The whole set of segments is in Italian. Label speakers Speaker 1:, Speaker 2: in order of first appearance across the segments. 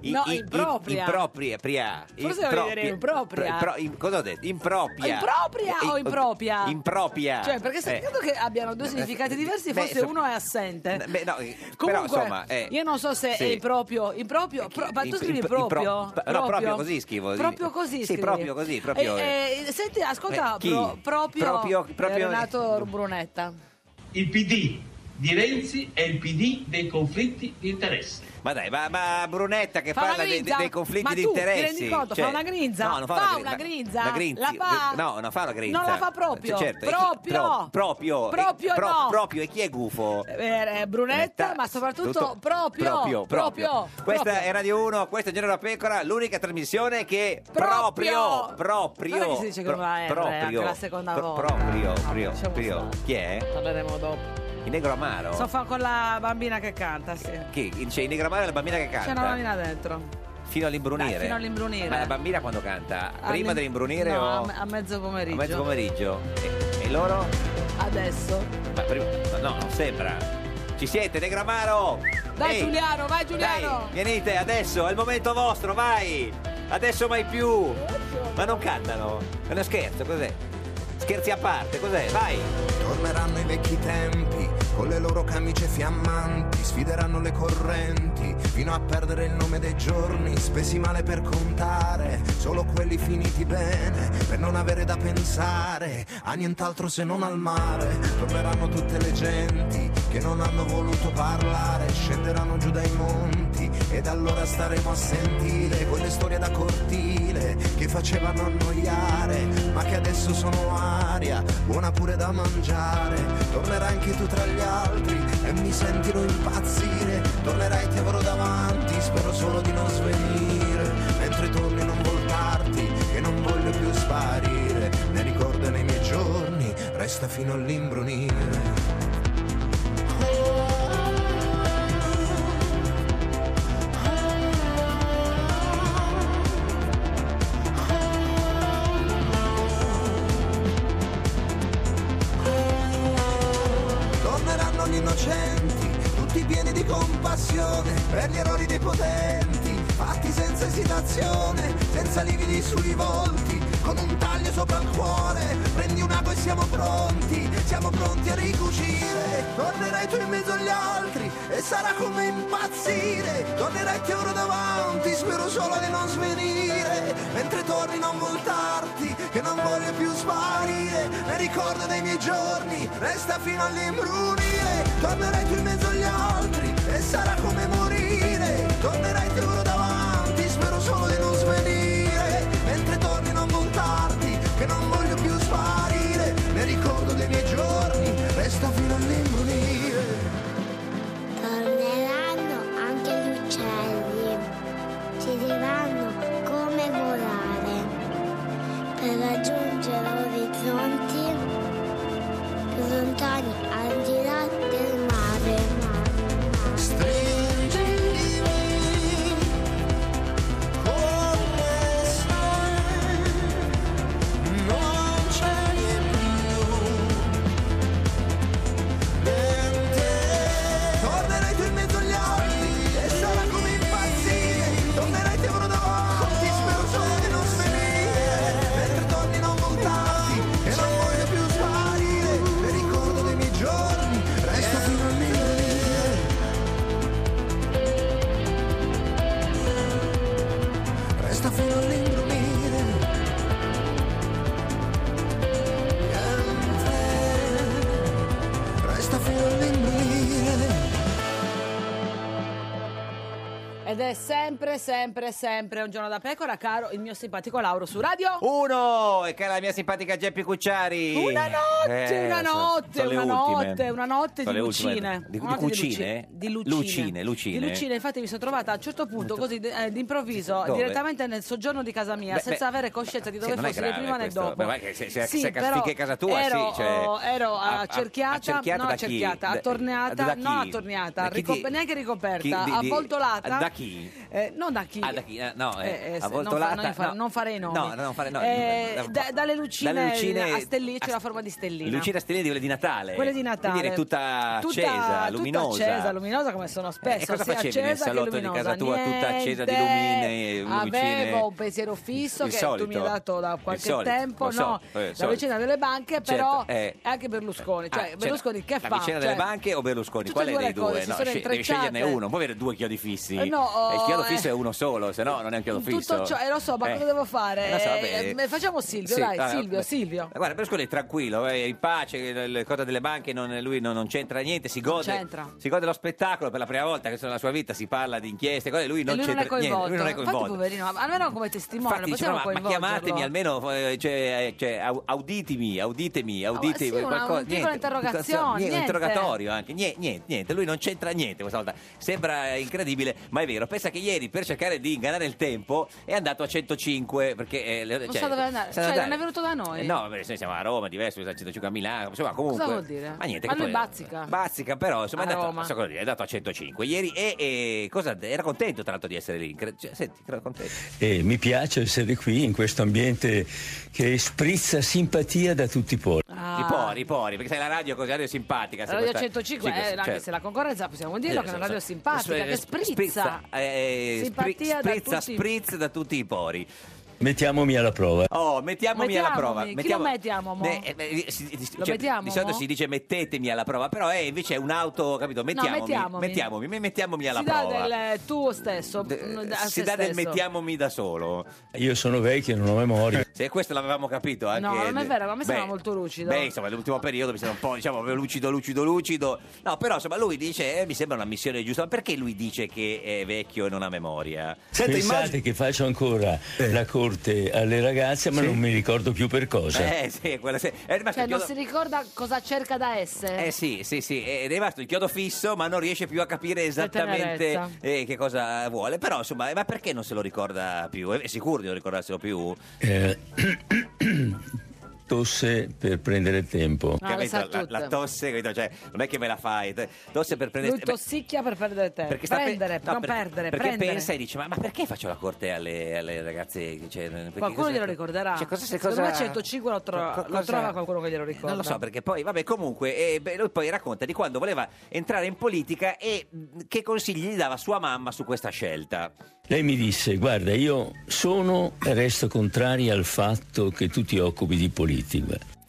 Speaker 1: I-
Speaker 2: No,
Speaker 1: i-
Speaker 2: impropria.
Speaker 1: i- impropria. Pria.
Speaker 2: Forse devo
Speaker 1: Impropria.
Speaker 2: dire impropria.
Speaker 1: Pro- im- cosa ho detto? Impropria.
Speaker 2: Impropria Oh, o impropria?
Speaker 1: Impropria.
Speaker 2: Cioè, perché se-
Speaker 1: Eh.
Speaker 2: credo che abbiano due significati diversi,
Speaker 1: Beh,
Speaker 2: forse
Speaker 1: so-
Speaker 2: uno è assente.
Speaker 1: Beh, no, eh, però
Speaker 2: Comunque,
Speaker 1: insomma, eh,
Speaker 2: io non so se
Speaker 1: sì.
Speaker 2: è improprio, improprio, pro- ma tu
Speaker 1: imp-
Speaker 2: scrivi
Speaker 1: imp-
Speaker 2: proprio,
Speaker 1: impro- no, proprio così scrivo, sì.
Speaker 2: proprio così
Speaker 1: Sì,
Speaker 2: scrivi.
Speaker 1: proprio così, proprio,
Speaker 2: Eh, eh, senti, ascolta,
Speaker 1: Eh, chi?
Speaker 2: pro- proprio,
Speaker 1: Proprio-
Speaker 2: eh,
Speaker 1: proprio-
Speaker 2: Renato Brunetta.
Speaker 3: Il PD di Renzi è il PD dei conflitti di interesse.
Speaker 1: Ma dai, ma, ma Brunetta che
Speaker 2: Fa
Speaker 1: parla
Speaker 2: una
Speaker 1: dei,
Speaker 2: grinza?
Speaker 1: dei conflitti
Speaker 2: Ma
Speaker 1: di
Speaker 2: tu ti
Speaker 1: interessi. cioè,
Speaker 2: rendi conto? Fa una grinza?
Speaker 1: No, non fa,
Speaker 2: Fa
Speaker 1: una,
Speaker 2: una
Speaker 1: gri-
Speaker 2: grinza?
Speaker 1: La grinzi-
Speaker 2: La fa?
Speaker 1: No, non fa una grinza.
Speaker 2: Non la fa proprio.
Speaker 1: Certo, e chi-
Speaker 2: Proprio.
Speaker 1: pro- proprio. e-
Speaker 2: Proprio
Speaker 1: pro-
Speaker 2: no.
Speaker 1: proprio. E chi è gufo?
Speaker 2: Eh, eh, Brunetta, ma soprattutto
Speaker 1: Tutto-
Speaker 2: proprio,
Speaker 1: proprio, proprio. Questa è Radio 1, questo è Giorno da Pecora, l'unica trasmissione che
Speaker 2: Proprio.
Speaker 1: proprio, proprio,
Speaker 2: Guarda che si dice con la R, eh, anche la seconda volta.
Speaker 1: proprio, proprio,
Speaker 2: lasciamo
Speaker 1: proprio.
Speaker 2: stare.
Speaker 1: Chi è?
Speaker 2: Parleremo dopo.
Speaker 1: Il negro amaro?
Speaker 2: So fa con la bambina che canta, sì.
Speaker 1: Chi? C'è il negro amaro è cioè, la bambina che
Speaker 2: C'è
Speaker 1: canta?
Speaker 2: una bambina dentro.
Speaker 1: Fino all'imbrunire.
Speaker 2: Dai, fino all'imbrunire.
Speaker 1: Ma la bambina quando canta? Prima
Speaker 2: All'im-
Speaker 1: dell'imbrunire
Speaker 2: no,
Speaker 1: o
Speaker 2: a, me- a mezzo pomeriggio.
Speaker 1: a mezzo pomeriggio? E, e loro?
Speaker 2: Adesso.
Speaker 1: Ma prima- ma no, non sembra. Ci siete, Negramaro?
Speaker 2: Dai
Speaker 1: Ehi,
Speaker 2: Giuliano, vai Giuliano.
Speaker 1: Dai, venite adesso, è il momento vostro, vai! Adesso mai più! Ma non cantano? È uno scherzo, cos'è? Scherzi a parte, cos'è? Vai!
Speaker 4: Torneranno i vecchi tempi, con le loro camicie fiammanti, sfideranno le correnti, fino a perdere il nome dei giorni, spesi male per contare, solo quelli finiti bene, per non avere da pensare a nient'altro se non al mare. Torneranno tutte le genti che non hanno voluto parlare, scenderanno giù dai monti ed allora staremo a sentire quelle storie da cortile che facevano annoiare, ma che adesso sono aria, buona pure da mangiare. Tornerai anche tu tra gli altri e mi sentirò impazzire. Tornerai ti avrò davanti, spero solo di non svenire. Mentre torni non voltarti, che non voglio più sparire. Ne ricordo nei miei giorni, resta fino all'imbrunire. Torneranno gli innocenti, tutti pieni di compassione per gli errori dei potenti, fatti senza esitazione, senza lividi sui volti, con un taglio sopra il cuore, prendi un ago e siamo pronti, siamo pronti a ricucire. Tornerai tu in mezzo agli altri e sarà come impazzire, tornerai te ora davanti, spero solo di non svenire, mentre torni non voltarti, che non voglio più sparire, ne ricordo dei miei giorni, resta fino all'imbrunire, tornerai tu in mezzo agli altri e sarà come morire, tornerai te ora davanti, spero solo di non svenire, mentre torni non voltarti, che non voglio più sparire, ne ricordo dei miei giorni, resta fino all'imbrunire.
Speaker 5: Torneranno anche gli uccelli, ci diranno come volare per raggiungere orizzonti più lontani al di là del mare.
Speaker 4: Stringimi come se non c'è più niente. Tornerai tu in mezzo agli altri e sarà come impazzire. Tornerai te uno davanti, spero solo di non svenire. Mentre torni non voltarti e non voglio più sparire. E ricordo dei miei giorni,
Speaker 2: Ed è sempre, sempre, sempre un giorno da pecora, caro il mio simpatico Lauro su radio.
Speaker 1: Uno! E che è la mia simpatica Geppi Cucciari.
Speaker 2: Una notte,
Speaker 1: Eh,
Speaker 2: una
Speaker 1: so-
Speaker 2: notte,
Speaker 1: sono le
Speaker 2: una
Speaker 1: ultime.
Speaker 2: notte, una notte
Speaker 1: Sono
Speaker 2: di
Speaker 1: le ultime.
Speaker 2: lucine.
Speaker 1: Di, di
Speaker 2: Una notte di
Speaker 1: cucine?
Speaker 2: luci- Di lucine.
Speaker 1: Lucine, lucine.
Speaker 2: Di lucine, infatti mi sono trovata a un certo punto, così eh, d'improvviso,
Speaker 1: Dove?
Speaker 2: direttamente nel soggiorno di casa mia,
Speaker 1: Beh,
Speaker 2: senza
Speaker 1: beh.
Speaker 2: avere coscienza di
Speaker 1: Sì,
Speaker 2: dove
Speaker 1: non è
Speaker 2: fossi né
Speaker 1: grave
Speaker 2: prima né
Speaker 1: questo.
Speaker 2: dopo.
Speaker 1: Beh, ma che se- se- se
Speaker 2: però
Speaker 1: castighi a casa tua, sì,
Speaker 2: ero,
Speaker 1: cioè-
Speaker 2: oh, ero
Speaker 1: a- a-
Speaker 2: accerchiata,
Speaker 1: accerchiata
Speaker 2: no,
Speaker 1: da chi?
Speaker 2: accerchiata,
Speaker 1: Da- da
Speaker 2: attorniata,
Speaker 1: chi?
Speaker 2: non attorniata,
Speaker 1: Da chi ti-
Speaker 2: ricop- neanche ricoperta,
Speaker 1: chi- di- di-
Speaker 2: avvoltolata.
Speaker 1: da chi?
Speaker 2: Eh, non da chi?
Speaker 1: Ah, da chi? Eh, No, eh,
Speaker 2: Eh, eh, se-
Speaker 1: avvoltolata,
Speaker 2: non, fa- non fa-
Speaker 1: no.
Speaker 2: non farei i nomi.
Speaker 1: No, no, non fare no,
Speaker 2: Eh,
Speaker 1: no, no,
Speaker 2: da- dalle lucine,
Speaker 1: dalle lucine
Speaker 2: a stelline, c'è
Speaker 1: a-
Speaker 2: la forma di stellina.
Speaker 1: Lucina Stellini di quelle di Natale.
Speaker 2: Quelle di Natale.
Speaker 1: Quindi è tutta
Speaker 2: Tutta-
Speaker 1: accesa, luminosa.
Speaker 2: Tutta accesa, luminosa come sono spesso.
Speaker 1: Eh, cosa
Speaker 2: sia
Speaker 1: facevi nel
Speaker 2: accesa che
Speaker 1: salotto di
Speaker 2: luminosa?
Speaker 1: casa tua, tutta accesa di
Speaker 2: Niente.
Speaker 1: lumine, lucine?
Speaker 2: Avevo un pensiero fisso
Speaker 1: Il
Speaker 2: che
Speaker 1: solito.
Speaker 2: tu mi hai dato da
Speaker 1: Il
Speaker 2: qualche
Speaker 1: solito,
Speaker 2: tempo.
Speaker 1: lo so,
Speaker 2: no,
Speaker 1: eh, solito.
Speaker 2: la vicenda delle banche,
Speaker 1: Certo,
Speaker 2: però
Speaker 1: eh.
Speaker 2: è anche Berlusconi. Cioè,
Speaker 1: Ah,
Speaker 2: Berlusconi
Speaker 1: c'era-
Speaker 2: che fa?
Speaker 1: La vicenda delle
Speaker 2: Cioè,
Speaker 1: banche o Berlusconi?
Speaker 2: tutte
Speaker 1: Quale
Speaker 2: e due
Speaker 1: dei
Speaker 2: le cose
Speaker 1: due?
Speaker 2: si sono
Speaker 1: devi sceglierne
Speaker 2: intrecciate.
Speaker 1: uno, non puoi avere due chiodi fissi.
Speaker 2: Eh, no,
Speaker 1: Eh, il chiodo
Speaker 2: eh.
Speaker 1: fisso è uno solo, se no non è un chiodo fisso.
Speaker 2: Tutto ciò, e lo so, ma
Speaker 1: Eh.
Speaker 2: cosa devo fare?
Speaker 1: Lo so, vabbè.
Speaker 2: Eh, eh, Facciamo Silvio,
Speaker 1: Sì,
Speaker 2: dai,
Speaker 1: ah,
Speaker 2: Silvio,
Speaker 1: beh.
Speaker 2: Silvio.
Speaker 1: Ma Guarda, Berlusconi è tranquillo, è in pace, le, le cose delle banche non, lui non, non c'entra niente, si gode,
Speaker 2: c'entra.
Speaker 1: si gode lo spettacolo per la prima volta che nella sua vita si parla di inchieste, cose, lui
Speaker 2: E
Speaker 1: non
Speaker 2: lui non
Speaker 1: c'entra
Speaker 2: è coinvolto.
Speaker 1: niente, lui non è
Speaker 2: Infatti,
Speaker 1: coinvolto.
Speaker 2: poverino, ma almeno come testimone,
Speaker 1: Infatti dicevano,
Speaker 2: possiamo
Speaker 1: ma, ma
Speaker 2: coinvolgerlo.
Speaker 1: chiamatemi almeno, eh, cioè, eh, cioè, au- auditemi, auditemi, auditemi.
Speaker 2: Ah, sì, una-
Speaker 1: qualcosa,
Speaker 2: una piccola interrogazione,
Speaker 1: insomma, niente, Un
Speaker 2: niente.
Speaker 1: interrogatorio anche, nie- niente, niente, lui non c'entra niente questa volta. Sembra incredibile, ma è vero. Pensa che ieri per cercare di ingannare il tempo è andato a 105 perché... eh, le-
Speaker 2: Non
Speaker 1: cioè,
Speaker 2: so dove andare.
Speaker 1: sa
Speaker 2: Cioè, non è venuto da noi.
Speaker 1: Eh, no, vabbè, noi siamo a Roma, diverso, a 105 a Milano, insomma comunque...
Speaker 2: Cosa vuol dire?
Speaker 1: Ma niente,
Speaker 2: Ma
Speaker 1: che
Speaker 2: lui
Speaker 1: poi-
Speaker 2: bazzica.
Speaker 1: Bazzica però, insomma è
Speaker 2: A
Speaker 1: andato,
Speaker 2: Roma.
Speaker 1: non so cosa dire, è andato a 105 ieri e, e cosa, era contento tra l'altro di essere lì. Cre- cioè, senti, era contento.
Speaker 6: E mi piace essere qui in questo ambiente che sprizza simpatia da tutti i pori.
Speaker 2: Ah.
Speaker 1: I pori, i pori, perché sai la radio è così, la radio è simpatica.
Speaker 2: La radio 105, eh, anche
Speaker 1: cioè,
Speaker 2: se la concorrenza possiamo dirlo che è una radio simpatica, che sprizza,
Speaker 1: eh, spri-
Speaker 2: simpatia da
Speaker 1: sprizza,
Speaker 2: tutti.
Speaker 1: sprizz da tutti i pori.
Speaker 6: Mettiamomi alla prova.
Speaker 1: Oh, mettiamomi, alla
Speaker 2: Mettiamomi,
Speaker 1: prova.
Speaker 2: chi lo mettiamo, mo?
Speaker 1: Eh, eh, eh, si- di-
Speaker 2: Lo
Speaker 1: cioè,
Speaker 2: mettiamo,
Speaker 1: Di solito
Speaker 2: mo?
Speaker 1: si dice mettetemi alla prova, però eh, invece è un'auto, capito? Mettiamomi,
Speaker 2: mettiamomi.
Speaker 1: mettiamomi, mi- mettiamomi alla
Speaker 2: si dà
Speaker 1: prova.
Speaker 2: del tuo stesso, mh,
Speaker 1: Eh,
Speaker 2: a
Speaker 1: si
Speaker 2: se
Speaker 1: dà del
Speaker 2: stesso.
Speaker 1: mettiamomi da solo.
Speaker 6: Io sono vecchio e non ho memoria.
Speaker 1: Se questo l'avevamo capito anche.
Speaker 2: No, non è vero, ma a
Speaker 1: Beh,
Speaker 2: me sembra molto lucido.
Speaker 1: Beh, insomma, l'ultimo periodo mi sembra un po', diciamo, proprio lucido, lucido, lucido. No, però, insomma, lui dice, eh, mi sembra una missione giusta. Ma perché lui dice che è vecchio e non ha memoria?
Speaker 6: Pensate che faccio ancora
Speaker 1: Eh.
Speaker 6: la corte alle ragazze, ma non mi ricordo più per cosa.
Speaker 1: Eh, sì, quella se- È rimasto
Speaker 2: Cioè,
Speaker 1: il
Speaker 2: non
Speaker 1: chiodo...
Speaker 2: si ricorda cosa cerca da essere.
Speaker 1: Eh sì, sì, sì, è rimasto il chiodo fisso, ma non riesce più a capire esattamente
Speaker 2: tenerezza.
Speaker 1: eh, che cosa vuole. Però, insomma, eh, ma perché non se lo ricorda più? Eh, È è sicuro di non ricordarselo più?
Speaker 6: Eh, tosse per prendere tempo.
Speaker 2: No, le sa
Speaker 1: Capito? la,
Speaker 2: tutte.
Speaker 1: la tosse, capito? Cioè, non è che me la fai. Tosse per prendere
Speaker 2: Lui tossicchia per perdere tempo.
Speaker 1: Perché sta pe-
Speaker 2: Eh, prendere,
Speaker 1: no,
Speaker 2: non
Speaker 1: per-
Speaker 2: perdere,
Speaker 1: perché
Speaker 2: prendere.
Speaker 1: pensa e dice: ma, ma perché faccio la corte alle, alle ragazze? Cioè, perché
Speaker 2: Qualcuno
Speaker 1: cosa-
Speaker 2: glielo ricorderà.
Speaker 1: Cioè, cosa, se
Speaker 2: Secondo
Speaker 1: cosa-
Speaker 2: me 105 lo, tro-
Speaker 1: co-
Speaker 2: lo
Speaker 1: cosa-
Speaker 2: trova qualcuno che glielo ricorda.
Speaker 1: Non lo so perché poi, vabbè, comunque, eh, beh, lui poi racconta di quando voleva entrare in politica e mh, che consigli gli dava sua mamma su questa scelta.
Speaker 6: Lei mi disse, guarda, io sono e resto contraria al fatto che tu ti occupi di politica.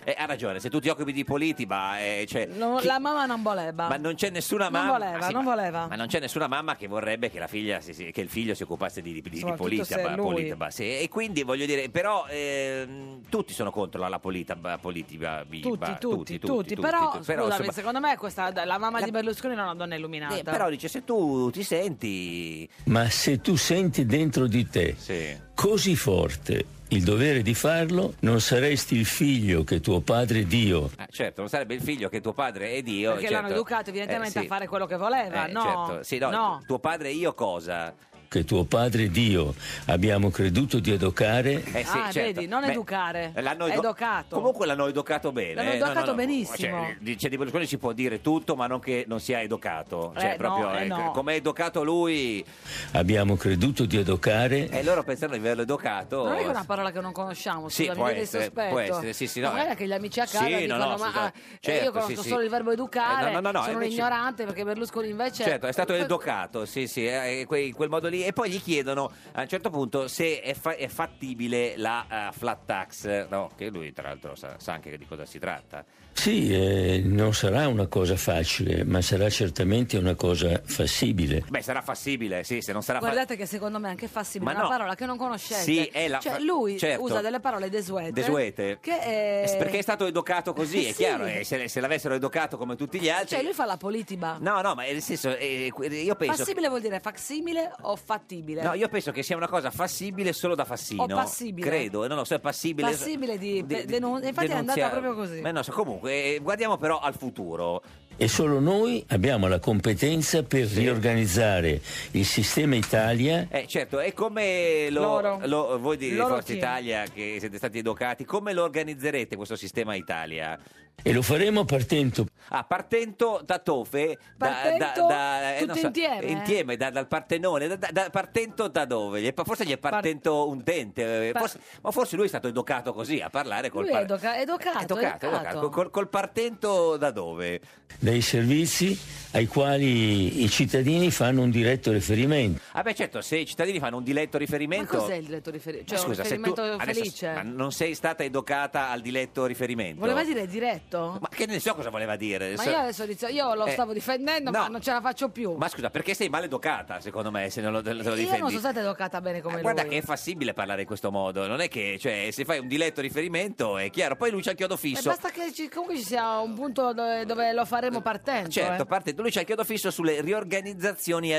Speaker 1: Eh, ha ragione, se tu ti occupi di politica, eh, cioè,
Speaker 2: No,
Speaker 1: chi-
Speaker 2: La mamma non voleva.
Speaker 1: Ma non c'è nessuna
Speaker 2: Non
Speaker 1: mamma.
Speaker 2: voleva,
Speaker 1: Ah, sì,
Speaker 2: non
Speaker 1: ma-
Speaker 2: voleva.
Speaker 1: Ma non c'è nessuna mamma che vorrebbe che, la figlia si- si- che il figlio si occupasse di, di, di- di
Speaker 2: Soprattutto
Speaker 1: politica.
Speaker 2: se
Speaker 1: ma-
Speaker 2: è lui.
Speaker 1: politica, sì. E quindi voglio dire, però ehm, tutti sono contro la polita, ba- politica. bi-
Speaker 2: tutti,
Speaker 1: ba-
Speaker 2: tutti, tutti, Però, scusami,
Speaker 1: insomma,
Speaker 2: secondo me questa, la mamma
Speaker 1: La-
Speaker 2: di Berlusconi è una donna illuminata.
Speaker 1: eh, però dice, se tu ti senti...
Speaker 6: Ma se tu senti dentro di te
Speaker 1: Sì.
Speaker 6: così forte il dovere di farlo, non saresti il figlio che tuo padre Dio
Speaker 1: Ah, certo, non sarebbe il figlio che tuo padre e Dio.
Speaker 2: Perché l'hanno
Speaker 1: certo.
Speaker 2: educato evidentemente
Speaker 1: Eh, sì.
Speaker 2: a fare quello che voleva,
Speaker 1: Eh,
Speaker 2: no?
Speaker 1: certo. Sì, no, Tuo padre e io cosa?
Speaker 6: che tuo padre Dio abbiamo creduto di educare,
Speaker 1: Eh sì,
Speaker 2: Ah,
Speaker 1: certo.
Speaker 2: vedi, non
Speaker 1: Beh, eh,
Speaker 2: educare,
Speaker 1: l'hanno
Speaker 2: educato.
Speaker 1: Comunque l'hanno educato bene.
Speaker 2: L'hanno
Speaker 1: eh,
Speaker 2: educato
Speaker 1: no, no, no.
Speaker 2: benissimo.
Speaker 1: Cioè, dice di Berlusconi si può dire tutto, ma non che non sia educato. Cioè,
Speaker 2: Eh,
Speaker 1: proprio
Speaker 2: no, eh,
Speaker 1: eh,
Speaker 2: no.
Speaker 1: come è educato lui,
Speaker 6: abbiamo creduto di educare
Speaker 1: e loro pensano di averlo educato.
Speaker 2: Non è che è una parola che non conosciamo,
Speaker 1: Oh, Sì,
Speaker 2: scusami,
Speaker 1: può
Speaker 2: mi viene il
Speaker 1: essere,
Speaker 2: sospetto.
Speaker 1: può essere, sì, sì, no,
Speaker 2: Ma guarda
Speaker 1: eh.
Speaker 2: che gli amici a casa
Speaker 1: Sì, no,
Speaker 2: dicono,
Speaker 1: no,
Speaker 2: ma
Speaker 1: scusa,
Speaker 2: ah,
Speaker 1: certo,
Speaker 2: io conosco
Speaker 1: sì, sì.
Speaker 2: solo il verbo educare,
Speaker 1: Eh, no, no, no, no,
Speaker 2: sono un
Speaker 1: invece-
Speaker 2: ignorante perché Berlusconi invece... eh,
Speaker 1: Certo, è stato educato, sì, sì, eh, que- in quel modo lì. E poi gli chiedono a un certo punto se è, fa- è fattibile la eh, flat tax, no? che lui tra l'altro sa, sa anche di cosa si tratta.
Speaker 6: Sì, eh, non sarà una cosa facile, ma sarà certamente una cosa fassibile.
Speaker 1: Beh, sarà fassibile, sì, se non sarà fa-
Speaker 2: Guardate che secondo me anche Fassimi
Speaker 1: Ma
Speaker 2: è una
Speaker 1: no.
Speaker 2: parola che non conoscete.
Speaker 1: Sì, è la-
Speaker 2: Cioè lui
Speaker 1: certo.
Speaker 2: usa delle parole desuete.
Speaker 1: desuete.
Speaker 2: Che è...
Speaker 1: Eh, Perché è stato educato così, è
Speaker 2: Sì.
Speaker 1: chiaro, eh, se, se l'avessero educato come tutti gli altri...
Speaker 2: Cioè lui fa la politiba.
Speaker 1: No, no, ma nel senso, eh, que- io penso...
Speaker 2: Fassibile vuol dire facsimile o fattibile.
Speaker 1: No, io penso che sia una cosa fassibile solo da Fassino.
Speaker 2: O passibile.
Speaker 1: Credo, non lo so, è passibile.
Speaker 2: Passibile di,
Speaker 1: di- di-
Speaker 2: denun- Infatti è andata
Speaker 1: denunziare.
Speaker 2: proprio così.
Speaker 1: Ma no, so- comunque, eh, guardiamo però al futuro.
Speaker 6: E solo noi abbiamo la competenza per riorganizzare il sistema Italia.
Speaker 1: Eh, certo, e come lo,
Speaker 6: Loro.
Speaker 1: lo- voi di
Speaker 6: Loro
Speaker 1: Forza
Speaker 6: chi?
Speaker 1: Italia, che siete stati educati, come lo organizzerete questo sistema Italia?
Speaker 6: E lo faremo partendo
Speaker 1: Ah, partendo da Tofe, da-
Speaker 6: Partendo
Speaker 1: da, da-
Speaker 6: tutti insieme, eh?
Speaker 1: insieme, da- dal Partenone, da, da- da- partendo da dove? Gli è pa- Forse gli è partento un dente, eh,
Speaker 2: Par-
Speaker 1: forse- ma forse lui è stato educato così a parlare col
Speaker 2: Lui è
Speaker 1: par-
Speaker 2: educa- è educato, è
Speaker 1: educato,
Speaker 2: educato.
Speaker 1: educato. Col, col partento da dove?
Speaker 6: dai servizi ai quali i cittadini fanno un diretto riferimento.
Speaker 1: Ah beh certo, se i cittadini fanno un diletto
Speaker 2: Ma
Speaker 1: riferimento...
Speaker 2: cos'è il diretto riferimento? Cioè,
Speaker 1: Ma scusa,
Speaker 2: un
Speaker 1: se tu
Speaker 2: riferimento
Speaker 1: adesso-
Speaker 2: felice?
Speaker 1: ma non sei stata educata al diletto riferimento?
Speaker 2: Voleva dire diretto?
Speaker 1: Ma che ne so cosa voleva dire?
Speaker 2: Ma
Speaker 1: So-
Speaker 2: io adesso inizio- io lo
Speaker 1: Eh,
Speaker 2: stavo difendendo, ma
Speaker 1: no.
Speaker 2: non ce la faccio più.
Speaker 1: Ma scusa, perché sei maleducata, secondo me, se non lo, te lo difendi? Eh,
Speaker 2: io non sono stata educata bene come
Speaker 1: Guarda
Speaker 2: lui.
Speaker 1: che è fassibile parlare in questo modo, non è che cioè, se fai un diletto riferimento è chiaro, poi lui c'ha il chiodo
Speaker 2: Eh,
Speaker 1: fisso.
Speaker 2: basta che ci- comunque ci sia un punto dove, dove lo faremo partendo.
Speaker 1: Certo,
Speaker 2: eh.
Speaker 1: parte, lui c'ha il chiodo fisso sulle riorganizzazioni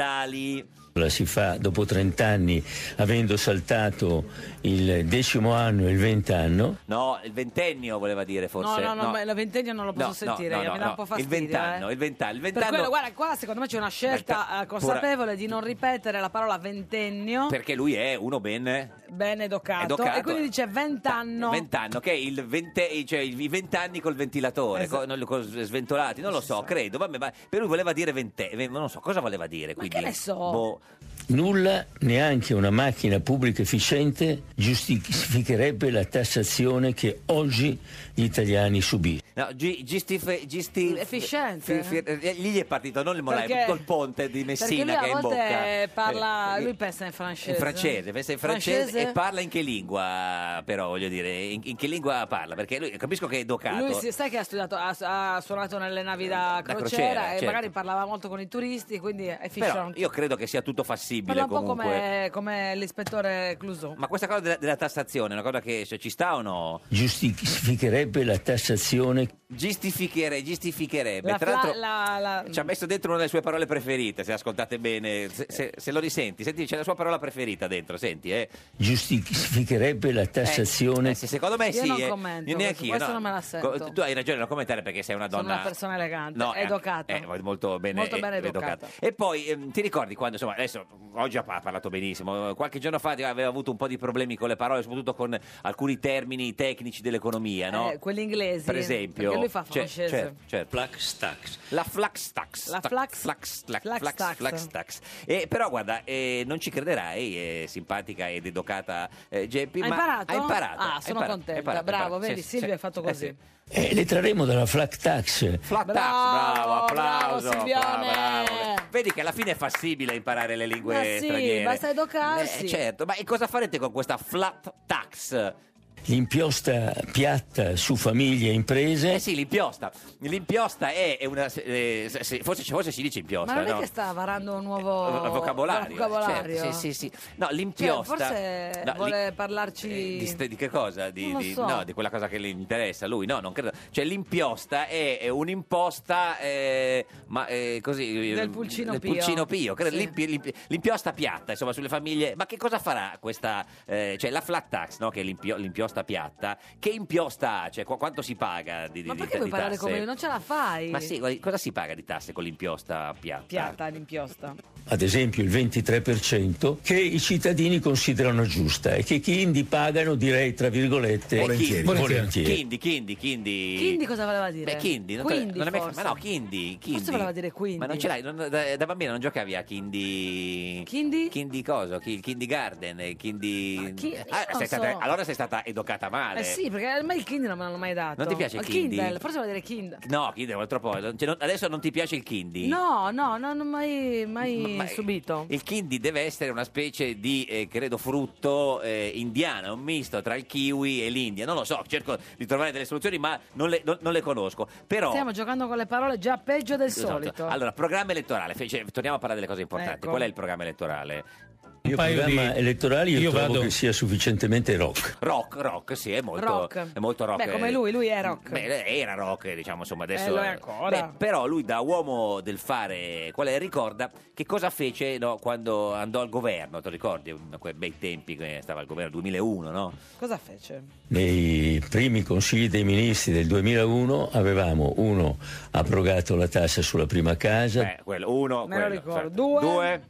Speaker 1: aziendali.
Speaker 6: La si fa dopo 30 anni, avendo saltato il decimo anno e il vent'anno.
Speaker 1: No, il ventennio voleva dire
Speaker 2: No,
Speaker 1: forse.
Speaker 2: no, no, ma la ventennio non lo posso
Speaker 1: No, no,
Speaker 2: sentire,
Speaker 1: no,
Speaker 2: io,
Speaker 1: no,
Speaker 2: mi dà
Speaker 1: no.
Speaker 2: un po' fastidio.
Speaker 1: Il vent'anno,
Speaker 2: eh.
Speaker 1: il vent'anno, il
Speaker 2: Per
Speaker 1: vent'anno.
Speaker 2: quello, guarda, qua secondo me c'è una scelta eh, consapevole di non ripetere la parola ventennio,
Speaker 1: Perché lui è uno ben
Speaker 2: ben educato,
Speaker 1: Educato.
Speaker 2: e quindi dice vent'anno.
Speaker 1: vent'anno, che è il vente- cioè il- i vent'anni col ventilatore, co-
Speaker 2: Esatto.
Speaker 1: non- co- sventolati, non lo so, credo. Vabbè, ma per lui voleva dire vente, ve- non so cosa voleva dire. Quindi,
Speaker 2: che ne so?
Speaker 1: boh.
Speaker 6: Nulla, neanche una macchina pubblica efficiente, giustificherebbe la tassazione che oggi gli italiani subiscono.
Speaker 1: No, gi- gistif- gisti-
Speaker 2: Efficiente.
Speaker 1: fi- fi- eh, lì gli è partito non il Molai,
Speaker 2: Perché-
Speaker 1: col ponte di
Speaker 2: Perché lui
Speaker 1: Messina che è
Speaker 2: a
Speaker 1: in bocca.
Speaker 2: volte parla,
Speaker 1: Eh,
Speaker 2: lui pensa in francese.
Speaker 1: in francese, pensa in francese, e parla in che lingua, però voglio dire, in, in che lingua parla? Perché lui capisco che è educato.
Speaker 2: Lui si, sai che ha studiato, ha, ha suonato nelle navi da crociera,
Speaker 1: Eh, crociera,
Speaker 2: e
Speaker 1: certo.
Speaker 2: magari parlava molto con i turisti, quindi è fiction.
Speaker 1: Però io credo che sia tutto fassibile
Speaker 2: Parla un po'
Speaker 1: comunque.
Speaker 2: come, come l'ispettore Clouseau.
Speaker 1: Ma questa cosa della, della tassazione è una cosa che cioè, ci sta o no?
Speaker 6: Giustificherebbe la tassazione
Speaker 1: Giustifichere- giustificherebbe.
Speaker 2: La
Speaker 1: Tra l'altro
Speaker 2: fla-
Speaker 1: cioè,
Speaker 2: la- la-
Speaker 1: ci ha messo dentro una delle sue parole preferite, se ascoltate bene, se,
Speaker 2: Eh.
Speaker 1: se- se lo risenti, senti, c'è la sua parola preferita dentro, senti, eh.
Speaker 6: giustificherebbe la tassazione
Speaker 1: Eh, se secondo me
Speaker 2: Io
Speaker 1: sì,
Speaker 2: non
Speaker 1: eh.
Speaker 2: commento
Speaker 1: Io neanche
Speaker 2: questo,
Speaker 1: io,
Speaker 2: questo
Speaker 1: no.
Speaker 2: non me la sento.
Speaker 1: Co- Tu hai ragione a non commentare perché sei una
Speaker 2: Sono
Speaker 1: donna
Speaker 2: una persona elegante,
Speaker 1: No, è-
Speaker 2: educata.
Speaker 1: eh, molto bene,
Speaker 2: Molto
Speaker 1: eh,
Speaker 2: bene educata.
Speaker 1: E poi ehm, ti ricordi quando, insomma, adesso oggi ha ha parlato benissimo, eh, qualche giorno fa aveva avuto un po' di problemi con le parole, soprattutto con alcuni termini tecnici dell'economia, no?
Speaker 2: Eh, quelli inglesi.
Speaker 1: per esempio
Speaker 2: Perché lui fa
Speaker 1: Cioè,
Speaker 2: francese.
Speaker 1: certo, certo. la flax tax
Speaker 2: La
Speaker 1: Ta-
Speaker 2: flax-
Speaker 1: flax flax
Speaker 2: flax
Speaker 1: flax,
Speaker 2: tax.
Speaker 1: flax tax. Eh, però guarda eh, non ci crederai è simpatica ed educata eh, Geppi
Speaker 2: Hai
Speaker 1: ma
Speaker 2: imparato?
Speaker 1: ha imparato
Speaker 2: Ah,
Speaker 1: ha
Speaker 2: sono
Speaker 1: imparato,
Speaker 2: contenta,
Speaker 1: ha imparato,
Speaker 2: bravo,
Speaker 1: ha imparato.
Speaker 2: vedi,
Speaker 1: Sì,
Speaker 2: Silvio
Speaker 1: sì,
Speaker 2: è fatto
Speaker 1: eh,
Speaker 2: così.
Speaker 1: sì.
Speaker 6: Eh, le trarremmo dalla flat tax.
Speaker 1: Flax tax,
Speaker 2: Bravo,
Speaker 1: bravo, applauso.
Speaker 2: bravo, Silvione.
Speaker 1: bravo. Vedi che alla fine è fassibile imparare le lingue
Speaker 2: Ma sì,
Speaker 1: straniere.
Speaker 2: basta educarsi.
Speaker 1: Eh, certo, ma e cosa farete con questa flat tax?
Speaker 6: L'impiosta piatta su famiglie e imprese.
Speaker 1: Eh sì, l'impiosta. L'impiosta è, è una. eh, se- se- forse, forse si dice
Speaker 2: Ma
Speaker 1: impiosta,
Speaker 2: non
Speaker 1: no?
Speaker 2: è che sta varando un nuovo
Speaker 1: Eh, vocabolario,
Speaker 2: vocabolario?
Speaker 1: certo, sì, sì, sì. No,
Speaker 2: Cioè,
Speaker 1: l'impiosta.
Speaker 2: forse
Speaker 1: no,
Speaker 2: vuole
Speaker 1: l'i-
Speaker 2: parlarci
Speaker 1: eh, di, st- di che cosa? Di,
Speaker 2: Non lo
Speaker 1: di-
Speaker 2: so.
Speaker 1: no, di quella cosa che le interessa a lui. No, non credo. Cioè, l'impiosta è, è un'imposta. eh, ma eh, così. eh,
Speaker 2: Del pulcino
Speaker 1: del
Speaker 2: pio.
Speaker 1: pulcino pio, credo.
Speaker 2: Sì.
Speaker 1: L'impi- l'impi- l'impiosta piatta, insomma, sulle famiglie. Ma che cosa farà questa. eh, cioè, la flat tax, no? Che è l'impio- l'impiosta piatta. Che impiosta ha? Cioè, qu- quanto si paga di, di,
Speaker 2: Ma
Speaker 1: di-
Speaker 2: perché
Speaker 1: di
Speaker 2: vuoi parlare
Speaker 1: tasse?
Speaker 2: come eh? lui? Non ce la fai.
Speaker 1: Ma sì, guardi, cosa si paga di tasse con l'impiosta piatta?
Speaker 2: Piatta l'impiosta.
Speaker 6: ad esempio il 23%, che i cittadini considerano giusta e che chi indi pagano direi tra virgolette
Speaker 1: Eh, Kindi.
Speaker 6: volentieri.
Speaker 1: Kindi, Kindi, Kindi.
Speaker 2: Quindi cosa voleva dire?
Speaker 1: Beh, Kindi, non, te-
Speaker 2: quindi,
Speaker 1: non l'hai mai-
Speaker 2: forse.
Speaker 1: ma no, Kindi, Kindi.
Speaker 2: Forse voleva dire quindi.
Speaker 1: Ma non ce l'hai, non- da, da bambina non giocavi a Kindi.
Speaker 2: Kindi?
Speaker 1: Kindi cosa? Ki- Kindi Garden, eh, Kindi.
Speaker 2: chi- io
Speaker 1: Ah,
Speaker 2: non
Speaker 1: sei stata-
Speaker 2: so.
Speaker 1: allora sei stata educata male.
Speaker 2: Eh sì, perché a me il Kindle non me l'hanno mai dato.
Speaker 1: Non ti piace
Speaker 2: il
Speaker 1: il Kindle?
Speaker 2: Kindle? Forse vuol dire Kindle.
Speaker 1: No, Kindi, è troppo. cioè, non- adesso non ti piace il Kindi?
Speaker 2: No, no, no, non ho mai, mai
Speaker 1: Ma-
Speaker 2: subito.
Speaker 1: Il kindi deve essere una specie di, eh, credo, frutto eh, indiano, un misto tra il kiwi e l'India. Non lo so, cerco di trovare delle soluzioni, ma non le, non- non le conosco. Però...
Speaker 2: Stiamo giocando con le parole già peggio del
Speaker 1: Esatto.
Speaker 2: solito.
Speaker 1: Allora, programma elettorale, fe- cioè, torniamo a parlare delle cose importanti.
Speaker 2: Ecco.
Speaker 1: Qual è il programma elettorale?
Speaker 6: mio
Speaker 1: paio
Speaker 6: programma
Speaker 1: di-
Speaker 6: elettorale io,
Speaker 1: io
Speaker 6: trovo
Speaker 1: vado-
Speaker 6: che sia sufficientemente rock.
Speaker 1: Rock, rock, sì, è molto
Speaker 2: Rock.
Speaker 1: È molto rock.
Speaker 2: Beh, come lui, lui è rock.
Speaker 1: Beh, era rock, diciamo, insomma, adesso...
Speaker 2: Eh, lo è ancora.
Speaker 1: Beh, però lui da uomo del fare qual è, ricorda che cosa fece no, quando andò al governo, ti ricordi? Quei bei tempi che stava al governo, 2001, no?
Speaker 2: Cosa fece?
Speaker 6: Nei primi consigli dei ministri del 2001 avevamo uno abrogato la tassa sulla prima casa,
Speaker 1: Eh, quello, uno,
Speaker 2: Me lo
Speaker 1: quello,
Speaker 2: ricordo.
Speaker 1: certo.
Speaker 2: Due.
Speaker 1: Due,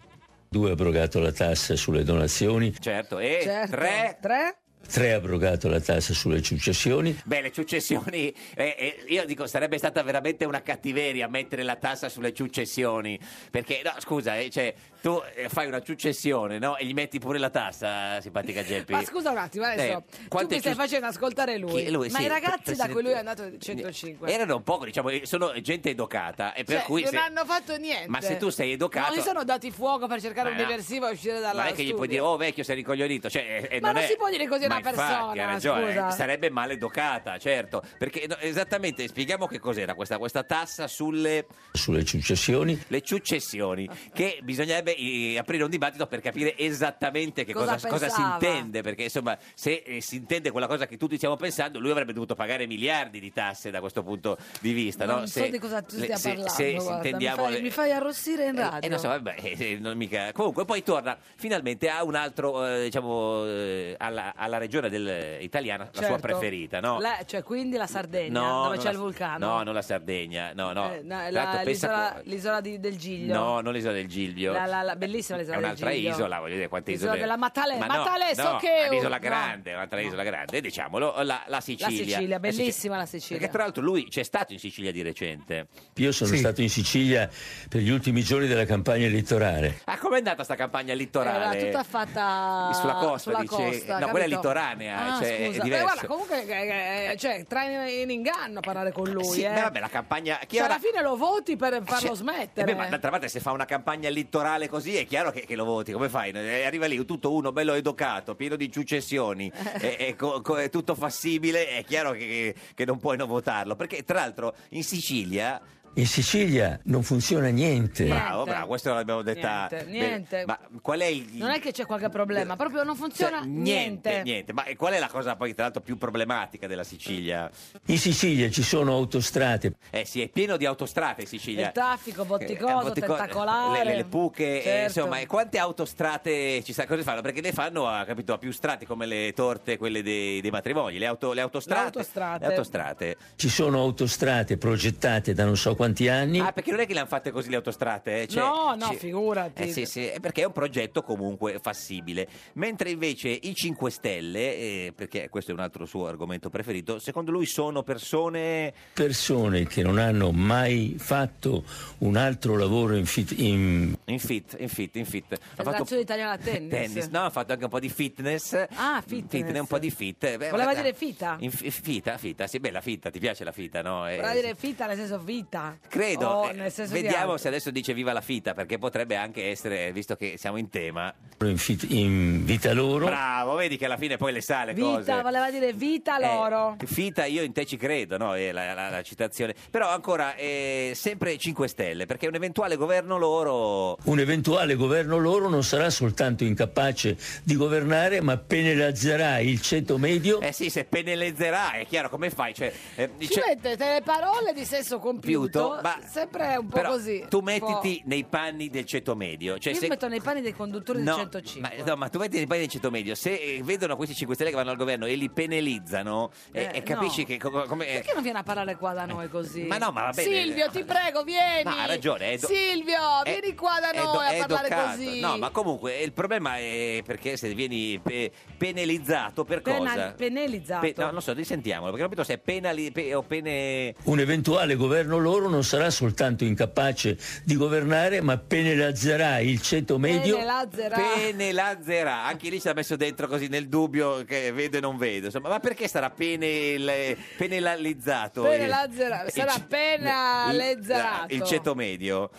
Speaker 6: due ha abrogato la tassa sulle donazioni,
Speaker 1: certo, e
Speaker 2: Certo.
Speaker 1: tre...
Speaker 2: Tre?
Speaker 6: tre ha abrogato la tassa sulle successioni,
Speaker 1: Beh, le successioni, eh, eh, io dico, sarebbe stata veramente una cattiveria mettere la tassa sulle successioni, perché, no, scusa, eh, cioè, tu eh, fai una successione, no, e gli metti pure la tassa, eh, simpatica Geppi.
Speaker 2: Ma scusa un attimo, adesso
Speaker 1: Eh,
Speaker 2: tu
Speaker 1: quante
Speaker 2: mi stai
Speaker 1: ciu-
Speaker 2: facendo ascoltare lui.
Speaker 1: Chi- lui,
Speaker 2: ma
Speaker 1: sì,
Speaker 2: i ragazzi da
Speaker 1: presidente-
Speaker 2: cui lui è andato 105
Speaker 1: Erano un po', diciamo, eh, sono gente educata, e per
Speaker 2: Cioè,
Speaker 1: cui...
Speaker 2: non
Speaker 1: se-
Speaker 2: hanno fatto niente.
Speaker 1: Ma se tu sei educato-
Speaker 2: Non si sono dati fuoco per cercare
Speaker 1: Ma
Speaker 2: un
Speaker 1: no.
Speaker 2: diversivo e uscire dalla
Speaker 1: non è che gli puoi dire, oh vecchio, sei ricoglionito. Cioè, eh,
Speaker 2: Ma non
Speaker 1: è-
Speaker 2: si può dire così a
Speaker 1: Ma
Speaker 2: una
Speaker 1: infatti,
Speaker 2: persona,
Speaker 1: Ha ragione,
Speaker 2: scusa.
Speaker 1: eh, sarebbe maleducata, certo. Perché no, esattamente, spieghiamo che cos'era questa, questa tassa sulle.
Speaker 6: sulle successioni
Speaker 1: le successioni, che bisognerebbe eh, aprire un dibattito per capire esattamente che
Speaker 2: Cosa
Speaker 1: cosa, cosa si
Speaker 2: pensava?
Speaker 1: intende, perché insomma se eh, si intende quella cosa che tutti stiamo pensando, lui avrebbe dovuto pagare miliardi di tasse da questo punto di vista.
Speaker 2: Non
Speaker 1: no?
Speaker 2: so
Speaker 1: Se-
Speaker 2: di cosa tu
Speaker 1: le-
Speaker 2: stia
Speaker 1: se-
Speaker 2: parlando.
Speaker 1: se
Speaker 2: guarda,
Speaker 1: intendiamo
Speaker 2: mi, fai,
Speaker 1: le-
Speaker 2: mi fai arrossire in radio.
Speaker 1: eh, non so, vabbè, eh, eh, non mica- Comunque, poi torna finalmente a un altro, eh, diciamo, eh, alla, alla regione del- eh, italiana, la sua
Speaker 2: Certo.
Speaker 1: preferita, no?
Speaker 2: La- cioè, quindi la Sardegna,
Speaker 1: No,
Speaker 2: dove
Speaker 1: non
Speaker 2: c'è
Speaker 1: la-
Speaker 2: il vulcano.
Speaker 1: No, non la Sardegna, no, no.
Speaker 2: Eh, no,
Speaker 1: Tra
Speaker 2: la-
Speaker 1: l'altro pensa
Speaker 2: l'isola,
Speaker 1: co-
Speaker 2: l'isola di- del Giglio.
Speaker 1: No, non l'isola del Giglio.
Speaker 2: La- la- la- bellissima l'isola
Speaker 1: È
Speaker 2: del
Speaker 1: un'altra
Speaker 2: Giglio.
Speaker 1: isola, voglio dire quante
Speaker 2: L'isola
Speaker 1: isole.
Speaker 2: della Matale-
Speaker 1: Ma
Speaker 2: Matale, so
Speaker 1: no,
Speaker 2: che-
Speaker 1: un'isola
Speaker 2: no.
Speaker 1: grande, un'altra isola grande, diciamolo, la, la Sicilia.
Speaker 2: Sicilia, bellissima la Sicilia.
Speaker 1: Perché tra l'altro lui c'è stato in Sicilia di recente.
Speaker 6: Io sono
Speaker 1: Sì.
Speaker 6: stato in Sicilia per gli ultimi giorni della campagna elettorale.
Speaker 1: Ah, com'è andata sta campagna
Speaker 2: Era
Speaker 1: littorale?
Speaker 2: tutta fatta
Speaker 1: Sulla costa,
Speaker 2: sulla
Speaker 1: dice.
Speaker 2: costa,
Speaker 1: No,
Speaker 2: capito?
Speaker 1: quella è litoranea,
Speaker 2: Ah,
Speaker 1: cioè, è
Speaker 2: scusa. Beh,
Speaker 1: diverso.
Speaker 2: guarda, comunque, eh, eh, cioè, tra in, in inganno a parlare con lui.
Speaker 1: Sì,
Speaker 2: eh.
Speaker 1: beh, vabbè, la campagna... Chi
Speaker 2: Cioè,
Speaker 1: ora-
Speaker 2: alla fine lo voti per farlo
Speaker 1: Cioè,
Speaker 2: smettere.
Speaker 1: eh beh, ma d'altra parte se fa una campagna littorale così è chiaro che, che lo voti, come fai? Eh, Arriva lì tutto uno bello educato, pieno di successioni, è,
Speaker 2: Eh.
Speaker 1: è co- co- è tutto fassibile, è chiaro che- che, che non puoi non votarlo, perché tra l'altro in Sicilia...
Speaker 6: In Sicilia non funziona niente.
Speaker 1: Bravo, bravo, questo l'abbiamo detto.
Speaker 2: Niente,
Speaker 1: bene.
Speaker 2: niente.
Speaker 1: Ma qual è il...
Speaker 2: Non è che c'è qualche problema, proprio non funziona
Speaker 1: Eh, cioè, niente, niente. Ma qual è la cosa poi tra l'altro più problematica della Sicilia?
Speaker 6: In Sicilia ci sono autostrade.
Speaker 1: Eh sì, è pieno di autostrade in Sicilia.
Speaker 2: Il traffico,
Speaker 1: Eh,
Speaker 2: botticoso,
Speaker 1: botico-
Speaker 2: tentacolare.
Speaker 1: le, le- le puche eh,
Speaker 2: Certo.
Speaker 1: insomma e quante autostrate ci sa cosa fanno perché ne fanno a, capito, a più strati come le torte quelle dei, dei matrimoni le, auto, le autostrate
Speaker 2: Le autostrate.
Speaker 1: Le autostrate.
Speaker 6: Ci sono autostrade progettate da non so quanti anni.
Speaker 1: ah perché non è che le hanno fatte così le autostrate eh? Cioè,
Speaker 2: no, no,
Speaker 1: ci-
Speaker 2: figurati.
Speaker 1: eh, sì, sì, eh, perché è un progetto comunque fassibile. Mentre invece i 5 Stelle, eh, perché questo è un altro suo argomento preferito, secondo lui sono persone
Speaker 6: Persone che non hanno mai fatto un altro lavoro in, fit- in-
Speaker 1: in fit, in fit, in fit. Ha
Speaker 2: Federazione Italiana Tennis.
Speaker 1: tennis, no, ha fatto anche un po' di fitness.
Speaker 2: Ah, fitness.
Speaker 1: un po' di fit. Eh, beh,
Speaker 2: Voleva
Speaker 1: guarda-
Speaker 2: dire fita?
Speaker 1: In fi- fita, fita, sì, bella fita, ti piace la fita, no? Eh,
Speaker 2: Vorrà dire fitta nel senso vita.
Speaker 1: Credo,
Speaker 2: O
Speaker 1: eh,
Speaker 2: nel senso di
Speaker 1: vediamo
Speaker 2: altro.
Speaker 1: se adesso dice viva la fita, perché potrebbe anche essere, visto che siamo in tema.
Speaker 6: in fit- in vita loro.
Speaker 1: Bravo, vedi che alla fine poi le sa le
Speaker 2: Vita,
Speaker 1: cose.
Speaker 2: voleva dire vita loro.
Speaker 1: Eh, fita, io in te ci credo, no? Eh, la, la- la citazione. Però ancora, eh, sempre 5 Stelle, perché un eventuale governo loro...
Speaker 6: Un eventuale governo loro non sarà soltanto incapace di governare, ma penalizzerà il ceto medio
Speaker 1: Eh sì, se penalizzerà, è chiaro come fai. Cioè, eh,
Speaker 2: Ci
Speaker 1: dice-
Speaker 2: mette delle parole di senso compiuto,
Speaker 1: compiuto, ma
Speaker 2: sempre un po'
Speaker 1: però
Speaker 2: così.
Speaker 1: Tu
Speaker 2: un po'.
Speaker 1: mettiti nei panni del ceto medio. Cioè
Speaker 2: Io
Speaker 1: se-
Speaker 2: mi metto nei panni dei conduttori
Speaker 1: No,
Speaker 2: del 105.
Speaker 1: Ma, eh, no, ma tu mettiti nei panni del ceto medio. Se eh, vedono questi 5 Stelle che vanno al governo e li penalizzano, eh,
Speaker 2: Eh,
Speaker 1: eh, capisci
Speaker 2: no.
Speaker 1: che co- come.
Speaker 2: Perché non viene a parlare qua da noi così?
Speaker 1: ma no, ma va bene.
Speaker 2: Silvio, ti prego, vieni.
Speaker 1: eh, Ma ha ragione, Eh, è do-
Speaker 2: Silvio,
Speaker 1: è-
Speaker 2: vieni qua da
Speaker 1: è do-
Speaker 2: noi
Speaker 1: è
Speaker 2: a parlare
Speaker 1: educato.
Speaker 2: così.
Speaker 1: No, ma comunque eh, il problema è perché se vieni pe- penalizzato per
Speaker 2: Penal-
Speaker 1: cosa?
Speaker 2: penalizzato.
Speaker 1: Pe- no, non so, risentiamolo, perché non capito se è penali pe- o pene.
Speaker 6: Un eventuale governo loro non sarà soltanto incapace di governare, ma penalizzerà il ceto medio.
Speaker 2: Penelazzerà.
Speaker 1: Penelazzerà, anche lì ci ha messo dentro così nel dubbio che vedo e non vedo. Insomma, ma perché sarà penel- penalizzato? il-
Speaker 2: Penelazzerà, sarà
Speaker 1: ce-
Speaker 2: penalizzato.
Speaker 1: Il, ceto medio.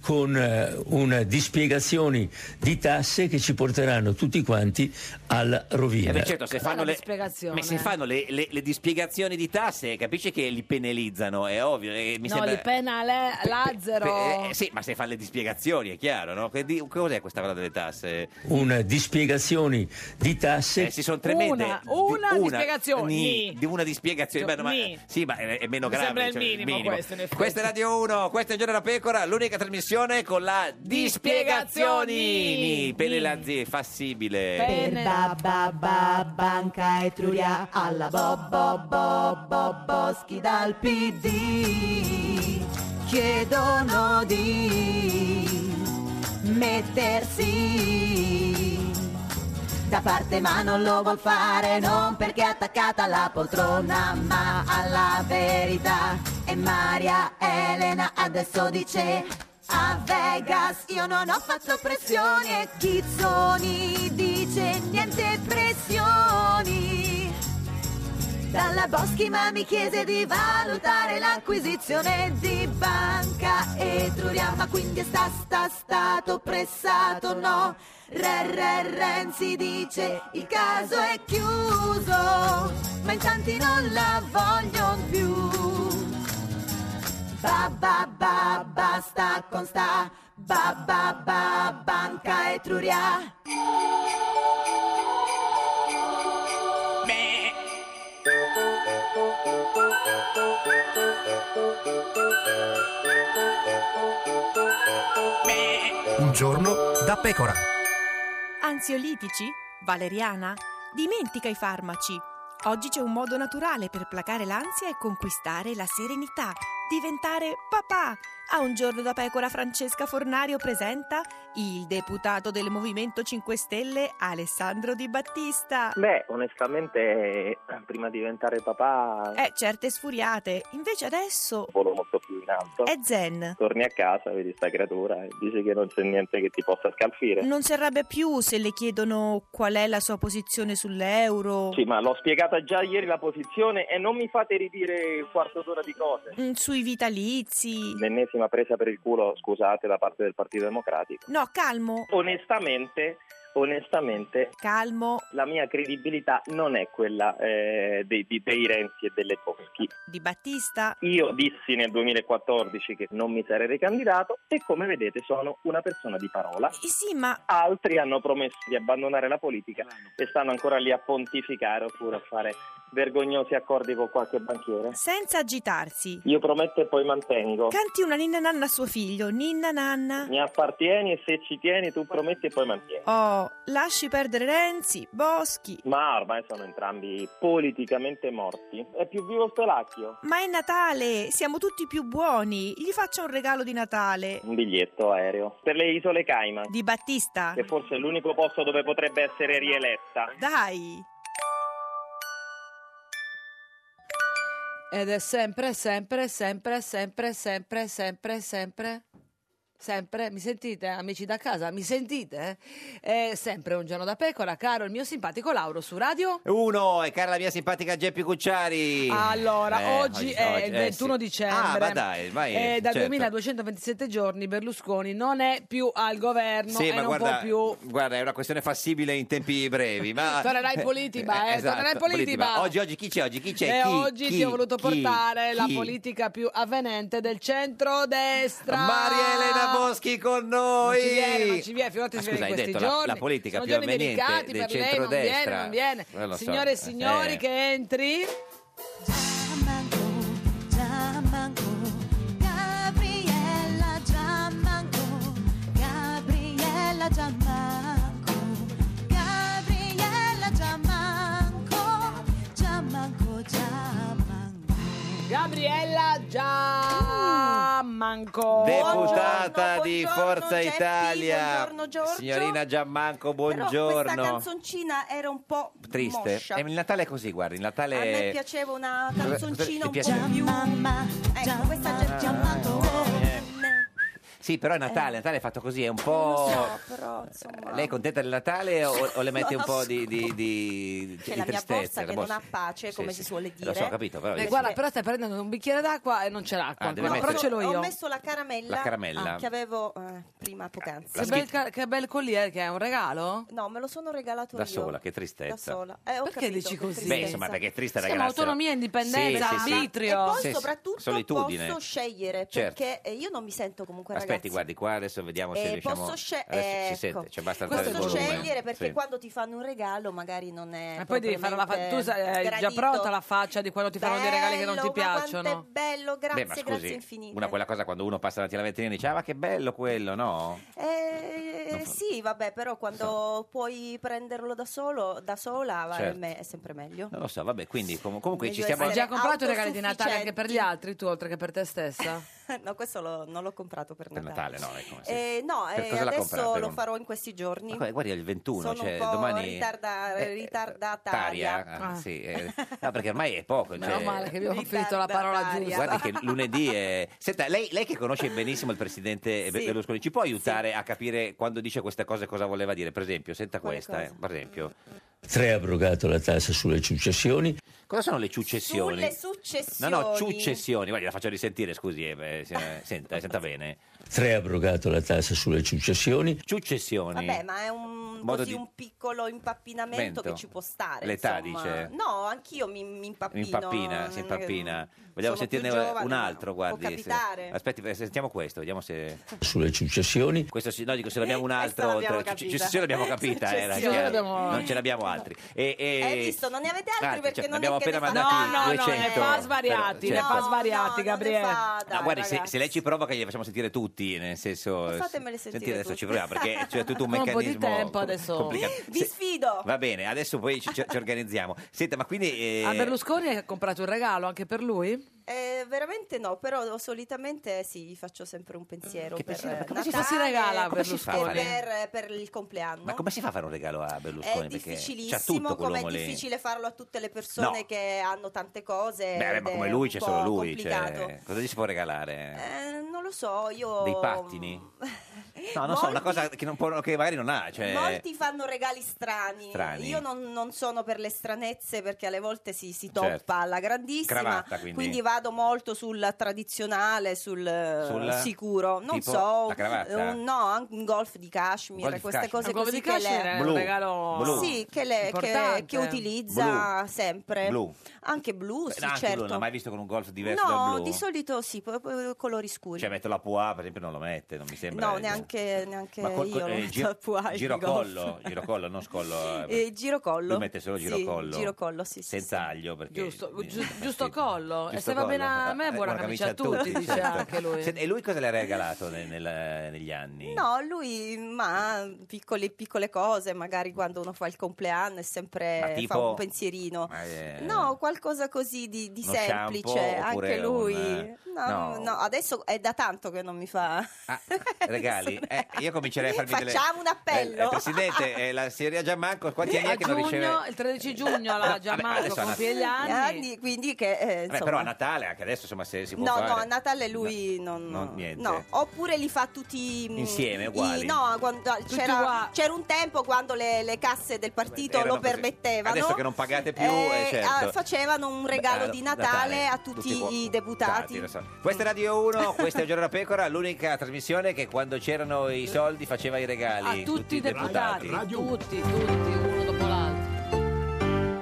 Speaker 6: con eh, una dispiegazione di tasse che ci porteranno tutti quanti alla
Speaker 1: Eh
Speaker 6: rovina.
Speaker 1: beh, certo, se
Speaker 2: Qual è
Speaker 1: fanno,
Speaker 2: la
Speaker 1: le,
Speaker 2: dispiegazione?
Speaker 1: ma se fanno le, le- le dispiegazioni di tasse, capisci che li penalizzano, è ovvio. eh, mi
Speaker 2: no,
Speaker 1: sembra...
Speaker 2: li Quindi penale Lazzaro.
Speaker 1: Eh, sì, ma se fa le dispiegazioni, è chiaro, no? Che di- cos'è questa cosa delle tasse?
Speaker 6: Una dispiegazione di tasse.
Speaker 1: Eh, si sono tremende.
Speaker 2: Una-
Speaker 1: Di-
Speaker 2: una dispiegazione.
Speaker 1: Ni- Di una dispiegazione.
Speaker 2: Cioè,
Speaker 1: Beh, ma-
Speaker 2: ni.
Speaker 1: sì, ma è, è meno
Speaker 2: Mi
Speaker 1: grave. cioè,
Speaker 2: sembra il minimo questo, in effetti.
Speaker 1: Questa è Radio 1, questa è Il Giorno della Pecora, l'unica trasmissione con la
Speaker 2: Dispiegazioni.
Speaker 1: dispiegazioni. Pene
Speaker 2: Ni.
Speaker 1: lazzi, fassibile.
Speaker 2: Pene-
Speaker 7: Per babba banca Etruria alla bob bob bob bob boschi dal PD chiedono di mettersi da parte ma non lo vuol fare non perché è attaccata alla poltrona ma alla verità e Maria Elena adesso dice a Vegas io non ho fatto pressioni e Tizzoni dice niente pressioni dalla Boschi ma mi chiese di valutare l'acquisizione di banca Etruria ma quindi è sta sta stato pressato no Re Re Renzi dice il caso è chiuso ma in tanti non la vogliono più Ba ba ba basta con sta Ba ba ba banca Etruria
Speaker 8: Un giorno da pecora.
Speaker 9: Ansiolitici? Valeriana? Dimentica i farmaci! Oggi c'è un modo naturale per placare l'ansia e conquistare la serenità. Diventare papà! A un giorno da pecora Francesca Fornario presenta il deputato del Movimento 5 Stelle Alessandro Di Battista.
Speaker 10: Beh, onestamente, eh, prima di diventare papà,
Speaker 9: Eh, certe sfuriate, invece adesso
Speaker 10: volo molto più in alto.
Speaker 9: è zen.
Speaker 10: Torni a casa, vedi sta creatura e dici che non c'è niente che ti possa scalfire.
Speaker 9: Non si arrabbia più se le chiedono qual è la sua posizione sull'euro.
Speaker 10: Sì, ma l'ho spiegata già ieri la posizione e non mi fate ridire il quarto d'ora di cose.
Speaker 9: Mm, Sui vitalizi.
Speaker 10: L'ennesima presa per il culo, scusate, da parte del Partito Democratico.
Speaker 9: No, calmo,
Speaker 10: Onestamente, onestamente,
Speaker 9: calmo.
Speaker 10: la mia credibilità non è quella eh, dei, di- dei Renzi e delle Boschi.
Speaker 9: Di Battista.
Speaker 10: Io dissi nel 2014 che non mi sarei ricandidato e come vedete sono una persona di parola.
Speaker 9: Eh, Sì, ma
Speaker 10: Altri hanno promesso di abbandonare la politica e stanno ancora lì a pontificare oppure a fare vergognosi accordi con qualche banchiere.
Speaker 9: senza agitarsi.
Speaker 10: Io prometto e poi mantengo.
Speaker 9: Canti una ninna nanna a suo figlio. Ninna nanna.
Speaker 10: Mi appartieni e se ci tieni tu prometti e poi mantieni.
Speaker 9: Oh, lasci perdere Renzi, Boschi.
Speaker 10: Ma ormai sono entrambi politicamente morti. È più vivo Spelacchio.
Speaker 9: Ma è Natale, siamo tutti più buoni. Gli faccia un regalo di Natale.
Speaker 10: Un biglietto aereo per le isole Cayman,
Speaker 9: Di Battista.
Speaker 10: che forse è l'unico posto dove potrebbe essere rieletta.
Speaker 9: Dai.
Speaker 2: Ed è sempre, sempre, sempre, sempre, sempre, sempre, sempre. Sempre, mi sentite amici da casa? Mi sentite? È sempre un giorno da pecora, caro il mio simpatico Lauro su radio.
Speaker 1: Uno, e cara la mia simpatica Geppi Cucciari.
Speaker 2: Allora,
Speaker 1: Eh,
Speaker 2: oggi è il
Speaker 1: eh,
Speaker 2: 21
Speaker 1: sì.
Speaker 2: dicembre.
Speaker 1: Ah, ma dai, vai.
Speaker 2: Eh, da
Speaker 1: certo.
Speaker 2: 2227 giorni Berlusconi non è più al governo
Speaker 1: Sì,
Speaker 2: e
Speaker 1: ma
Speaker 2: non
Speaker 1: guarda,
Speaker 2: può più.
Speaker 1: guarda, è una questione fassibile in tempi brevi. Ma... esatto,
Speaker 2: Tornerà in politica, eh, tornerà in politica.
Speaker 1: Oggi, oggi chi c'è? Oggi chi c'è?
Speaker 2: e
Speaker 1: cioè, Chi?
Speaker 2: oggi
Speaker 1: Chi?
Speaker 2: ti ho voluto
Speaker 1: Chi?
Speaker 2: portare la
Speaker 1: Chi?
Speaker 2: politica più avvenente del centrodestra.
Speaker 1: Maria Elena Boschi con noi.
Speaker 2: Ah. Non ci viene, non ci viene, figurati
Speaker 1: Ma
Speaker 2: se
Speaker 1: scusa,
Speaker 2: viene
Speaker 1: hai
Speaker 2: in questi
Speaker 1: detto la-
Speaker 2: giorni.
Speaker 1: La, politica
Speaker 2: Sono
Speaker 1: più
Speaker 2: giorni
Speaker 1: avveniente
Speaker 2: delicati
Speaker 1: del
Speaker 2: per lei, non
Speaker 1: centrodestra.
Speaker 2: viene, non viene.
Speaker 1: Eh, lo so,
Speaker 2: Signore e
Speaker 1: eh,
Speaker 2: signori,
Speaker 1: eh.
Speaker 2: che entri.
Speaker 7: Giammanco, Giammanco, Gabriella Giammanco, Gabriella Giammanco, Gabriella Giammanco, Giammanco, Giammanco.
Speaker 2: Gabriella
Speaker 11: Mm.
Speaker 2: Giammanco.
Speaker 1: Deputata di
Speaker 7: buongiorno,
Speaker 1: Forza
Speaker 7: Geppi,
Speaker 1: Italia,
Speaker 7: buongiorno, Giorgio.
Speaker 1: signorina Giammanco,
Speaker 7: Però questa
Speaker 1: buongiorno.
Speaker 7: canzoncina era un po'
Speaker 1: Triste.
Speaker 7: moscia.
Speaker 1: Eh, il Natale è così, guardi, il Natale
Speaker 7: A me piaceva una
Speaker 1: Cosa- cosa-
Speaker 7: canzoncina
Speaker 1: ti Ah,
Speaker 7: un po'
Speaker 1: piaceva? oh, eh,
Speaker 7: più. Mamma, ecco, questa è Giammanco.
Speaker 1: Sì, però è Natale, Natale è fatto così, è un
Speaker 11: Eh. Lo
Speaker 1: po'...
Speaker 11: so, però insomma.
Speaker 1: Lei è contenta del Natale o, o le mette
Speaker 11: Non
Speaker 1: un po'
Speaker 11: so.
Speaker 1: di, di, di-
Speaker 11: C'è
Speaker 1: di
Speaker 11: la mia
Speaker 1: tristezza?
Speaker 11: borsa che
Speaker 1: la
Speaker 11: non ha pace, come si suole
Speaker 1: Lo so,
Speaker 11: dire.
Speaker 1: ho capito, però...
Speaker 2: Eh,
Speaker 1: dici-
Speaker 2: guarda, però stai prendendo un bicchiere d'acqua e non c'è l'acqua.
Speaker 1: Ah, deve
Speaker 2: ancora, però ce
Speaker 1: mettere-
Speaker 2: l'ho io.
Speaker 11: Ho messo la caramella,
Speaker 1: La caramella.
Speaker 11: ah, che avevo eh, prima poc'anzi.
Speaker 1: La
Speaker 2: Che bel, ca- che bel collier che è, un regalo?
Speaker 11: No, me lo sono regalato
Speaker 1: Da
Speaker 11: io.
Speaker 1: sola, che tristezza.
Speaker 11: Da sola. Eh, ho
Speaker 2: Perché
Speaker 11: capito,
Speaker 2: dici
Speaker 11: che
Speaker 2: così?
Speaker 11: tristezza.
Speaker 1: Beh, insomma, perché è triste,
Speaker 2: Si chiama
Speaker 1: ragazzi.
Speaker 2: autonomia e indipendenza,
Speaker 1: Sì, sì, sì.
Speaker 2: arbitrio.
Speaker 11: E poi
Speaker 1: Sì, sì.
Speaker 11: soprattutto
Speaker 1: Solitudine.
Speaker 11: posso scegliere,
Speaker 1: Certo.
Speaker 11: perché eh, io non mi sento comunque
Speaker 1: Aspetti,
Speaker 11: ragazzi.
Speaker 1: guardi, qua adesso vediamo se
Speaker 11: Eh,
Speaker 1: riusciamo...
Speaker 11: posso sce-
Speaker 1: adesso
Speaker 11: ecco.
Speaker 1: si sente, cioè basta alzare il
Speaker 11: Posso
Speaker 1: volume.
Speaker 11: scegliere perché
Speaker 1: Sì.
Speaker 11: quando ti fanno un regalo magari non è
Speaker 2: E poi devi fare la fa- tu sai, hai già
Speaker 11: propriamente
Speaker 2: pronta la faccia di quando ti fanno dei regali che non ti
Speaker 11: Bello, ma quanto
Speaker 2: piacciono.
Speaker 11: è bello, grazie,
Speaker 1: Beh, ma
Speaker 11: grazie
Speaker 1: scusi,
Speaker 11: infinite.
Speaker 1: una quella cosa quando uno passa davanti alla vetrina e dice, ah, ma che bello quello, no?
Speaker 11: Eh, sì, vabbè, però quando puoi prenderlo da solo, da sola, va-
Speaker 1: Certo.
Speaker 11: me- è sempre meglio.
Speaker 1: Non lo so, vabbè, quindi com- comunque ci
Speaker 11: Meglio
Speaker 1: stiamo...
Speaker 2: Hai già comprato i regali di
Speaker 11: autosufficienti.
Speaker 2: Natale anche per gli altri, tu oltre che per te stessa?
Speaker 11: no, questo lo- non l'ho comprato per
Speaker 1: Per
Speaker 11: Natale.
Speaker 1: Natale, no, ecco, sì.
Speaker 11: Eh, no,
Speaker 1: Per
Speaker 11: eh,
Speaker 1: cosa l'ha comprato?
Speaker 11: adesso
Speaker 1: Per
Speaker 11: lo
Speaker 1: un-
Speaker 11: farò in questi giorni.
Speaker 1: Ma guarda, guardi, è il 21,
Speaker 11: Sono
Speaker 1: cioè
Speaker 11: un po'
Speaker 1: domani...
Speaker 11: ritarda- ritardataria.
Speaker 1: Taria, ah, sì, eh, no, perché ormai è poco.
Speaker 2: Meno
Speaker 1: cioè-
Speaker 2: male che abbiamo finito la parola
Speaker 11: Ritardataria.
Speaker 2: giusta.
Speaker 1: Guardi che lunedì è... Senta, lei, lei che conosce benissimo il presidente
Speaker 11: Sì.
Speaker 1: Berlusconi, ci può aiutare a capire quando dice queste cose cosa voleva dire? Per esempio, senta
Speaker 11: Quale
Speaker 1: questa, eh,
Speaker 11: cosa?
Speaker 1: per esempio.
Speaker 6: Tre, ha abrogato la tassa sulle successioni.
Speaker 1: Cosa sono le ciuccessioni?
Speaker 11: Sulle successioni.
Speaker 1: No, no, ciuccessioni. Guardi, la faccio risentire, scusi, eh, beh, se- eh, senta, senta bene.
Speaker 6: Tre, ha abrogato la tassa sulle successioni.
Speaker 1: Ciuccessioni.
Speaker 11: Vabbè, ma è un,
Speaker 1: Modo
Speaker 11: così
Speaker 1: di-
Speaker 11: un piccolo impappinamento
Speaker 1: Mento.
Speaker 11: che ci può stare.
Speaker 1: L'età,
Speaker 11: insomma.
Speaker 1: dice?
Speaker 11: No, anch'io mi, mi impappino.
Speaker 1: Mi impappina, si
Speaker 11: eh,
Speaker 1: impappina.
Speaker 11: sono
Speaker 1: Vogliamo
Speaker 11: più
Speaker 1: sentirne
Speaker 11: giovane,
Speaker 1: un
Speaker 11: ma
Speaker 1: altro, guardi.
Speaker 11: Può
Speaker 1: se-
Speaker 11: capitare.
Speaker 1: Aspetti, eh, sentiamo questo, vediamo se...
Speaker 6: Sulle successioni.
Speaker 1: Questo sì, no, dico se ne abbiamo un
Speaker 11: Questa
Speaker 1: altro.
Speaker 11: l'abbiamo
Speaker 1: oltre- ci- ci-
Speaker 11: capita.
Speaker 1: sì, l'abbiamo capita, era
Speaker 11: Sì, sì,
Speaker 1: chiaro.
Speaker 2: l'abbiamo-
Speaker 1: non ce l'abbiamo altri. E, e-
Speaker 11: Hai visto? Non ne avete altri
Speaker 1: Altri,
Speaker 11: perché
Speaker 1: cioè,
Speaker 11: non è
Speaker 1: abbiamo
Speaker 11: che ne
Speaker 1: appena
Speaker 11: fanno
Speaker 1: mandati
Speaker 11: tanti.
Speaker 2: No, no, ne
Speaker 1: 200,
Speaker 2: fa svariati,
Speaker 1: però,
Speaker 2: ne
Speaker 1: certo.
Speaker 2: fa svariati,
Speaker 11: no, non ne
Speaker 2: Gabriele.
Speaker 11: fa, dai,
Speaker 1: No, guardi, se,
Speaker 11: ragazzi.
Speaker 1: se lei ci provoca, gliele facciamo sentire tutti, nel senso.
Speaker 11: Fatemele sentire
Speaker 1: Senti, adesso
Speaker 11: tutti.
Speaker 1: ci proviamo perché c'è tutto un
Speaker 2: Con un po' di
Speaker 1: meccanismo.
Speaker 2: tempo
Speaker 1: com-
Speaker 2: adesso.
Speaker 1: complicato.
Speaker 11: Vi
Speaker 1: Se-
Speaker 11: sfido.
Speaker 1: Va bene, adesso poi ci, ci- ci organizziamo. Senta, ma quindi. eh,
Speaker 2: A Ah, Berlusconi hai comprato un regalo anche per lui?
Speaker 11: Eh, veramente no, però solitamente sì, gli faccio sempre un pensiero.
Speaker 1: Che
Speaker 11: per
Speaker 1: pensiero? Ma
Speaker 11: eh,
Speaker 1: come si
Speaker 11: Natale,
Speaker 2: fa- si regala a
Speaker 11: come si fa,
Speaker 1: Berlusconi?
Speaker 11: Per, per il compleanno.
Speaker 1: Ma come si fa a fare un regalo a Berlusconi? Perché
Speaker 11: è
Speaker 1: c'ha
Speaker 11: difficilissimo,
Speaker 1: tutto
Speaker 11: come è
Speaker 1: quell'uomo lì.
Speaker 11: difficile farlo a tutte le persone
Speaker 1: No.
Speaker 11: che hanno tante cose.
Speaker 1: Beh, vabbè,
Speaker 11: ed
Speaker 1: ma
Speaker 11: è
Speaker 1: come lui
Speaker 11: un
Speaker 1: c'è
Speaker 11: po'
Speaker 1: solo lui.
Speaker 11: complicato.
Speaker 1: Cioè, cosa gli si può regalare?
Speaker 11: Eh, non lo so, io.
Speaker 1: Dei pattini? No, non so, una cosa che, non può- che magari non ha. Cioè...
Speaker 11: mm. Molti fanno regali strani.
Speaker 1: Strani.
Speaker 11: Io non, non sono per le stranezze perché alle volte si, si toppa
Speaker 1: Certo.
Speaker 11: alla grandissima.
Speaker 1: Cravatta, quindi.
Speaker 11: vado molto sul tradizionale, sul, eh,
Speaker 1: Sul-
Speaker 11: sicuro. Non
Speaker 1: tipo
Speaker 11: so,
Speaker 1: la cravatta?
Speaker 11: un- no, anche un golf di
Speaker 1: Un
Speaker 11: cashmere,
Speaker 1: golf cashmere.
Speaker 11: queste cose
Speaker 2: Un golf
Speaker 11: così
Speaker 2: di
Speaker 11: che
Speaker 2: cashmere,
Speaker 11: le-
Speaker 2: è
Speaker 1: Blu,
Speaker 2: un regalo
Speaker 1: blu.
Speaker 11: Sì, che, le- che-
Speaker 2: importante.
Speaker 11: che utilizza sempre.
Speaker 1: Blu.
Speaker 11: Anche blu,
Speaker 1: Beh,
Speaker 11: sì,
Speaker 1: no, anche
Speaker 11: certo.
Speaker 1: lui non l'ha mai visto con un golf diverso dal
Speaker 11: no,
Speaker 1: blu.
Speaker 11: di solito sì, poi- poi colori scuri.
Speaker 1: Cioè, metto la Pua, per esempio, non lo mette, non mi sembra. eh,
Speaker 11: No, neanche, neanche
Speaker 1: Ma col-
Speaker 11: io.
Speaker 1: col- eh,
Speaker 11: non
Speaker 1: gi-
Speaker 11: so, puoi di
Speaker 1: girocollo,
Speaker 11: golf.
Speaker 1: girocollo, non scollo. eh,
Speaker 11: Eh, girocollo.
Speaker 1: Lui mette solo girocollo.
Speaker 11: Sì, girocollo, sì, Eh, sì,
Speaker 1: senza
Speaker 11: sì.
Speaker 1: aglio perché
Speaker 2: Giusto,
Speaker 1: mi-
Speaker 2: giu-
Speaker 1: mi dà
Speaker 2: giusto
Speaker 1: fastidio.
Speaker 2: collo. E
Speaker 1: Giusto
Speaker 2: se va bene
Speaker 1: collo.
Speaker 2: a me,
Speaker 1: Eh,
Speaker 2: buona camicia a tutti, dice anche lui.
Speaker 1: Senta, certo. e lui cosa le ha regalato nel- nel- negli anni?
Speaker 11: No, lui, ma piccole, piccole cose, magari quando uno fa il compleanno è
Speaker 1: Ma
Speaker 11: sempre fa
Speaker 1: tipo-
Speaker 11: un pensierino.
Speaker 1: Ma è-
Speaker 11: No, qualcosa così di, di
Speaker 1: Uno
Speaker 11: semplice,
Speaker 1: shampoo oppure
Speaker 11: anche lui.
Speaker 1: un- eh,
Speaker 11: No,
Speaker 1: no.
Speaker 11: no, adesso è da tanto che non mi fa
Speaker 1: Ah, regali? Eh, io comincerei a farmi delle...
Speaker 11: Facciamo un appello.
Speaker 1: Eh, eh, Presidente, eh, la signoria Gianmanco, quanti anni
Speaker 2: A
Speaker 1: è che non riceve... Ah,
Speaker 2: giugno, il 13 giugno, alla
Speaker 1: Vabbè,
Speaker 2: Gianmarco
Speaker 1: adesso è
Speaker 2: compie gli
Speaker 11: Gli
Speaker 2: anni.
Speaker 11: anni, quindi che eh,
Speaker 1: Vabbè,
Speaker 11: insomma.
Speaker 1: però a Natale, anche adesso, insomma, se si può
Speaker 11: No,
Speaker 1: fare...
Speaker 11: no, a Natale lui non,
Speaker 1: non- niente.
Speaker 11: no. oppure li fa tutti mm,
Speaker 1: Insieme,
Speaker 11: i-
Speaker 1: uguali.
Speaker 11: no, quando- c'era,
Speaker 2: uguali.
Speaker 11: c'era un tempo quando le, le casse del partito
Speaker 1: Erano
Speaker 11: lo
Speaker 1: così.
Speaker 11: permettevano.
Speaker 1: Adesso che non pagate più,
Speaker 11: eh,
Speaker 1: eh, certo.
Speaker 11: ah, facevano un regalo
Speaker 1: Beh,
Speaker 11: di Natale, a tutti,
Speaker 1: qua-
Speaker 11: i deputati.
Speaker 1: lo so. Questa è Radio 1, questa è Un Giorno da Pecora, l'unica trasmissione che quando c'erano i soldi faceva i
Speaker 2: A
Speaker 1: regali.
Speaker 2: tutti i deputati,
Speaker 12: Radio uno.
Speaker 2: tutti, tutti, uno dopo l'altro.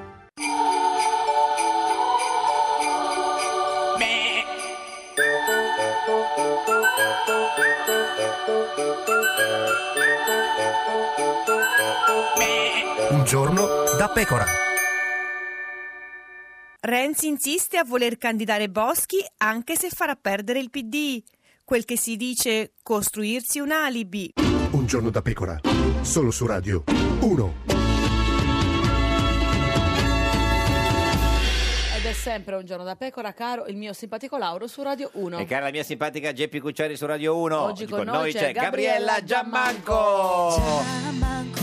Speaker 12: Un giorno da pecora.
Speaker 11: Renzi
Speaker 9: insiste a voler candidare Boschi anche se farà perdere il PD. Quel che si dice costruirsi un alibi.
Speaker 12: Un giorno da pecora. Solo su Radio 1.
Speaker 2: Ed è sempre un giorno da pecora, caro il mio simpatico Lauro su Radio 1.
Speaker 1: E cara la mia simpatica Geppi Cucciari su Radio 1.
Speaker 2: Oggi con noi c'è Gabriella
Speaker 1: Giammanco.
Speaker 13: Giammanco, Giammanco,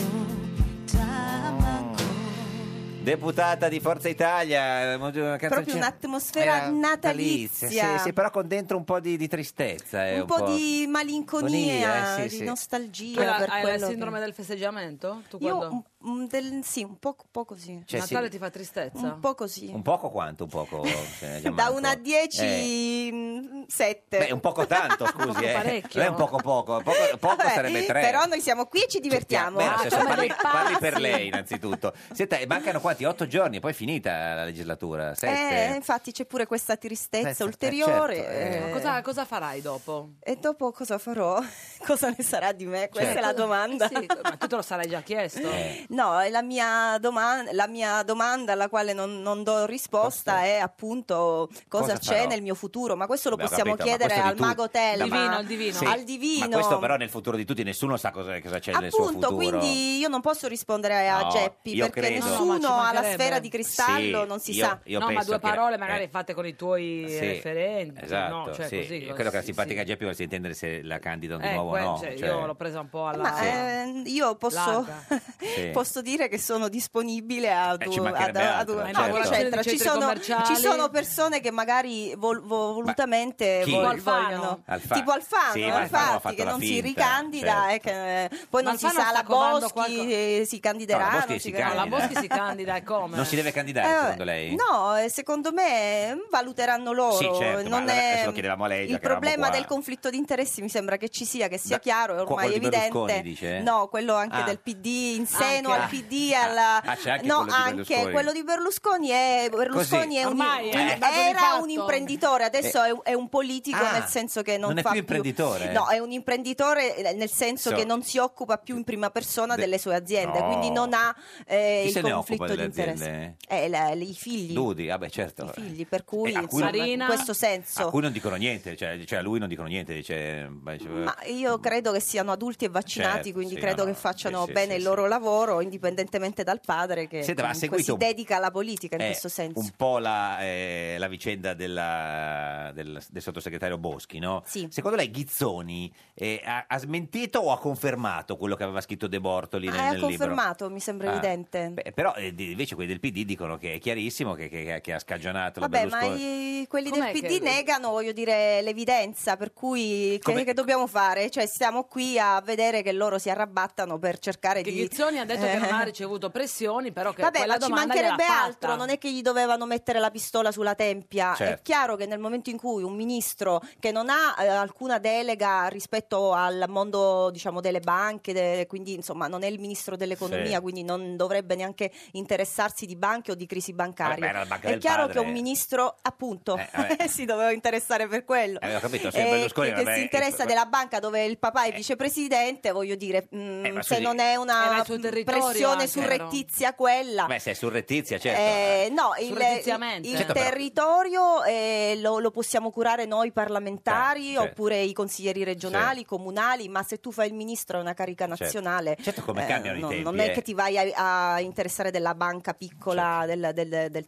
Speaker 1: Deputata di Forza Italia, eh, una
Speaker 11: Proprio
Speaker 1: canzoncina-
Speaker 11: un'atmosfera
Speaker 1: Eh,
Speaker 11: natalizia,
Speaker 1: Sì, sì, però con dentro un po' di, di tristezza. eh,
Speaker 11: un, po' di malinconia,
Speaker 1: Malinconia, eh, sì,
Speaker 11: di
Speaker 1: sì.
Speaker 11: nostalgia.
Speaker 2: Tu hai la-
Speaker 11: per
Speaker 2: hai la
Speaker 11: quello che-
Speaker 2: sindrome del festeggiamento? Tu
Speaker 11: Io,
Speaker 2: quando-
Speaker 11: un- un del- sì, un po', un po' così.
Speaker 1: Cioè, Natale sì. ti
Speaker 2: fa tristezza?
Speaker 11: Un po' così.
Speaker 1: Un poco quanto, un poco. eh,
Speaker 11: da mm,
Speaker 1: Gianmarco?
Speaker 11: 1 a
Speaker 1: Eh,
Speaker 11: 10, 7.
Speaker 1: beh, un poco tanto, scusi.
Speaker 11: Poco
Speaker 1: eh.
Speaker 11: parecchio. Eh,
Speaker 1: Non è un poco poco, poco, poco sarebbe tre.
Speaker 11: Però noi siamo qui e ci divertiamo. Ah,
Speaker 1: Beh, nel senso, parli, parli per lei innanzitutto. Senta, e mancano quanti? Otto giorni, poi è finita la legislatura.
Speaker 11: Eh,
Speaker 1: Sette?
Speaker 11: infatti c'è pure questa tristezza
Speaker 1: Pezzo, eh,
Speaker 11: ulteriore.
Speaker 1: certo, eh.
Speaker 2: Ma cosa, cosa farai dopo?
Speaker 11: E dopo cosa farò? Cosa ne sarà di me? Questa è la
Speaker 1: certo.
Speaker 11: domanda.
Speaker 2: Eh sì, ma tu te lo sarai già chiesto.
Speaker 1: Eh.
Speaker 11: No, è la mia, doman- la mia domanda alla quale non, non do risposta è appunto cosa,
Speaker 1: Cosa
Speaker 11: c'è
Speaker 1: farò?
Speaker 11: nel mio futuro, ma questo lo
Speaker 1: Beh, ho
Speaker 11: possiamo
Speaker 1: capito, ma
Speaker 11: chiedere
Speaker 1: questo di
Speaker 11: al
Speaker 1: tu-
Speaker 11: mago Telma,
Speaker 1: ma- Sì,
Speaker 11: al divino.
Speaker 1: Ma questo però nel futuro di tutti nessuno sa cosa, cosa c'è nel suo
Speaker 11: Appunto,
Speaker 1: futuro.
Speaker 11: quindi io non posso rispondere a
Speaker 1: No,
Speaker 11: Geppi
Speaker 1: io
Speaker 11: perché
Speaker 1: credo.
Speaker 2: No,
Speaker 11: nessuno
Speaker 2: ma ci
Speaker 11: ha la
Speaker 2: mancherebbe.
Speaker 11: sfera di cristallo,
Speaker 1: Sì,
Speaker 11: non si
Speaker 1: io-
Speaker 11: sa.
Speaker 1: io
Speaker 2: no, ma
Speaker 1: penso
Speaker 2: due
Speaker 1: che-
Speaker 2: parole magari
Speaker 1: eh.
Speaker 2: fatte con i tuoi
Speaker 1: Sì,
Speaker 2: referenti.
Speaker 1: esatto,
Speaker 2: no? Cioè,
Speaker 1: sì.
Speaker 2: così,
Speaker 1: quello che la
Speaker 2: sì,
Speaker 1: simpatica
Speaker 2: sì.
Speaker 1: Geppi vuole intendere se la candida di
Speaker 2: Eh,
Speaker 1: nuovo o
Speaker 2: que-
Speaker 1: no.
Speaker 2: cioè,
Speaker 1: cioè,
Speaker 2: Io l'ho presa un po' alla...
Speaker 11: Ma eh, io posso,
Speaker 2: Larga.
Speaker 1: Sì.
Speaker 11: posso dire che sono disponibile a
Speaker 1: Eh, ci
Speaker 11: ad-
Speaker 1: mancherebbe
Speaker 11: ad-
Speaker 1: altro,
Speaker 11: no,
Speaker 1: certo.
Speaker 11: che c'entra?
Speaker 2: Centri
Speaker 11: Ci, sono,
Speaker 2: commerciali.
Speaker 11: ci sono persone che magari vol- vo- volutamente
Speaker 1: chi?
Speaker 11: vol-
Speaker 1: Tipo Alfano.
Speaker 11: vogliono
Speaker 1: Alfa-
Speaker 11: tipo Alfano,
Speaker 1: Sì, ma Alfano ha
Speaker 11: infatti,
Speaker 1: fatto
Speaker 11: che
Speaker 1: la
Speaker 11: non si
Speaker 1: finta,
Speaker 11: ricandida
Speaker 1: certo.
Speaker 11: e che, eh, poi
Speaker 2: Ma
Speaker 11: non si
Speaker 2: Alfano
Speaker 11: sa
Speaker 2: sta
Speaker 11: la
Speaker 2: covando
Speaker 11: Boschi
Speaker 2: qualco-
Speaker 11: eh, si candiderà,
Speaker 1: No, la Boschi
Speaker 11: non
Speaker 1: si
Speaker 11: si candiderà.
Speaker 2: No, la Boschi si candida, e come?
Speaker 1: Non si deve candidare,
Speaker 11: Eh,
Speaker 1: secondo lei?
Speaker 11: No, eh, secondo me mm, valuteranno loro.
Speaker 1: Sì, certo, ma
Speaker 11: non
Speaker 1: allora
Speaker 11: è-
Speaker 1: adesso lo chiedevamo a lei, già
Speaker 11: Il
Speaker 1: che eravamo
Speaker 11: problema
Speaker 1: qua.
Speaker 11: del conflitto di interessi mi sembra che ci sia, che sia
Speaker 1: Da-
Speaker 11: chiaro, è
Speaker 1: qua-
Speaker 11: ormai
Speaker 1: quello di
Speaker 11: evidente.
Speaker 1: Berlusconi, dice?
Speaker 11: No, quello anche
Speaker 1: Ah.
Speaker 11: del PD, in seno
Speaker 1: Anche.
Speaker 11: al PD, alla...
Speaker 1: ah, c'è anche
Speaker 11: no,
Speaker 1: quello di
Speaker 11: anche
Speaker 1: Berlusconi.
Speaker 11: quello di Berlusconi è Berlusconi è un,
Speaker 2: Ormai è
Speaker 11: eh,
Speaker 2: andato di
Speaker 11: era
Speaker 2: fatto.
Speaker 11: un imprenditore, adesso è, è un politico
Speaker 1: Eh. Ah,
Speaker 11: nel senso che non,
Speaker 1: non è
Speaker 11: fa
Speaker 1: più imprenditore?
Speaker 11: No, è un imprenditore eh, nel senso
Speaker 1: So-
Speaker 11: che non si occupa più in prima persona
Speaker 1: De-
Speaker 11: delle sue aziende,
Speaker 1: No.
Speaker 11: quindi non ha eh,
Speaker 1: Chi
Speaker 11: il
Speaker 1: se ne occupa
Speaker 11: conflitto di
Speaker 1: delle
Speaker 11: interesse.
Speaker 1: aziende?
Speaker 11: Eh, la- i figli,
Speaker 1: Dudi, vabbè, certo.
Speaker 11: i figli, per cui
Speaker 1: Eh, a cui-
Speaker 11: insomma, in questo senso.
Speaker 1: A cui non dicono niente, cioè, cioè a lui non dicono niente, dice... beh, cioè-
Speaker 11: Ma io credo che siano adulti e vaccinati,
Speaker 1: Certo,
Speaker 11: quindi
Speaker 1: sì,
Speaker 11: credo
Speaker 1: no, no,
Speaker 11: che facciano
Speaker 1: sì, sì,
Speaker 11: bene
Speaker 1: sì,
Speaker 11: il
Speaker 1: sì.
Speaker 11: loro lavoro, indipendentemente dal padre che
Speaker 1: Senta, ma ha
Speaker 11: comunque si
Speaker 1: seguito-
Speaker 11: dedica alla politica in
Speaker 1: Eh,
Speaker 11: questo senso.
Speaker 1: Un po' la, eh, la vicenda della- del, del sottosegretario Boschi, no?
Speaker 11: Sì.
Speaker 1: Secondo lei Ghizzoni eh, ha, ha smentito o ha confermato quello che aveva scritto De Bortoli nel,
Speaker 11: Ah, ha
Speaker 1: nel libro?
Speaker 11: confermato, mi sembra
Speaker 1: Ah.
Speaker 11: evidente.
Speaker 1: Beh, però eh, di- invece quelli del PD dicono che è chiarissimo che, che- che ha scagionato la
Speaker 11: Vabbè, ma
Speaker 1: Berlusconi.
Speaker 11: i- quelli
Speaker 2: Com'è
Speaker 11: del PD
Speaker 2: che-
Speaker 11: negano, voglio dire, l'evidenza, per cui che,
Speaker 1: Come-
Speaker 11: che dobbiamo fare? Cioè, stiamo qui a vedere che loro si arrabattano per cercare
Speaker 2: Che
Speaker 11: di...
Speaker 2: Ghizzoni ha detto che non ha
Speaker 11: Eh.
Speaker 2: ricevuto pressioni, però che
Speaker 11: Vabbè,
Speaker 2: quella
Speaker 11: ma ci
Speaker 2: domanda
Speaker 11: mancherebbe
Speaker 2: gliel'ha fatta.
Speaker 11: altro, non è che gli dovevano mettere la pistola sulla tempia. È
Speaker 1: Certo.
Speaker 11: chiaro che nel momento in cui un ministro che non ha eh, alcuna delega rispetto al mondo, diciamo, delle banche, de- quindi insomma non è il ministro dell'economia,
Speaker 1: Sì.
Speaker 11: quindi non dovrebbe neanche interessarsi di banche o di crisi bancaria.
Speaker 1: Vabbè, ma era la banca
Speaker 11: è
Speaker 1: del
Speaker 11: chiaro
Speaker 1: padre.
Speaker 11: che un ministro, appunto,
Speaker 1: Eh, vabbè.
Speaker 11: si doveva interessare per quello.
Speaker 1: Eh, ho capito, se
Speaker 11: Eh,
Speaker 1: Berlusconi,
Speaker 11: che, che
Speaker 1: vabbè,
Speaker 11: si
Speaker 1: eh,
Speaker 11: interessa
Speaker 1: eh,
Speaker 11: della banca dove il papà è vicepresidente, voglio dire, mm,
Speaker 1: Eh, ma
Speaker 11: se
Speaker 1: scusi-
Speaker 11: non è
Speaker 2: Era
Speaker 11: una
Speaker 2: il suo territorio
Speaker 11: pressione
Speaker 2: anche,
Speaker 11: surrettizia quella.
Speaker 1: Beh, se è surrettizia, certo.
Speaker 11: Eh, no, il,
Speaker 2: Surrettiziamente.
Speaker 11: il
Speaker 2: Certo,
Speaker 1: però-
Speaker 11: territorio eh, lo, lo possiamo curare noi parlamentari
Speaker 1: Certo, certo.
Speaker 11: oppure i consiglieri regionali, comunali, ma se tu fai il ministro è una carica nazionale.
Speaker 1: Certo, come cambiano i
Speaker 11: non,
Speaker 1: tempi,
Speaker 11: non è
Speaker 1: eh.
Speaker 11: che ti vai a, a interessare della banca piccola del, del- del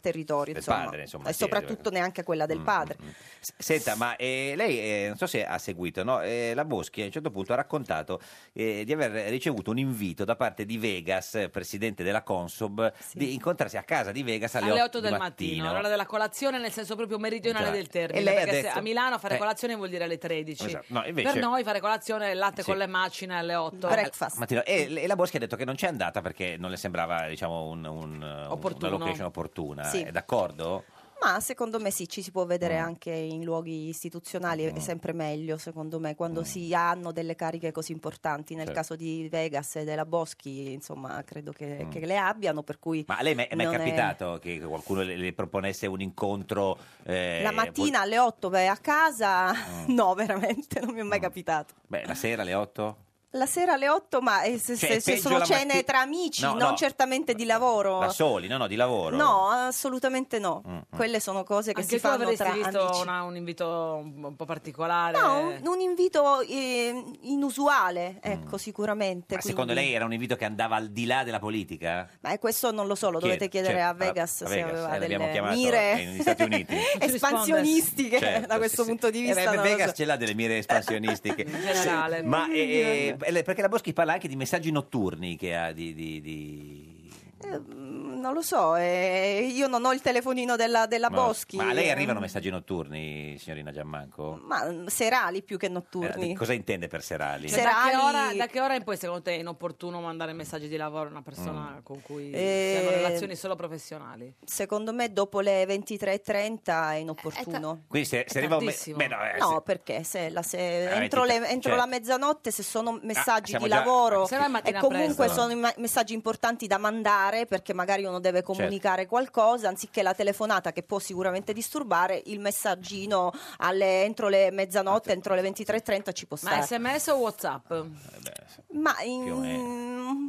Speaker 1: Certo.
Speaker 11: territorio,
Speaker 1: Del
Speaker 11: insomma.
Speaker 1: padre, insomma,
Speaker 11: e
Speaker 1: sì,
Speaker 11: soprattutto
Speaker 1: eh. mm,
Speaker 11: neanche quella del padre.
Speaker 1: S- Senta, ma eh, lei eh, non so se ha seguito, no? Eh, la Boschi a un certo punto ha raccontato eh, di aver ricevuto un invito da parte di Vegas, eh, presidente della Consob, di incontrarsi a casa di Vegas alle,
Speaker 2: alle
Speaker 1: 8
Speaker 2: 8 del mattino, l'ora della colazione nel senso proprio meridionale
Speaker 1: Già.
Speaker 2: del termine,
Speaker 1: E lei ha
Speaker 2: perché se
Speaker 1: detto-
Speaker 2: a Milano fare
Speaker 1: eh.
Speaker 2: colazione vuol dire alle 13.
Speaker 1: Esatto. No, invece-
Speaker 2: Per noi fare colazione è il latte
Speaker 1: Sì.
Speaker 2: con le macine alle 8.
Speaker 11: Breakfast.
Speaker 1: Mattino. E, e la Boschi ha detto che non c'è andata perché non le sembrava diciamo, un- un-
Speaker 2: Opportuno.
Speaker 1: una location opportuna.
Speaker 11: Sì.
Speaker 1: È d'accordo?
Speaker 11: Ma secondo me sì, ci si può vedere
Speaker 1: Mm.
Speaker 11: anche in luoghi istituzionali, è sempre meglio secondo me, quando si hanno delle cariche così importanti, nel
Speaker 1: Mm. Certo.
Speaker 11: caso di Vegas e della Boschi, insomma, credo che, che le abbiano, per cui...
Speaker 1: Mm. Ma a lei mi è mai
Speaker 11: non
Speaker 1: capitato che qualcuno le, le proponesse un incontro? eh, Mm.
Speaker 11: La mattina
Speaker 1: poi-
Speaker 11: alle 8 vai a casa, no veramente, non mi
Speaker 1: Mm.
Speaker 11: è mai capitato.
Speaker 1: Beh, la sera alle 8?
Speaker 11: La sera alle 8, ma eh, se,
Speaker 1: Cioè,
Speaker 11: se-
Speaker 1: è
Speaker 11: se
Speaker 1: peggio
Speaker 11: sono
Speaker 1: la
Speaker 11: cene
Speaker 1: matti-
Speaker 11: tra amici,
Speaker 1: No,
Speaker 11: non
Speaker 1: no.
Speaker 11: certamente di lavoro.
Speaker 1: Da soli, no, no, di lavoro.
Speaker 11: No, assolutamente no.
Speaker 1: Mm, mm.
Speaker 11: Quelle sono cose che
Speaker 2: Anche
Speaker 11: si
Speaker 2: tu
Speaker 11: fanno
Speaker 2: avresti
Speaker 11: tra
Speaker 2: visto
Speaker 11: amici.
Speaker 2: una- un invito un un po' particolare.
Speaker 11: No, un, un invito eh, inusuale, ecco, sicuramente.
Speaker 1: Mm. Ma secondo
Speaker 11: quindi-
Speaker 1: lei era un invito che andava al di là della politica?
Speaker 11: Ma eh, questo non lo so, lo dovete
Speaker 1: Chiede-
Speaker 11: chiedere
Speaker 1: cioè,
Speaker 11: a Vegas
Speaker 1: a
Speaker 11: se
Speaker 1: Vegas,
Speaker 11: aveva
Speaker 1: eh, l'abbiamo
Speaker 11: delle
Speaker 1: chiamato
Speaker 11: mire
Speaker 1: negli Stati Uniti.
Speaker 11: espansionistiche
Speaker 1: Certo,
Speaker 11: da
Speaker 1: sì,
Speaker 11: questo
Speaker 1: sì.
Speaker 11: punto di
Speaker 1: Eh,
Speaker 11: vista.
Speaker 1: beh,
Speaker 11: non lo
Speaker 1: Vegas
Speaker 11: so.
Speaker 1: ce l'ha delle mire espansionistiche.
Speaker 2: In generale.
Speaker 1: Ma eh, eh, perché la Boschi parla anche di messaggi notturni che ha di... di- di-
Speaker 11: Eh, mm, non lo so, eh, io non ho il telefonino della, della
Speaker 1: Ma-
Speaker 11: Boschi.
Speaker 1: Ma a lei
Speaker 11: eh,
Speaker 1: arrivano messaggi notturni, signorina Giammanco?
Speaker 11: ma, mm, serali più che
Speaker 1: Eh, di-
Speaker 11: notturni.
Speaker 1: cosa intende per serali?
Speaker 2: Cioè, da, che
Speaker 11: Serali-
Speaker 2: ora, da che ora in poi secondo te è inopportuno mandare messaggi di lavoro a una
Speaker 1: Mm.
Speaker 2: persona con cui
Speaker 11: Eh,
Speaker 2: si hanno relazioni solo professionali?
Speaker 11: Secondo me dopo le 23.30 è inopportuno.
Speaker 1: Quindi se, se arriva un me- Beh, no, eh,
Speaker 11: No,
Speaker 1: se-
Speaker 11: perché se la- se-
Speaker 1: Ah,
Speaker 11: entro,
Speaker 1: venti-
Speaker 11: le- entro
Speaker 1: cioè- Ah,
Speaker 11: la mezzanotte, se sono messaggi
Speaker 1: siamo
Speaker 11: di
Speaker 1: già- Esatto.
Speaker 11: lavoro
Speaker 1: Se no è
Speaker 11: e
Speaker 1: mattina
Speaker 11: comunque
Speaker 1: presto.
Speaker 11: sono i ma- messaggi importanti da mandare perché magari uno deve
Speaker 1: Certo.
Speaker 11: comunicare qualcosa, anziché la telefonata che può sicuramente disturbare, il messaggino alle- entro le mezzanotte,
Speaker 1: Ah,
Speaker 11: entro le 23.30 ci può
Speaker 2: Ma
Speaker 11: stare.
Speaker 2: sms o whatsapp?
Speaker 1: Eh,
Speaker 11: Ma in-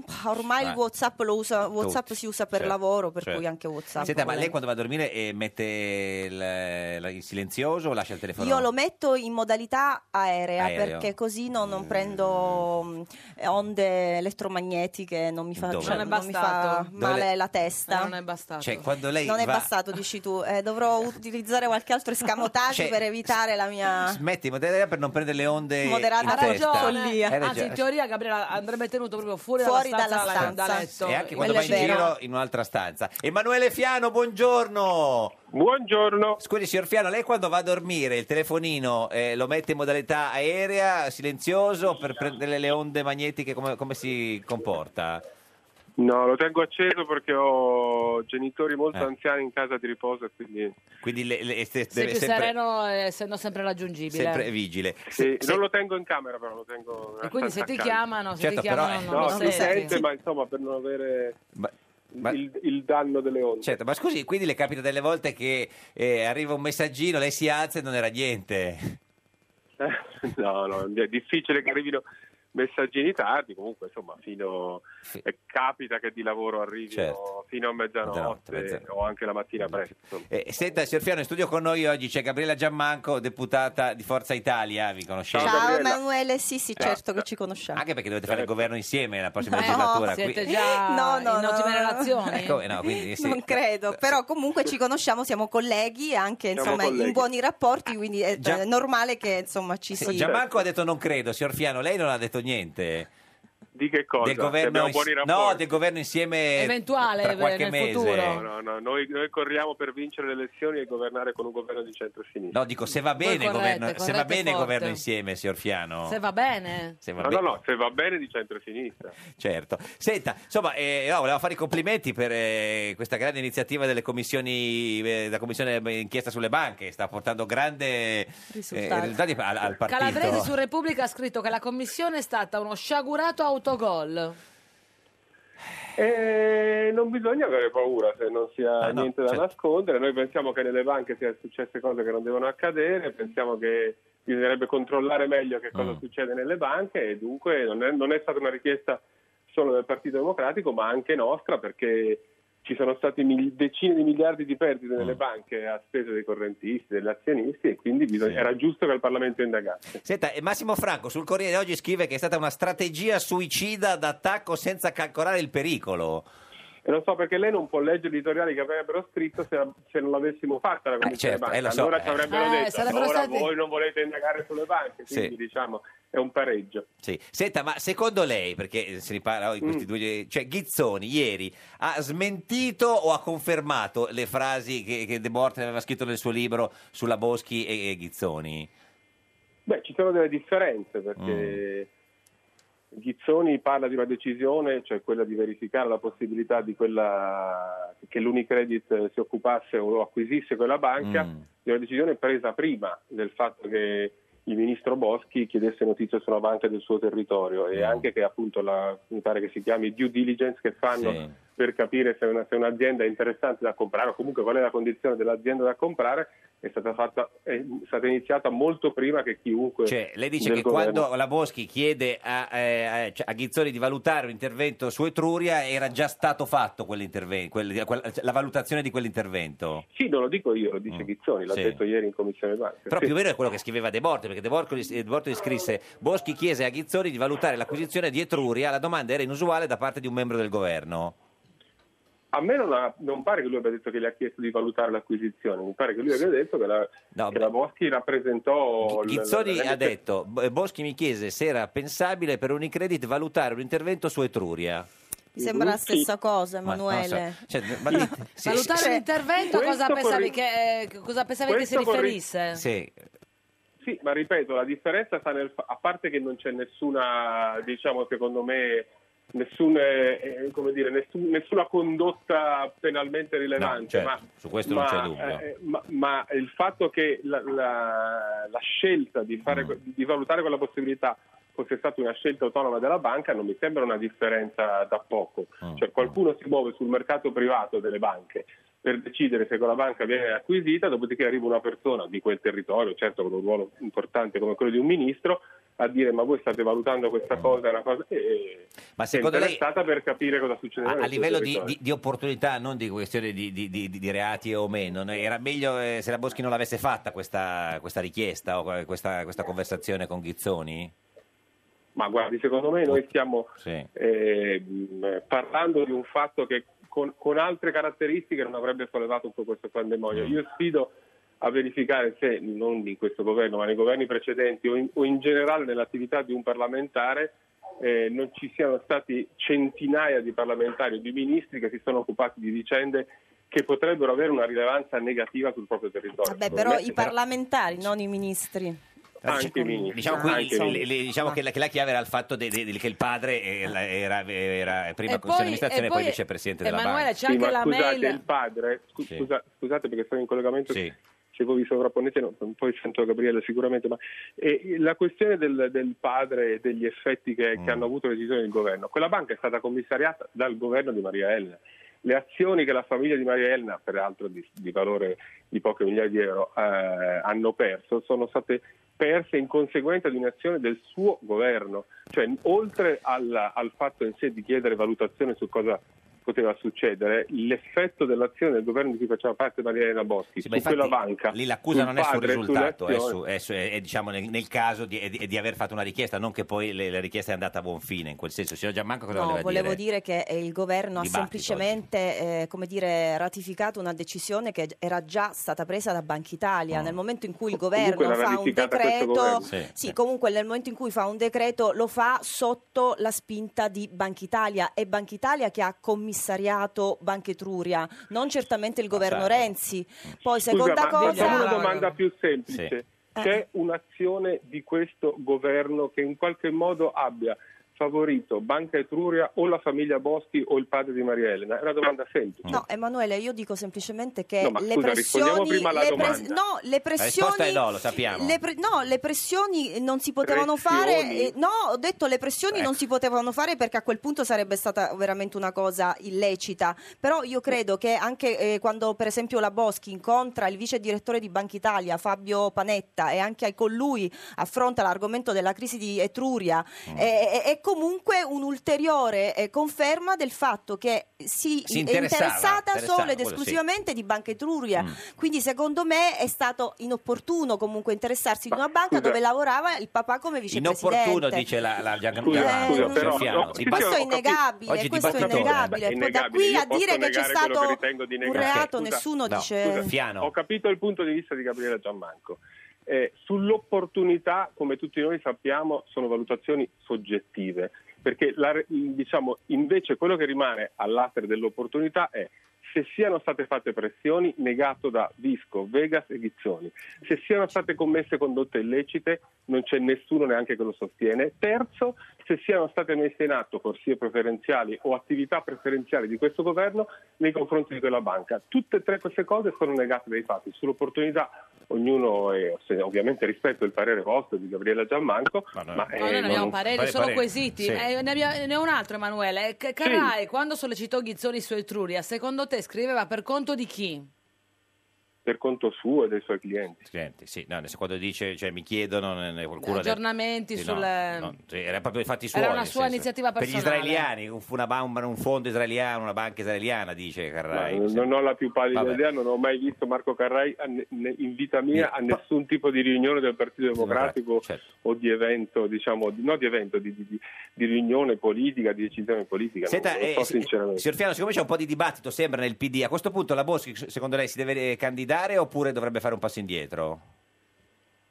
Speaker 2: più o
Speaker 11: ormai il
Speaker 1: Ma-
Speaker 11: WhatsApp, lo usa- WhatsApp
Speaker 1: Tutti.
Speaker 11: si usa per
Speaker 1: Certo,
Speaker 11: lavoro, per
Speaker 1: certo.
Speaker 11: cui anche WhatsApp.
Speaker 1: Senta, ma
Speaker 11: volendo.
Speaker 1: lei quando va a dormire eh, mette il, il silenzioso o lascia il telefono?
Speaker 11: Io lo metto in modalità aerea
Speaker 1: Aereo.
Speaker 11: perché così no- non prendo mm, onde elettromagnetiche, non mi fa,
Speaker 1: Dove?
Speaker 11: cioè,
Speaker 1: Non è
Speaker 11: non mi fa
Speaker 2: bastato.
Speaker 1: Dove
Speaker 11: male
Speaker 1: le-
Speaker 11: la testa.
Speaker 2: non è bastato.
Speaker 1: Cioè, quando lei
Speaker 11: Non è
Speaker 1: va-
Speaker 11: bastato, dici tu. Eh, dovrò utilizzare qualche altro escamotaggio
Speaker 1: Cioè,
Speaker 11: per evitare la mia.
Speaker 1: Smetti, moderata per non prendere le onde
Speaker 11: Moderata
Speaker 1: in testa.
Speaker 2: follia.
Speaker 1: Eh,
Speaker 2: Anzi,
Speaker 1: ragione.
Speaker 2: in teoria Gabriela andrebbe tenuto proprio fuori,
Speaker 11: Fuori
Speaker 2: dalla
Speaker 11: dalla
Speaker 2: stanza,
Speaker 11: stanza.
Speaker 2: da letto.
Speaker 1: E anche quando vai
Speaker 2: Quello
Speaker 1: in
Speaker 2: è vero.
Speaker 1: giro in un'altra stanza. Emanuele Fiano, buongiorno. Buongiorno. Scusi, signor Fiano, lei quando va a dormire il telefonino eh, lo mette in modalità aerea, silenzioso, per prendere le onde magnetiche, come, come si comporta?
Speaker 14: No, lo tengo acceso perché ho genitori molto anziani in casa di riposo, quindi...
Speaker 1: Eh. Quindi le, le- se-
Speaker 2: Sei
Speaker 1: deve
Speaker 2: più
Speaker 1: sempre,
Speaker 2: sereno e essendo sempre raggiungibile.
Speaker 1: sempre vigile.
Speaker 14: Sì,
Speaker 1: Se-
Speaker 14: non lo tengo in camera, però lo tengo. nella
Speaker 2: quindi se
Speaker 14: stanza
Speaker 2: ti
Speaker 14: accanto.
Speaker 2: chiamano, se Certo, ti però, chiamano, eh, non
Speaker 14: no,
Speaker 2: lo
Speaker 14: si
Speaker 2: senti.
Speaker 14: sente, ma insomma, per non avere il, il danno delle onde.
Speaker 1: Certo, ma scusi, quindi le capita delle volte che eh, arriva un messaggino, lei si alza e non era niente.
Speaker 14: No, no, è difficile che arrivino messaggini tardi, comunque insomma fino eh, capita che di lavoro arrivino
Speaker 1: Certo.
Speaker 14: fino a mezzanotte,
Speaker 1: Mezzanotte, mezzanotte.
Speaker 14: o anche la mattina presto. insomma.
Speaker 1: Eh, senta, signor Fiano, in studio con noi oggi c'è Gabriela Giammanco, deputata di Forza Italia, vi conoscete?
Speaker 11: Ciao Emanuele, sì, sì,
Speaker 1: Eh.
Speaker 11: certo che ci conosciamo.
Speaker 1: Anche perché dovete fare
Speaker 14: Certo.
Speaker 1: il governo insieme la prossima
Speaker 11: No,
Speaker 1: legislatura. qui-
Speaker 2: Siete già
Speaker 11: No, no,
Speaker 2: in
Speaker 11: no.
Speaker 2: ottime relazioni.
Speaker 1: Eh, come no, quindi sì.
Speaker 11: Non credo, però comunque ci conosciamo, siamo colleghi e anche
Speaker 1: Siamo
Speaker 11: insomma,
Speaker 1: colleghi.
Speaker 11: in buoni rapporti, quindi è
Speaker 1: Già- Eh,
Speaker 11: è normale che insomma ci si
Speaker 1: Giammanco ha detto non credo, signor Fiano, lei non ha detto niente.
Speaker 14: Di che cosa?
Speaker 1: Del
Speaker 14: Se abbiamo
Speaker 1: governo,
Speaker 14: buoni
Speaker 1: no,
Speaker 14: rapporti.
Speaker 1: del governo insieme
Speaker 2: Eventuale,
Speaker 1: tra
Speaker 2: eh,
Speaker 1: qualche
Speaker 2: nel
Speaker 1: mese.
Speaker 14: No, no, no, noi, noi corriamo per vincere le elezioni e governare con un governo di centrosinistra.
Speaker 1: No, dico se va bene,
Speaker 2: correte,
Speaker 1: governo, se
Speaker 2: correte
Speaker 1: va bene
Speaker 2: forte.
Speaker 1: governo insieme, signor Fiano.
Speaker 2: Se va bene.
Speaker 1: Se va
Speaker 14: No, no,
Speaker 1: bene-
Speaker 14: no, se va bene di centrosinistra.
Speaker 1: Certo. Senta, insomma, eh, no, volevo fare i complimenti per eh, questa grande iniziativa delle commissioni, eh, la commissione inchiesta sulle banche, sta portando grande eh,
Speaker 2: Risultati.
Speaker 1: risultati al, al partito.
Speaker 2: Calabresi su Repubblica ha scritto che la commissione è stata uno sciagurato autogol.
Speaker 14: E non bisogna avere paura se non si ha
Speaker 1: Ah, no,
Speaker 14: niente da
Speaker 1: certo.
Speaker 14: nascondere. Noi pensiamo che nelle banche siano successe cose che non devono accadere, pensiamo che bisognerebbe controllare meglio che
Speaker 1: Mm.
Speaker 14: cosa succede nelle banche e dunque non è, non è stata una richiesta solo del Partito Democratico ma anche nostra perché ci sono stati mil- decine di miliardi di perdite
Speaker 1: Mm.
Speaker 14: nelle banche a spese dei correntisti, degli azionisti e quindi bisogna-
Speaker 1: Sì.
Speaker 14: era giusto che il Parlamento indagasse.
Speaker 1: Senta, e Massimo Franco sul Corriere oggi scrive che è stata una strategia suicida d'attacco senza calcolare il pericolo.
Speaker 14: E non so perché lei non può leggere gli editoriali che avrebbero scritto se, se non l'avessimo fatta la commissione
Speaker 1: certo, eh, lo
Speaker 14: banca.
Speaker 1: so,
Speaker 14: allora
Speaker 1: eh.
Speaker 14: ci avrebbero
Speaker 1: Eh,
Speaker 14: detto
Speaker 1: sarebbero
Speaker 14: allora
Speaker 1: stati-
Speaker 14: voi non volete indagare sulle banche, quindi
Speaker 1: Sì.
Speaker 14: diciamo è un pareggio.
Speaker 1: Sì. Senta, ma secondo lei, perché se ne parla in
Speaker 14: Mm.
Speaker 1: questi due, cioè Ghizzoni ieri ha smentito o ha confermato le frasi che, che De Bortoli aveva scritto nel suo libro sulla Boschi e, e Ghizzoni?
Speaker 14: Beh, ci sono delle differenze perché Ghizzoni parla di una decisione, cioè quella di verificare la possibilità di quella che l'Unicredit si occupasse o acquisisse quella banca, di una decisione presa prima del fatto che il ministro Boschi chiedesse notizie sulla banca del suo territorio e anche che appunto la, mi pare che si chiami due diligence che fanno
Speaker 1: Sì.
Speaker 14: per capire se, una- se un'azienda è interessante da comprare o comunque qual è la condizione dell'azienda da comprare è stata, fatta, è stata iniziata molto prima che chiunque
Speaker 1: Cioè, lei dice
Speaker 14: del
Speaker 1: che
Speaker 14: governo-
Speaker 1: quando la Boschi chiede a, eh, a- cioè, a Ghizzoni di valutare un intervento su Etruria era già stato fatto quell'intervento, quel- quella- la valutazione di quell'intervento.
Speaker 14: Sì, non lo dico io, lo dice Ghizzoni, l'ha
Speaker 1: Mm. Sì.
Speaker 14: detto ieri in commissione banca.
Speaker 1: Però
Speaker 14: Sì.
Speaker 1: più o meno è quello che scriveva De Bortoli, perché De Bortoli, De Bortoli scrisse Boschi chiese a Ghizzoni di valutare l'acquisizione di Etruria, la domanda era inusuale da parte di un membro del governo.
Speaker 14: A me non, ha- non pare che lui abbia detto che le ha chiesto di valutare l'acquisizione, mi pare che lui abbia detto che la, che la Boschi rappresentò... l-
Speaker 1: Ghizzoni
Speaker 14: la- la-
Speaker 1: ha detto, "B- Boschi mi chiese se era pensabile per Unicredit valutare un intervento su Etruria.
Speaker 11: Mi sembra la stessa cosa,
Speaker 1: Ma non lo so.
Speaker 11: Emanuele.
Speaker 1: Cioè, ma dite- sì,
Speaker 2: Valutare
Speaker 1: sì,
Speaker 2: l'intervento,
Speaker 11: Questo
Speaker 2: cosa
Speaker 11: vorrei-
Speaker 2: pensavi, che, eh, cosa pensavi che si
Speaker 14: Questo vorrei-
Speaker 2: riferisse?
Speaker 1: sì.
Speaker 14: Sì, ma ripeto, la differenza sta nel fa- a parte che non c'è nessuna, diciamo, secondo me, nessun, eh, come dire, nessun- nessuna condotta penalmente rilevante.
Speaker 1: certo,
Speaker 14: ma,
Speaker 1: su questo non
Speaker 14: ma,
Speaker 1: c'è dubbio.
Speaker 14: eh, ma, ma il fatto che la, la- la scelta di, fare
Speaker 1: Mm.
Speaker 14: que- di valutare quella possibilità fosse stata una scelta autonoma della banca non mi sembra una differenza da poco.
Speaker 1: Ah,
Speaker 14: Cioè qualcuno si muove sul mercato privato delle banche per decidere se quella banca viene acquisita, dopodiché arriva una persona di quel territorio, certo con un ruolo importante come quello di un ministro, a dire ma voi state valutando questa cosa, è una cosa e,
Speaker 1: Ah. Ma
Speaker 14: e
Speaker 1: secondo lei-
Speaker 14: interessata per capire cosa succederà.
Speaker 1: a, a
Speaker 14: nel suo
Speaker 1: livello di,
Speaker 14: territorio.
Speaker 1: di- di opportunità, non di questione di, di- di- di reati o meno, no? era meglio eh, se la Boschi non l'avesse fatta questa, questa richiesta o que- questa, questa conversazione con Ghizzoni?
Speaker 14: Ma guardi, secondo me noi stiamo
Speaker 1: Sì.
Speaker 14: ehm, parlando di un fatto che con, con altre caratteristiche non avrebbe sollevato tutto questo pandemonio. Io sfido a verificare se non in questo governo, ma nei governi precedenti o in, o in generale nell'attività di un parlamentare eh, non ci siano stati centinaia di parlamentari o di ministri che si sono occupati di vicende che potrebbero avere una rilevanza negativa sul proprio territorio.
Speaker 11: Vabbè, però i
Speaker 14: Probabilmente-
Speaker 11: parlamentari, non i ministri.
Speaker 14: Anche i ministri.
Speaker 1: Diciamo, qui-
Speaker 14: Anche i
Speaker 1: le-
Speaker 14: ministri. Ah.
Speaker 1: le- diciamo che, la, che la chiave era il fatto de- de- che il padre eh, la- era, era prima
Speaker 2: E
Speaker 1: consiglio di
Speaker 2: poi-
Speaker 1: amministrazione
Speaker 2: e
Speaker 1: e poi
Speaker 2: poi-
Speaker 1: vicepresidente della
Speaker 2: Emanuele,
Speaker 1: banca.
Speaker 2: c'è Sì, anche ma la
Speaker 14: scusate,
Speaker 2: mail.
Speaker 14: il padre, scu- scusa- scusate perché sono in collegamento, se voi vi sovrapponete no, poi sento Gabriele sicuramente, ma eh, la questione del, del padre e degli effetti che,
Speaker 1: Mm.
Speaker 14: che hanno avuto le decisioni del governo, quella banca è stata commissariata dal governo di Maria Elena. Le azioni che la famiglia di Maria Elena, peraltro di, di valore di poche migliaia di euro, eh, hanno perso, sono state perse in conseguenza di un'azione del suo governo. Cioè, oltre al, al fatto in sé di chiedere valutazione su cosa poteva succedere, l'effetto dell'azione del governo di cui faceva parte Maria Elena Boschi
Speaker 1: Sì,
Speaker 14: su
Speaker 1: ma infatti
Speaker 14: quella banca.
Speaker 1: Lì l'accusa
Speaker 14: sul
Speaker 1: non è sul
Speaker 14: padre e sulle
Speaker 1: risultato, è,
Speaker 14: azioni-
Speaker 1: su- è su- è- è, diciamo nel, nel caso di, è di- è di aver fatto una richiesta, non che poi le- la richiesta è andata a buon fine, in quel senso. Signor Gianmanco cosa
Speaker 11: No,
Speaker 1: voleva
Speaker 11: volevo
Speaker 1: dire?
Speaker 11: dire, che eh, il governo ha
Speaker 1: Dibattito
Speaker 11: semplicemente eh, come dire, ratificato una decisione che era già stata presa da Banca
Speaker 1: Ah.
Speaker 11: Italia. Nel momento in cui il governo
Speaker 14: l'ha
Speaker 11: fa un
Speaker 14: ratificata questo
Speaker 11: decreto,
Speaker 14: governo.
Speaker 11: sì,
Speaker 14: Sì,
Speaker 11: comunque nel momento in cui fa un decreto lo fa sotto la spinta di Banca Italia. È Banca Italia che ha commissariato Banca Etruria, non certamente il governo
Speaker 14: certo.
Speaker 11: Renzi. Poi,
Speaker 14: Scusa,
Speaker 11: seconda
Speaker 14: ma
Speaker 11: cosa. Eh.
Speaker 14: facciamo una domanda più semplice. C'è un'azione di questo governo che in qualche modo abbia favorito Banca Etruria o la famiglia Boschi o il padre di Maria Elena? È una domanda semplice.
Speaker 11: No, Emanuele, io dico semplicemente che
Speaker 14: No, ma
Speaker 11: le
Speaker 14: scusa, rispondiamo
Speaker 11: pressioni.
Speaker 14: prima alla
Speaker 11: le pres-
Speaker 14: domanda.
Speaker 11: no, le pressioni.
Speaker 1: risposta è no, lo sappiamo.
Speaker 11: le pre- no, le pressioni non si potevano
Speaker 1: Pressioni?
Speaker 11: fare. eh, no, ho detto le pressioni
Speaker 15: Ecco.
Speaker 11: non si potevano fare perché a quel punto sarebbe stata veramente una cosa illecita. Però io credo che anche eh, quando, per esempio, la Boschi incontra il vice direttore di Banca Italia, Fabio Panetta, e anche con lui affronta l'argomento della crisi di Etruria,
Speaker 15: Mm.
Speaker 11: eh, è, è comunque un'ulteriore eh, conferma del fatto che si,
Speaker 15: Si
Speaker 11: è
Speaker 15: interessava,
Speaker 11: interessata
Speaker 15: interessava, quello
Speaker 11: solo ed
Speaker 15: sì.
Speaker 11: esclusivamente esclusivamente di Banca Etruria.
Speaker 1: Mm.
Speaker 11: Quindi, secondo me, è stato inopportuno comunque interessarsi di una banca
Speaker 1: scusa.
Speaker 11: dove lavorava il papà come vicepresidente.
Speaker 1: Inopportuno, dice la, la Gian-
Speaker 14: Scusa,
Speaker 1: Gianmanco,
Speaker 14: scusa,
Speaker 1: signor
Speaker 14: però,
Speaker 1: Fiano.
Speaker 14: no, sì,
Speaker 1: Dibattito-
Speaker 11: Questo è innegabile,
Speaker 1: Oggi
Speaker 11: questo è
Speaker 1: dibattitore.
Speaker 11: innegabile. Poi da qui
Speaker 14: io
Speaker 11: a
Speaker 14: posso
Speaker 11: dire che c'è
Speaker 14: negare quello
Speaker 11: stato
Speaker 14: che ritengo di
Speaker 11: un
Speaker 14: negare.
Speaker 11: reato,
Speaker 14: Scusa,
Speaker 11: nessuno
Speaker 14: no,
Speaker 11: dice...
Speaker 14: scusa, Ho capito il punto di vista di Gabriele Giammanco. Eh, sull'opportunità, come tutti noi sappiamo, sono valutazioni soggettive, perché la re- diciamo, invece quello che rimane all'atere dell'opportunità è se siano state fatte pressioni negato da Visco, Vegas e Ghizzoni, se siano state commesse condotte illecite non c'è nessuno neanche che lo sostiene, terzo se siano state messe in atto corsie preferenziali o attività preferenziali di questo governo nei confronti di quella banca. Tutte e tre queste cose sono negate dai fatti. Sull'opportunità ognuno, è, se- ovviamente rispetto il parere vostro di Gabriela Giammanco, ma, eh,
Speaker 2: No, noi non abbiamo pareri,
Speaker 14: pare-
Speaker 2: solo
Speaker 14: parere,
Speaker 2: quesiti.
Speaker 14: sì.
Speaker 2: Eh, ne, abbia- ne ho un altro, Emanuele. Eh, C- Carrai, quando sollecitò Ghizzoni su Etruria, secondo te scriveva per conto di chi?
Speaker 14: Per conto suo e dei suoi clienti.
Speaker 1: Clienti, sì, no, adesso quando dice cioè, mi chiedono ne- ne- qualcuno
Speaker 2: Aggiornamenti
Speaker 1: Sì, no,
Speaker 2: sul-
Speaker 1: no, sì, era proprio i fatti suoi
Speaker 2: Era una
Speaker 1: nel
Speaker 2: sua
Speaker 1: senso.
Speaker 2: iniziativa
Speaker 1: per
Speaker 2: personale.
Speaker 1: gli israeliani un- fu una ba- un, un fondo israeliano una banca israeliana dice
Speaker 14: Ma
Speaker 1: Carrai mi sembra.
Speaker 14: non ho la più pallida
Speaker 1: Vabbè.
Speaker 14: idea, non ho mai visto Marco Carrai a ne- ne- in vita mia a nessun tipo di riunione del Partito Democratico
Speaker 1: certo.
Speaker 14: o di evento, diciamo, di- no di evento, di, di- di- di riunione politica, di decisione politica.
Speaker 1: Senta,
Speaker 14: non lo
Speaker 1: eh,
Speaker 14: so
Speaker 1: si-
Speaker 14: sinceramente.
Speaker 1: signor Fiano, siccome c'è un po' di dibattito, sembra nel PD, a questo punto la Boschi, secondo lei, si deve eh, candidare oppure dovrebbe fare un passo indietro?
Speaker 14: eh,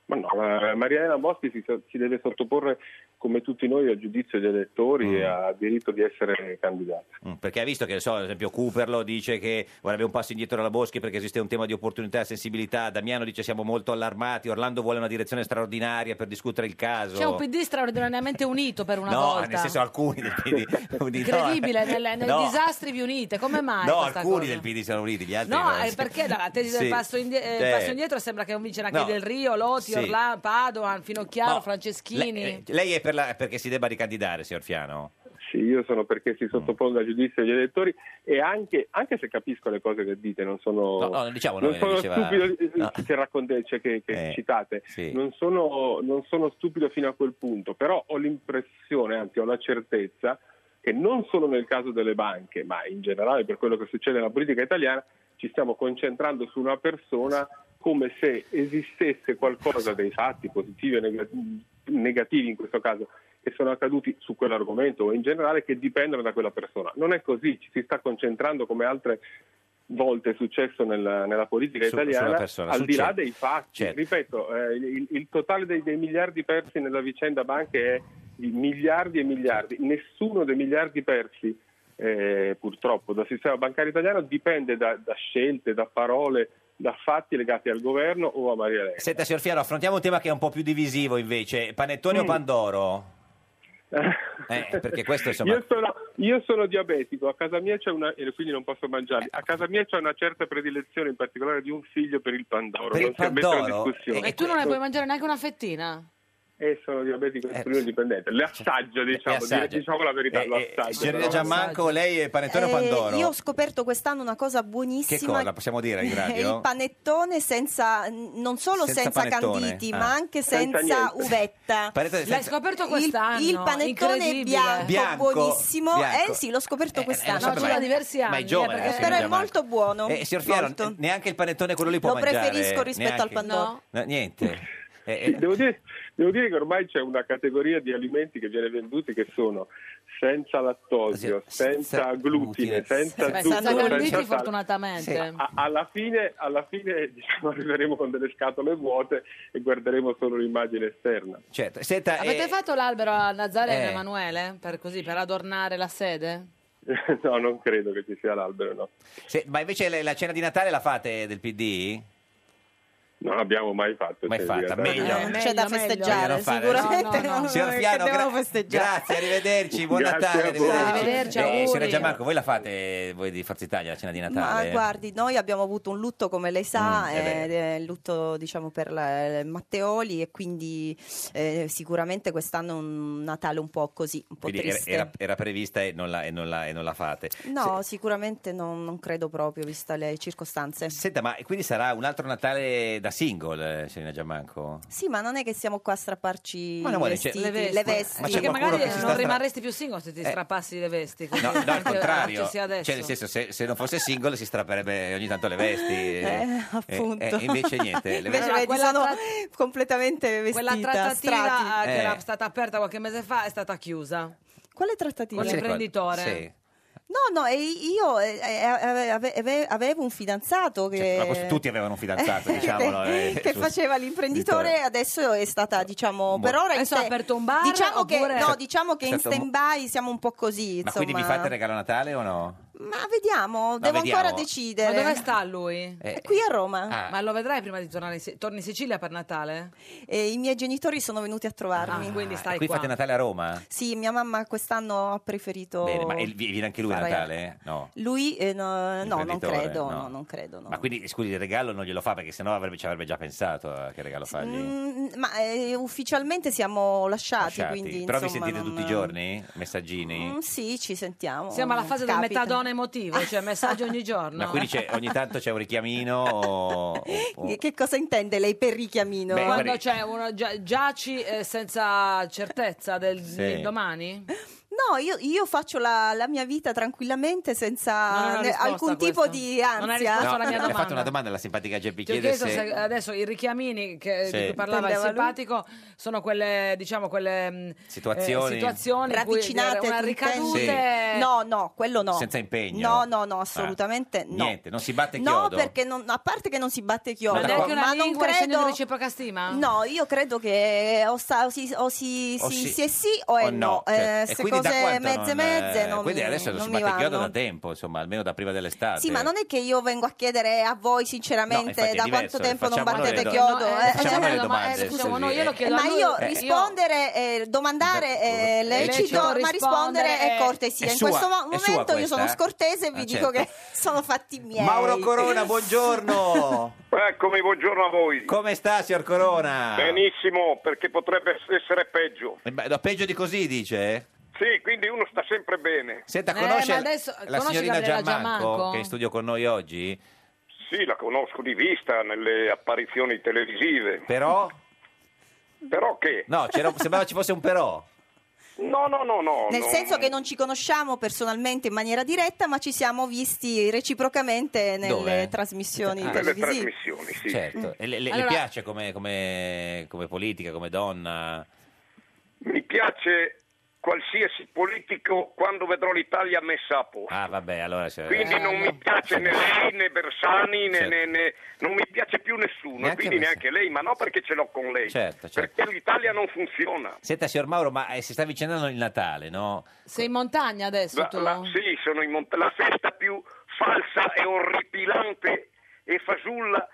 Speaker 14: Ma no, la- Maria Elena Boschi si, si deve sottoporre come tutti noi al giudizio degli elettori e ha diritto di essere candidato.
Speaker 1: Mm, Perché ha visto che, ne so, ad esempio, Cooperlo dice che vorrebbe un passo indietro dalla Boschi perché esiste un tema di opportunità e sensibilità. Damiano dice siamo molto allarmati. Orlando vuole una direzione straordinaria per discutere il caso.
Speaker 2: C'è un PD straordinariamente unito per una
Speaker 1: oh. no,
Speaker 2: volta.
Speaker 1: nel senso alcuni del PD. quindi no, eh.
Speaker 2: Incredibile, nel- nei
Speaker 1: No,
Speaker 2: disastri vi unite, come mai?
Speaker 1: no,
Speaker 2: questa
Speaker 1: alcuni
Speaker 2: cosa?
Speaker 1: del PD sono uniti, gli altri
Speaker 2: No,
Speaker 1: no.
Speaker 2: eh, perché la tesi
Speaker 1: Sì.
Speaker 2: del passo, indie- eh,
Speaker 1: Eh.
Speaker 2: passo indietro sembra che convincere anche
Speaker 1: No.
Speaker 2: Del Rio, Loti,
Speaker 1: Sì.
Speaker 2: Orlando, Padoan, Finocchiaro,
Speaker 1: No,
Speaker 2: Franceschini.
Speaker 1: Lei, eh, lei è per la- perché si debba ricandidare, signor Fiano?
Speaker 14: Sì, io sono perché si sottoponga al giudizio degli elettori e anche, anche se capisco le cose che dite, non sono,
Speaker 1: No, no, diciamo
Speaker 14: non
Speaker 1: noi,
Speaker 14: sono
Speaker 1: diceva-
Speaker 14: stupido
Speaker 1: no. Eh,
Speaker 14: che, racconte- cioè, che- che citate, non, sono, non sono stupido fino a quel punto, però ho l'impressione, anzi ho la certezza, che non solo nel caso delle banche, ma in generale per quello che succede nella politica italiana, ci stiamo concentrando su una persona come se esistesse qualcosa dei fatti positivi o nega- negativi in questo caso che sono accaduti su quell'argomento o in generale che dipendono da quella persona. Non è così, ci si sta concentrando come altre volte è successo nella, nella politica
Speaker 1: Su- sulla
Speaker 14: italiana
Speaker 1: persona,
Speaker 14: al di là
Speaker 1: succede.
Speaker 14: dei fatti.
Speaker 1: Certo.
Speaker 14: Ripeto, eh, il, il totale dei, dei miliardi persi nella vicenda banche è di miliardi e miliardi.
Speaker 1: Certo.
Speaker 14: Nessuno dei miliardi persi eh, purtroppo dal sistema bancario italiano dipende da, da scelte, da parole, da fatti legati al governo o a Maria Lei.
Speaker 1: Senta, signor Fiano, affrontiamo un tema che è un po' più divisivo invece. Panettone o Pandoro? Eh, perché questo insomma...
Speaker 14: Io sono, io sono diabetico, a casa mia c'è una, e quindi non posso mangiarli. A casa mia c'è una certa predilezione, in particolare di un figlio, per il Pandoro.
Speaker 1: Per il
Speaker 14: non si ammette una
Speaker 1: Pandoro?
Speaker 14: discussione.
Speaker 2: E tu
Speaker 1: eh,
Speaker 2: non ne puoi mangiare neanche una fettina?
Speaker 14: E sono diabetico insulino dipendente.
Speaker 1: cioè,
Speaker 14: Le assaggio, diciamo,
Speaker 1: assaggia.
Speaker 14: dire- diciamo la verità.
Speaker 1: eh,
Speaker 14: lo assaggio.
Speaker 1: Signorina
Speaker 14: però.
Speaker 1: Giammanco, lei è Panettone o
Speaker 11: Eh,
Speaker 1: Pandoro?
Speaker 11: io ho scoperto quest'anno una cosa
Speaker 1: Che
Speaker 11: buonissima.
Speaker 1: cosa possiamo dire in
Speaker 11: È
Speaker 1: radio? Eh,
Speaker 11: il panettone senza, non solo
Speaker 1: Senza
Speaker 11: senza,
Speaker 1: panettone,
Speaker 11: canditi,
Speaker 1: ah.
Speaker 11: ma anche
Speaker 1: Senza
Speaker 11: senza,
Speaker 1: niente.
Speaker 11: uvetta.
Speaker 1: Panettone L'hai Ah, senza-
Speaker 2: scoperto quest'anno,
Speaker 11: Il, il panettone
Speaker 2: incredibile.
Speaker 11: bianco,
Speaker 1: Bianco,
Speaker 11: buonissimo.
Speaker 1: bianco.
Speaker 11: Eh sì, l'ho scoperto
Speaker 1: lo
Speaker 11: quest'anno.
Speaker 1: sapevo, No, giuro, ma- diversi ma è anni, giovane, eh, perché- la signora
Speaker 11: Però è
Speaker 1: Giammanco.
Speaker 11: molto buono.
Speaker 1: Eh, signor Fiano,
Speaker 11: Molto.
Speaker 1: ne- neanche il panettone quello lì può
Speaker 11: Lo
Speaker 1: mangiare.
Speaker 11: preferisco rispetto al Pandoro.
Speaker 1: No, niente. Eh, eh,
Speaker 14: Devo dire, devo dire che ormai c'è una categoria di alimenti che viene venduti che sono senza lattosio, senza glutine, senza
Speaker 2: Beh,
Speaker 14: zucchero,
Speaker 2: senza
Speaker 14: senza
Speaker 2: canditi
Speaker 14: sale.
Speaker 2: fortunatamente.
Speaker 14: A- alla fine, alla fine diciamo, arriveremo con delle scatole vuote e guarderemo solo l'immagine esterna.
Speaker 1: Certo. Senta,
Speaker 2: Avete
Speaker 1: eh,
Speaker 2: fatto l'albero a Nazareno
Speaker 14: Eh.
Speaker 2: Emanuele? Per così, per adornare la sede?
Speaker 14: no, non credo che ci sia l'albero, no.
Speaker 1: se- ma invece la, la cena di Natale la fate del PD?
Speaker 14: Non l'abbiamo mai fatto.
Speaker 1: Mai
Speaker 14: cioè,
Speaker 1: fatta,
Speaker 14: in realtà.
Speaker 1: meglio.
Speaker 11: non c'è da
Speaker 1: Vogliono
Speaker 11: festeggiare,
Speaker 1: fare.
Speaker 11: sicuramente.
Speaker 1: No, no,
Speaker 11: non
Speaker 1: no. Signor Fiano,
Speaker 11: dobbiamo
Speaker 1: gra-
Speaker 11: festeggiare.
Speaker 1: Grazie, arrivederci, buon
Speaker 11: Grazie
Speaker 1: Natale.
Speaker 11: a voi. Arrivederci, auguri.
Speaker 1: signora Giammanco, voi la fate voi di Forza Italia la cena di Natale?
Speaker 11: Ma guardi, noi abbiamo avuto un lutto, come lei sa,
Speaker 1: Mm, è
Speaker 11: eh, eh, il lutto diciamo per la- Matteoli e quindi eh, sicuramente quest'anno è un Natale un po' così, un po'
Speaker 1: Quindi era,
Speaker 11: triste.
Speaker 1: era- era prevista e non, la, e non la- e non la fate.
Speaker 11: No, sicuramente non, non credo proprio, vista le circostanze.
Speaker 1: Senta, ma quindi sarà un altro Natale da single, eh, signorina Giammanco?
Speaker 11: Sì, ma non è che siamo qua a strapparci
Speaker 1: Ma
Speaker 11: i
Speaker 1: no, guarda, c'è-
Speaker 11: vestiti,
Speaker 2: Le vesti.
Speaker 11: le vesti.
Speaker 1: Ma c'è
Speaker 2: perché
Speaker 1: qualcuno che
Speaker 2: magari
Speaker 1: si
Speaker 2: non
Speaker 1: sta stra-
Speaker 2: rimarresti più single se ti
Speaker 1: Eh.
Speaker 2: strapassi le vesti.
Speaker 1: No,
Speaker 11: Ecco,
Speaker 1: no,
Speaker 11: ah,
Speaker 1: al contrario.
Speaker 2: Cioè, adesso.
Speaker 1: Cioè, nel senso, se, se non fosse single si strapperebbe ogni tanto le vesti.
Speaker 11: Eh, appunto.
Speaker 1: eh, invece niente, le
Speaker 11: Invece
Speaker 1: vesti-
Speaker 11: vedi,
Speaker 2: quella
Speaker 11: sono
Speaker 2: tra-
Speaker 11: completamente vestita,
Speaker 2: Quella trattativa
Speaker 11: strati.
Speaker 2: che
Speaker 1: Eh.
Speaker 2: era stata aperta qualche mese fa è stata chiusa.
Speaker 11: Quale trattativa?
Speaker 2: Con l'imprenditore.
Speaker 1: Sì.
Speaker 11: No, no, e io eh, eh, ave- ave- ave- avevo un fidanzato che...
Speaker 1: Cioè, Ma questo- tutti avevano un fidanzato,
Speaker 11: che-
Speaker 1: diciamolo. eh, Cioè,
Speaker 11: che
Speaker 1: su-
Speaker 11: faceva l'imprenditore adesso è stata
Speaker 1: boh.
Speaker 11: diciamo per ora in
Speaker 2: Adesso ha
Speaker 11: sta-
Speaker 2: aperto un bar,
Speaker 11: diciamo che,
Speaker 2: oppure-
Speaker 11: no, diciamo che in
Speaker 1: Certo, mo-
Speaker 11: stand by siamo un po' così
Speaker 1: Ma
Speaker 11: insomma.
Speaker 1: quindi vi fate il regalo a Natale o no?
Speaker 11: ma vediamo devo
Speaker 1: vediamo.
Speaker 11: ancora decidere
Speaker 2: Ma dove sta lui?
Speaker 1: Eh.
Speaker 11: è qui a Roma
Speaker 1: Ah.
Speaker 2: Ma lo vedrai prima di tornare in, Si- torni in Sicilia per Natale?
Speaker 11: e i miei genitori sono venuti a trovarmi
Speaker 2: Ah, quindi stai
Speaker 1: Ah, qui
Speaker 2: qua.
Speaker 1: fate Natale a Roma?
Speaker 11: sì mia mamma quest'anno ha preferito
Speaker 1: Bene, ma e vi- viene anche lui a
Speaker 11: Farai-
Speaker 1: Natale? No.
Speaker 11: lui eh, no, no, non
Speaker 1: Imprenditore,
Speaker 11: credo
Speaker 1: no.
Speaker 11: no, non credo no.
Speaker 1: Ma quindi, scusi, il regalo non glielo fa perché sennò avrebbe, ci avrebbe già pensato a che regalo fargli.
Speaker 11: Mm, ma eh, ufficialmente siamo lasciati,
Speaker 1: Lasciati.
Speaker 11: quindi
Speaker 1: Però vi
Speaker 11: insomma,
Speaker 1: sentite
Speaker 11: non-
Speaker 1: tutti i giorni? Messaggini?
Speaker 11: Mm, sì, ci sentiamo.
Speaker 2: Siamo alla fase del
Speaker 11: Capita.
Speaker 2: metadone emotivo, cioè messaggi ogni giorno.
Speaker 1: Ma quindi c'è- ogni tanto c'è un richiamino o... o- o-
Speaker 11: Che- Che cosa intende lei per richiamino?
Speaker 1: Oh. Beh,
Speaker 2: Quando
Speaker 1: guardi-
Speaker 2: c'è uno gia- giaci eh, senza certezza del
Speaker 1: Sì.
Speaker 2: del domani?
Speaker 11: No, io, io faccio la, la mia vita tranquillamente
Speaker 2: Non è
Speaker 11: senza
Speaker 2: una
Speaker 11: ne-
Speaker 2: risposta
Speaker 11: alcun
Speaker 2: questa.
Speaker 11: tipo
Speaker 2: Non
Speaker 11: di
Speaker 2: è
Speaker 11: ansia.
Speaker 2: risposta
Speaker 1: No,
Speaker 2: alla mia
Speaker 1: le ha fatto
Speaker 2: domanda.
Speaker 1: una domanda alla simpatica Geppi.
Speaker 2: Ti ho
Speaker 1: Chiede
Speaker 2: chiesto
Speaker 1: se...
Speaker 2: se adesso i richiamini che,
Speaker 1: Sì.
Speaker 2: di cui parlava il
Speaker 11: Prendeva lui.
Speaker 2: simpatico sono quelle, diciamo, quelle mh,
Speaker 1: Situazioni. Eh,
Speaker 2: eh, situazioni in cui
Speaker 11: ravvicinate
Speaker 2: una
Speaker 11: tu
Speaker 2: ricadute.
Speaker 11: intendi? no no quello no
Speaker 1: Senza impegno. Ah. Eh,
Speaker 11: no no no assolutamente no
Speaker 1: Niente, non si batte
Speaker 11: No,
Speaker 1: chiodo.
Speaker 11: perché non- a parte che non si batte chiodo,
Speaker 2: Ma neanche una
Speaker 11: ma non
Speaker 2: lingua è segno
Speaker 11: credo
Speaker 2: di reciproca stima?
Speaker 11: No, io credo che o, sta- o si, o si-
Speaker 1: O
Speaker 11: si-
Speaker 1: si-
Speaker 11: si è sì o è no.
Speaker 1: cioè,
Speaker 11: Eh,
Speaker 1: e
Speaker 11: se
Speaker 1: quindi da
Speaker 11: cose
Speaker 1: quanto
Speaker 11: mezze
Speaker 1: non, eh,
Speaker 11: mezze non
Speaker 1: quindi
Speaker 11: mi,
Speaker 1: adesso lo
Speaker 11: non
Speaker 1: si
Speaker 11: mi
Speaker 1: batte chiodo
Speaker 11: vanno.
Speaker 1: da tempo, insomma, almeno da prima dell'estate.
Speaker 11: Sì, ma non è che io vengo a chiedere a voi
Speaker 1: No,
Speaker 11: sinceramente
Speaker 1: infatti è
Speaker 11: da
Speaker 1: diverso,
Speaker 11: quanto tempo non
Speaker 1: facciamo
Speaker 11: battete
Speaker 1: noi le
Speaker 11: chiodo.
Speaker 1: domande. No, eh, facciamo noi le domande,
Speaker 11: scusa,
Speaker 1: scusi,
Speaker 11: ma no,
Speaker 1: eh.
Speaker 11: Ma
Speaker 2: a lui,
Speaker 11: io
Speaker 2: eh.
Speaker 11: rispondere, eh, domandare è lecito,
Speaker 2: Lecito
Speaker 11: ma rispondere è
Speaker 2: rispondere è-
Speaker 11: cortesia.
Speaker 1: È
Speaker 11: In
Speaker 1: sua-
Speaker 11: questo mo-
Speaker 1: è sua
Speaker 11: momento io
Speaker 1: questa,
Speaker 11: sono
Speaker 1: eh?
Speaker 11: scortese e vi
Speaker 1: Ah, certo.
Speaker 11: dico che sono fatti miei.
Speaker 1: Mauro Corona, buongiorno.
Speaker 15: Eccomi, buongiorno a voi.
Speaker 1: Come sta, signor Corona?
Speaker 15: Benissimo, perché potrebbe essere peggio.
Speaker 1: Eh, beh, no, peggio di così, dice?
Speaker 15: Sì, quindi uno sta sempre bene.
Speaker 1: Senta,
Speaker 15: Eh,
Speaker 1: conosce
Speaker 15: ma adesso-
Speaker 1: la
Speaker 15: conosci
Speaker 1: signorina
Speaker 15: Gabriella
Speaker 1: Giammanco,
Speaker 15: Giammanco?
Speaker 1: che è in studio con noi oggi?
Speaker 15: Sì, la conosco di vista nelle apparizioni televisive.
Speaker 1: Però?
Speaker 15: Però che?
Speaker 1: No, c'era, sembrava ci fosse un però.
Speaker 15: No, no, no, no.
Speaker 11: Nel
Speaker 15: no.
Speaker 11: senso che non ci conosciamo personalmente in maniera diretta, ma ci siamo visti reciprocamente nelle
Speaker 1: Dove?
Speaker 11: trasmissioni
Speaker 1: Ah. Nelle
Speaker 11: televisive.
Speaker 15: Eh, sì.
Speaker 1: Certo. E le, le- le
Speaker 11: Allora-
Speaker 1: piace come, come- come politica, come donna?
Speaker 15: Mi piace qualsiasi politico quando vedrò l'Italia messa a posto.
Speaker 1: Ah, vabbè, allora... c'è-
Speaker 15: Quindi non mi piace né lei né Bersani, né, né- né- non mi piace più
Speaker 1: Certo.
Speaker 15: nessuno,
Speaker 1: Neanche
Speaker 15: e quindi
Speaker 1: Bersani.
Speaker 15: neanche lei, ma no perché ce l'ho con lei.
Speaker 1: Certo, certo.
Speaker 15: Perché l'Italia non funziona.
Speaker 1: Senta, signor Mauro, ma eh, si sta avvicinando il Natale, no?
Speaker 2: Sei in montagna adesso
Speaker 15: La,
Speaker 2: tu?
Speaker 15: la- sì, sono in mont- la festa più falsa e orripilante e fasulla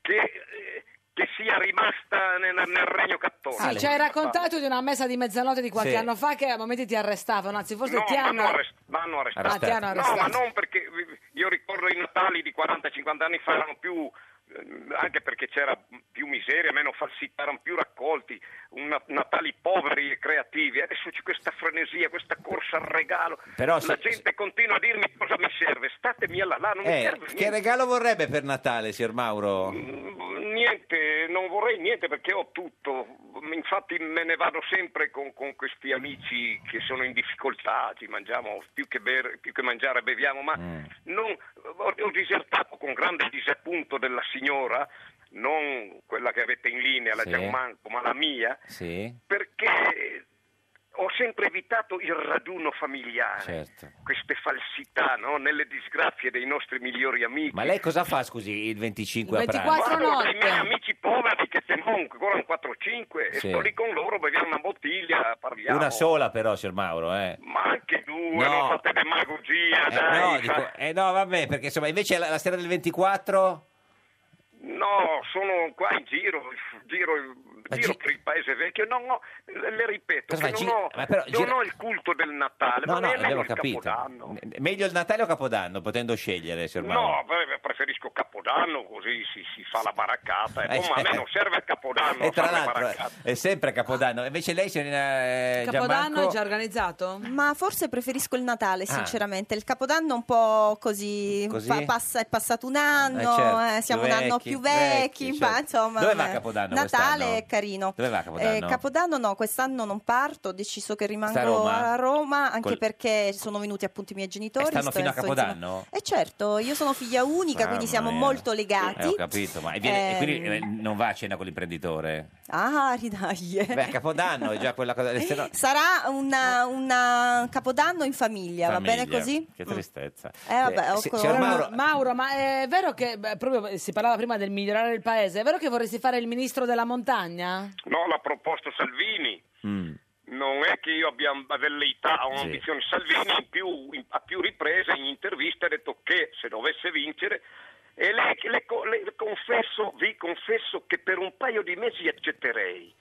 Speaker 15: che, eh, che sia rimasta nel, nel regno cattolico. Ah.
Speaker 2: Sì, ci hai raccontato di una messa di mezzanotte di qualche
Speaker 15: Sì.
Speaker 2: anno fa che a momenti ti arrestavano, anzi forse
Speaker 15: No,
Speaker 2: ti hanno...
Speaker 15: m'hanno arrest- m'hanno arrestato.
Speaker 2: Ah, ti hanno
Speaker 15: No, ma
Speaker 2: arrestato.
Speaker 15: non perché io ricordo i Natali di 40-50 anni fa erano più eh, anche perché c'era più miseria, meno falsità, erano più raccolti, un Nat- Natali poveri e creativi. Adesso c'è questa frenesia, questa corsa al regalo.
Speaker 1: Però
Speaker 15: la
Speaker 1: se-
Speaker 15: gente continua a dirmi cosa mi serve, statemi alla là, non mi
Speaker 1: Eh,
Speaker 15: serve
Speaker 1: che
Speaker 15: niente. Mm.
Speaker 1: regalo vorrebbe per Natale, signor Mauro?
Speaker 15: Niente, non vorrei niente perché ho tutto. Infatti me ne vado sempre con, con questi amici che sono in difficoltà, ci mangiamo più che, bere- più che mangiare beviamo, ma
Speaker 1: Mm.
Speaker 15: non- ho, ho disertato con grande disappunto della signora, non quella che avete in linea, la
Speaker 1: Sì.
Speaker 15: Gianmanco, ma la mia,
Speaker 1: Sì,
Speaker 15: perché ho sempre evitato il raduno familiare,
Speaker 1: certo.
Speaker 15: queste falsità no? nelle disgrazie dei nostri migliori amici.
Speaker 1: Ma lei cosa fa, scusi, il 25 a pranzo?
Speaker 15: Guardo dei miei amici poveri che se non ancora un 4-5 e
Speaker 1: Sì.
Speaker 15: sto lì con loro, beviamo una bottiglia, parliamo.
Speaker 1: Una sola però, signor Mauro, eh.
Speaker 15: Ma anche due,
Speaker 1: No.
Speaker 15: non fate demagogia,
Speaker 1: Eh,
Speaker 15: dai. cioè,
Speaker 1: no, dico- eh, no, vabbè, perché insomma, invece la, la sera del 24...
Speaker 15: No, sono qua in giro, giro, giro per il paese vecchio. No, no, le ripeto,
Speaker 1: Cosa
Speaker 15: che
Speaker 1: fai,
Speaker 15: non,
Speaker 1: gi-
Speaker 15: ho,
Speaker 1: ma però
Speaker 15: non
Speaker 1: gira-
Speaker 15: ho il culto del Natale,
Speaker 1: No,
Speaker 15: ma
Speaker 1: no,
Speaker 15: nemmeno
Speaker 1: abbiamo
Speaker 15: il
Speaker 1: capito.
Speaker 15: Capodanno.
Speaker 1: Eh, Meglio il Natale o Capodanno, potendo scegliere, signor Mauro?
Speaker 15: No, pre- preferisco Capodanno, così si, si fa la baraccata.
Speaker 1: Eh,
Speaker 15: E, oh, ma a me
Speaker 1: certo.
Speaker 15: non serve il Capodanno,
Speaker 1: E tra
Speaker 15: fare le
Speaker 1: l'altro
Speaker 15: baraccate.
Speaker 1: è sempre Capodanno. Invece lei, signorina eh, Giammanco...
Speaker 11: organizzato? Ma forse preferisco il Natale,
Speaker 1: Ah.
Speaker 11: sinceramente. Il Capodanno è un po' così,
Speaker 1: Così?
Speaker 11: pa- passa- è passato un anno,
Speaker 1: Eh, certo,
Speaker 11: eh, siamo
Speaker 1: vecchi,
Speaker 11: un anno più
Speaker 1: vecchi,
Speaker 11: vecchi, ma
Speaker 1: certo.
Speaker 11: insomma.
Speaker 1: Dove va
Speaker 11: eh,
Speaker 1: Capodanno
Speaker 11: Natale
Speaker 1: quest'anno?
Speaker 11: è carino.
Speaker 1: Dove va Capodanno?
Speaker 11: Eh, Capodanno no, quest'anno non parto, ho deciso che rimango
Speaker 1: Sta a Roma?
Speaker 11: a Roma, anche
Speaker 1: Col-
Speaker 11: perché sono venuti appunto i miei genitori.
Speaker 1: Eh, stanno
Speaker 11: sto-
Speaker 1: fino a
Speaker 11: sto
Speaker 1: Capodanno?
Speaker 11: insieme- Eh certo, io sono figlia unica,
Speaker 1: Mamma
Speaker 11: quindi siamo
Speaker 1: mia.
Speaker 11: molto
Speaker 1: Eh, ho
Speaker 11: legati.
Speaker 1: capito, ma e viene- e quindi eh,
Speaker 11: Ehm.
Speaker 1: non va a cena con l'imprenditore?
Speaker 11: Ah, ridaglie.
Speaker 1: Beh, a Capodanno è già quella cosa. Eh, se no- Eh.
Speaker 11: Sarà una, una capodanno in famiglia, va bene
Speaker 1: Famiglia.
Speaker 11: così?
Speaker 1: Che tristezza.
Speaker 11: Eh, vabbè, ho
Speaker 1: si-
Speaker 11: co-
Speaker 1: signor
Speaker 11: Allora,
Speaker 1: Mauro, ah.
Speaker 2: Mauro, ma eh, è vero che beh, proprio si parlava prima del migliorare il paese, è vero che vorresti fare il ministro della montagna?
Speaker 15: No, l'ha proposto Salvini.
Speaker 1: Mm.
Speaker 15: Non è che io abbia velleità o ambizioni. Salvini in più- in- a più riprese in interviste ha detto che se dovesse vincere. E le, le co- le confesso, vi confesso che per un paio di mesi accetterei.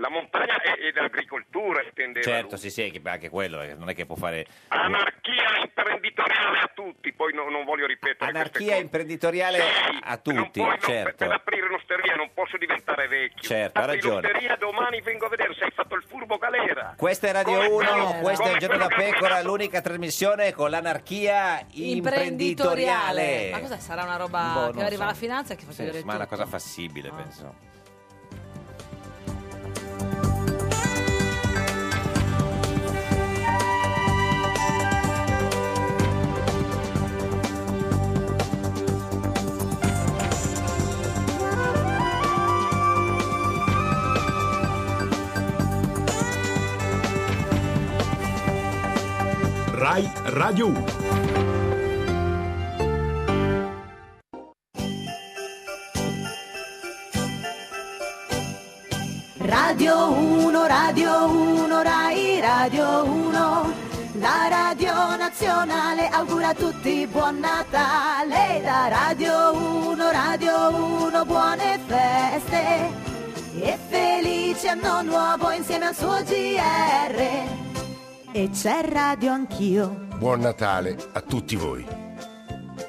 Speaker 15: La montagna è, è l'agricoltura, intendeva.
Speaker 1: Mm. certo, sì, sì, che- anche quello eh, non è che può fare.
Speaker 15: Anarchia imprenditoriale a tutti, poi no- non voglio ripetere queste
Speaker 1: Anarchia imprenditoriale a tutti, certo.
Speaker 15: aprire un'osteria non posso diventare vecchio.
Speaker 1: Certo, ha
Speaker 15: Apri
Speaker 1: ragione.
Speaker 15: l'osteria, domani vengo a vedere se hai fatto il furbo galera.
Speaker 1: Questa è Radio
Speaker 15: Come
Speaker 1: 1,
Speaker 15: quello-
Speaker 1: questo è
Speaker 15: come
Speaker 1: il giorno da
Speaker 15: quello che-
Speaker 1: pecora, l'unica trasmissione con l'anarchia imprenditoriale.
Speaker 2: Ma cosa sarà una roba
Speaker 1: Boh,
Speaker 2: che
Speaker 1: non
Speaker 2: arriva
Speaker 1: so.
Speaker 2: alla finanza e che fa
Speaker 1: Sì,
Speaker 2: vedere
Speaker 1: ma è una
Speaker 2: tutto?
Speaker 1: cosa fassibile, penso.
Speaker 16: Rai Radio 1.
Speaker 7: Radio 1, Radio 1, Rai Radio 1. La Radio Nazionale augura a tutti buon Natale. Da Radio 1, Radio 1, buone feste. E felice anno nuovo insieme al suo GR. E c'è Radio Anch'io.
Speaker 12: Buon Natale a tutti voi.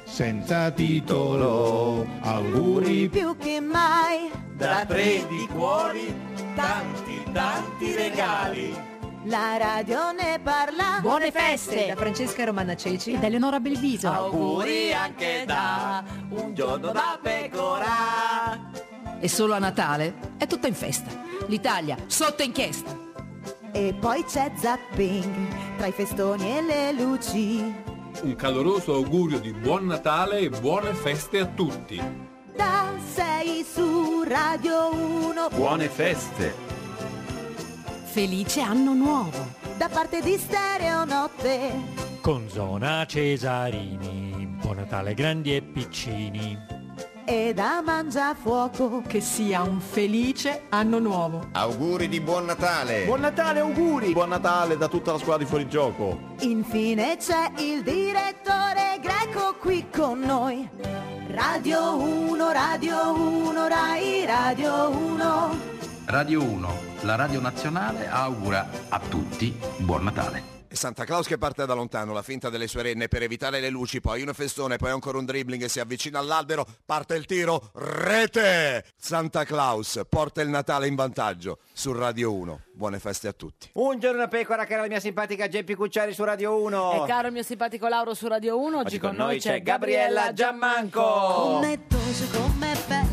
Speaker 17: Senza titolo, auguri
Speaker 7: Più che mai.
Speaker 17: da predi cuori, tanti tanti regali.
Speaker 7: La radio ne parla.
Speaker 18: Buone feste! Da Francesca Romana Ceci e da Eleonora Belviso.
Speaker 17: Auguri anche da un giorno da pecora.
Speaker 18: E solo a Natale è tutta in festa. L'Italia sotto inchiesta.
Speaker 7: E poi c'è Zapping, tra i festoni e le luci.
Speaker 19: Un caloroso augurio di buon Natale e buone feste a tutti.
Speaker 7: Da 6 su Radio 1.
Speaker 19: feste!
Speaker 18: Felice anno nuovo.
Speaker 7: Da parte di Stereo Notte.
Speaker 20: Con zona Cesarini, buon Natale grandi e piccini.
Speaker 7: E da Mangiafuoco.
Speaker 18: Che sia un felice anno nuovo.
Speaker 21: Auguri di buon Natale!
Speaker 22: Buon Natale, auguri! Buon Natale da tutta la squadra di fuorigioco!
Speaker 7: Infine c'è il direttore greco qui con noi. Radio 1, Radio 1, Rai Radio 1.
Speaker 23: Radio 1, la radio nazionale, augura a tutti buon Natale.
Speaker 12: Santa Claus che parte da lontano, la finta delle sue renne per evitare le luci, poi una festone, poi ancora un dribbling e si avvicina all'albero, parte il tiro, rete! Santa Claus porta il Natale in vantaggio su Radio 1. Buone feste a tutti.
Speaker 1: Un giorno da pecora, cara la mia simpatica Geppi Cucciari su Radio 1.
Speaker 2: E Eh, caro il mio simpatico Lauro su Radio 1, oggi,
Speaker 1: Oh. Oggi con noi c'è Gabriella Giammanco.
Speaker 2: Come
Speaker 7: doce, com'è bella,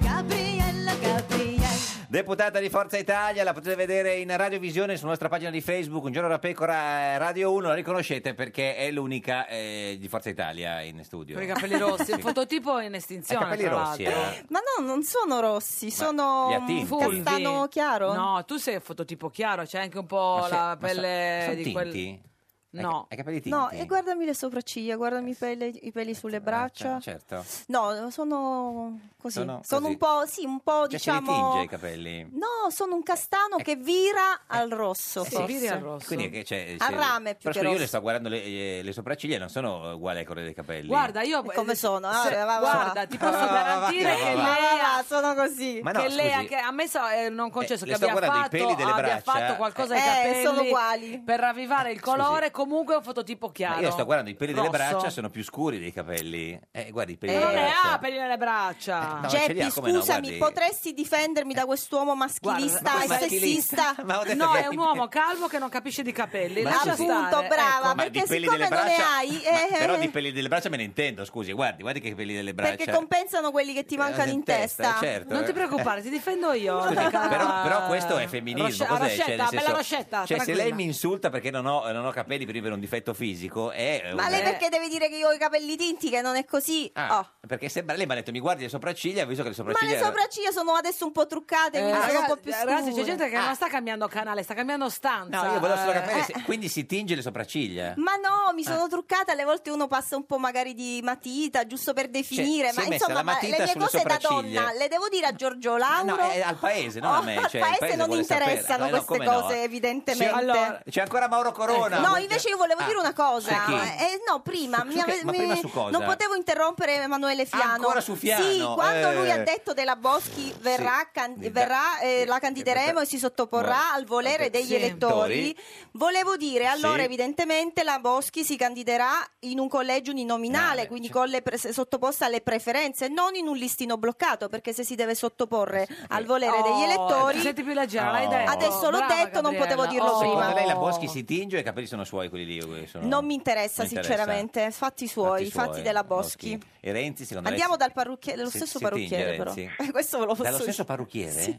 Speaker 7: Gabriella, Gabriella.
Speaker 1: Deputata di Forza Italia, la potete vedere in radiovisione sulla nostra pagina di Facebook, Un giorno da pecora eh, Radio 1, la riconoscete perché è l'unica eh, di Forza Italia in studio.
Speaker 2: Con i capelli rossi, il
Speaker 1: Sì.
Speaker 2: fototipo in estinzione.
Speaker 1: Hai capelli
Speaker 2: tra
Speaker 1: rossi,
Speaker 2: l'altro.
Speaker 1: eh?
Speaker 11: Ma no, non sono rossi, sono
Speaker 1: li attingi?
Speaker 11: un castano
Speaker 2: Fulvi.
Speaker 11: chiaro.
Speaker 2: No, tu sei fototipo chiaro, c'è anche un po'
Speaker 1: Ma se-
Speaker 2: la
Speaker 1: ma so-
Speaker 2: pelle
Speaker 1: son
Speaker 2: di quel...
Speaker 1: tinti?
Speaker 2: No.
Speaker 1: Hai capelli tinti? Eh,
Speaker 11: No, e guardami le sopracciglia, guardami i peli, i peli sulle braccia.
Speaker 1: Certo.
Speaker 11: No, sono così.
Speaker 1: Sono
Speaker 11: Sono,
Speaker 1: così.
Speaker 11: un po', sì, un po'
Speaker 1: Cioè, si
Speaker 11: diciamo.
Speaker 1: ritinge i capelli.
Speaker 11: No, sono un castano
Speaker 1: Eh.
Speaker 11: che vira al rosso.
Speaker 1: Sì,
Speaker 11: forse.
Speaker 2: vira al rosso.
Speaker 1: Eh, Quindi che c'è,
Speaker 11: A
Speaker 1: c'è-
Speaker 11: rame più
Speaker 1: Però scusa,
Speaker 11: che
Speaker 1: io
Speaker 11: rosso.
Speaker 1: le sto guardando le, eh, le sopracciglia, non sono uguali a quelle dei capelli.
Speaker 2: Guarda, io... eh,
Speaker 11: Come sono? Ah,
Speaker 2: Se-
Speaker 11: va, va, va.
Speaker 2: Guarda, ti posso
Speaker 1: Va, va, va, va,
Speaker 2: garantire
Speaker 1: va,
Speaker 2: che
Speaker 1: va, va.
Speaker 2: lei
Speaker 11: Ah,
Speaker 2: ha...
Speaker 11: sono così.
Speaker 1: Ma no,
Speaker 2: che lei ha,
Speaker 1: scusi.
Speaker 2: che ha messo eh, non concesso
Speaker 1: Eh,
Speaker 2: che
Speaker 1: le sto
Speaker 2: abbia
Speaker 1: guardando i
Speaker 2: fatto,
Speaker 1: peli delle
Speaker 2: abbia
Speaker 1: braccia.
Speaker 2: fatto qualcosa ai
Speaker 11: Eh,
Speaker 2: capelli
Speaker 11: sono uguali.
Speaker 2: per ravvivare il colore comunque è un fototipo
Speaker 1: Ma
Speaker 2: chiaro
Speaker 1: io sto guardando i peli delle
Speaker 2: Rosso.
Speaker 1: braccia, sono più scuri dei capelli. Eh, guarda i peli
Speaker 2: Ma
Speaker 1: delle
Speaker 2: non ne
Speaker 1: braccia.
Speaker 2: ha peli nelle braccia
Speaker 1: no, ce li
Speaker 11: Geppi,
Speaker 1: ha, come no,
Speaker 11: scusami,
Speaker 1: guardi.
Speaker 11: potresti difendermi da quest'uomo maschilista
Speaker 1: Guarda, ma
Speaker 11: e
Speaker 1: poi maschilista?
Speaker 11: sessista?
Speaker 1: Ma ho detto
Speaker 2: no
Speaker 1: che-
Speaker 2: è un uomo calvo che non capisce di capelli
Speaker 1: Ma
Speaker 2: lascia
Speaker 1: scusi.
Speaker 2: stare
Speaker 11: Appunto, brava,
Speaker 2: ecco.
Speaker 1: Eh, Ma di
Speaker 11: perché
Speaker 1: peli
Speaker 11: siccome
Speaker 1: delle
Speaker 11: non ne
Speaker 1: braccia,
Speaker 11: hai,
Speaker 1: ma-
Speaker 11: eh,
Speaker 1: però di cioè, peli delle braccia me ne intendo, scusi, guardi, guardi che peli delle braccia.
Speaker 11: Perché compensano quelli
Speaker 1: eh,
Speaker 11: che ti mancano in testa. Eh,
Speaker 1: certo.
Speaker 2: non ti preoccupare ti difendo io
Speaker 1: Scusi,
Speaker 2: cara-
Speaker 11: Ah.
Speaker 1: però, però questo è femminismo,
Speaker 2: Rosce-
Speaker 1: cos'è?
Speaker 2: Roscetta,
Speaker 1: Cioè, nel
Speaker 2: bella
Speaker 1: senso-
Speaker 2: Roscetta,
Speaker 1: cioè, se
Speaker 2: tranquilla.
Speaker 1: lei mi insulta perché non ho, non ho capelli per vivere un difetto fisico, è
Speaker 11: Ma
Speaker 1: un-
Speaker 11: lei perché deve dire che io ho i capelli tinti, che non è così?
Speaker 1: Ah,
Speaker 11: Oh.
Speaker 1: perché sembra lei mi ha detto mi guardi le sopracciglia, ho visto che le
Speaker 11: Ma
Speaker 1: sopracciglia
Speaker 11: le sopracciglia sono adesso un po' truccate,
Speaker 2: Eh,
Speaker 11: quindi sono un
Speaker 2: ragazzi,
Speaker 11: po' più scure. Ah,
Speaker 2: ragazzi, c'è gente che non sta cambiando canale sta cambiando stanza
Speaker 1: Ah. No, io volevo solo
Speaker 2: Eh,
Speaker 1: capire se- quindi si tinge le sopracciglia. Ah.
Speaker 11: Ma no,
Speaker 1: Eh.
Speaker 11: mi sono truccata, alle volte uno passa un po' magari di matita, giusto per definire,
Speaker 1: si è
Speaker 11: ma
Speaker 1: messa
Speaker 11: insomma,
Speaker 1: la
Speaker 11: ma
Speaker 1: matita
Speaker 11: le mie
Speaker 1: sulle
Speaker 11: cose da
Speaker 1: sopracciglia.
Speaker 11: donna le devo dire a Giorgio
Speaker 1: No,
Speaker 11: Lauro.
Speaker 1: è al paese, non a me.
Speaker 11: al
Speaker 1: cioè, il
Speaker 11: paese non
Speaker 1: vuole sapere.
Speaker 11: interessano
Speaker 1: Eh, no, come
Speaker 11: queste
Speaker 1: no?
Speaker 11: cose, evidentemente.
Speaker 1: C'è, allora, c'è ancora Mauro Corona.
Speaker 11: No, invece io volevo
Speaker 1: Ah,
Speaker 11: dire una
Speaker 1: su chi?
Speaker 11: cosa. Eh, no, prima,
Speaker 1: Su- su
Speaker 11: mi
Speaker 1: che-
Speaker 11: ave-
Speaker 1: ma
Speaker 11: mi-
Speaker 1: prima su cosa?
Speaker 11: non potevo interrompere Emanuele Fiano.
Speaker 1: Ancora su Fiano,
Speaker 11: Sì, quando
Speaker 1: eh.
Speaker 11: lui ha detto della Boschi verrà, can-
Speaker 1: Di-
Speaker 11: verrà, eh, la candideremo
Speaker 1: eh,
Speaker 11: e si sottoporrà
Speaker 1: eh,
Speaker 11: al volere degli
Speaker 1: sì.
Speaker 11: elettori. Volevo dire, allora
Speaker 1: Sì.
Speaker 11: evidentemente la Boschi si candiderà in un collegio uninominale, quindi con le pre- sottoposta alle preferenze, non in un listino bloccato, perché se si deve sottoporre al volere degli
Speaker 2: oh,
Speaker 11: elettori...
Speaker 2: ti senti più leggera l'hai
Speaker 1: Oh.
Speaker 2: detto
Speaker 11: Adesso l'ho
Speaker 2: Brava,
Speaker 11: detto, non
Speaker 2: Gabriella.
Speaker 11: potevo dirlo
Speaker 2: Oh.
Speaker 1: Secondo
Speaker 11: prima.
Speaker 1: lei la Boschi si tinge o i capelli sono suoi quelli lì? o quelli sono-
Speaker 11: Non mi interessa,
Speaker 1: Certo. Non interessa.
Speaker 11: sinceramente. Fatti suoi,
Speaker 1: Fatti
Speaker 11: fatti,
Speaker 1: suoi,
Speaker 11: della Boschi.
Speaker 1: E Renzi, secondo
Speaker 11: Andiamo
Speaker 1: lei?
Speaker 11: dal parrucchiere, lo
Speaker 1: si-
Speaker 11: stesso
Speaker 1: si
Speaker 11: parrucchiere,
Speaker 1: tinge,
Speaker 11: però.
Speaker 1: Renzi?
Speaker 11: Questo ve lo posso
Speaker 1: Dallo
Speaker 11: dire.
Speaker 1: stesso parrucchiere?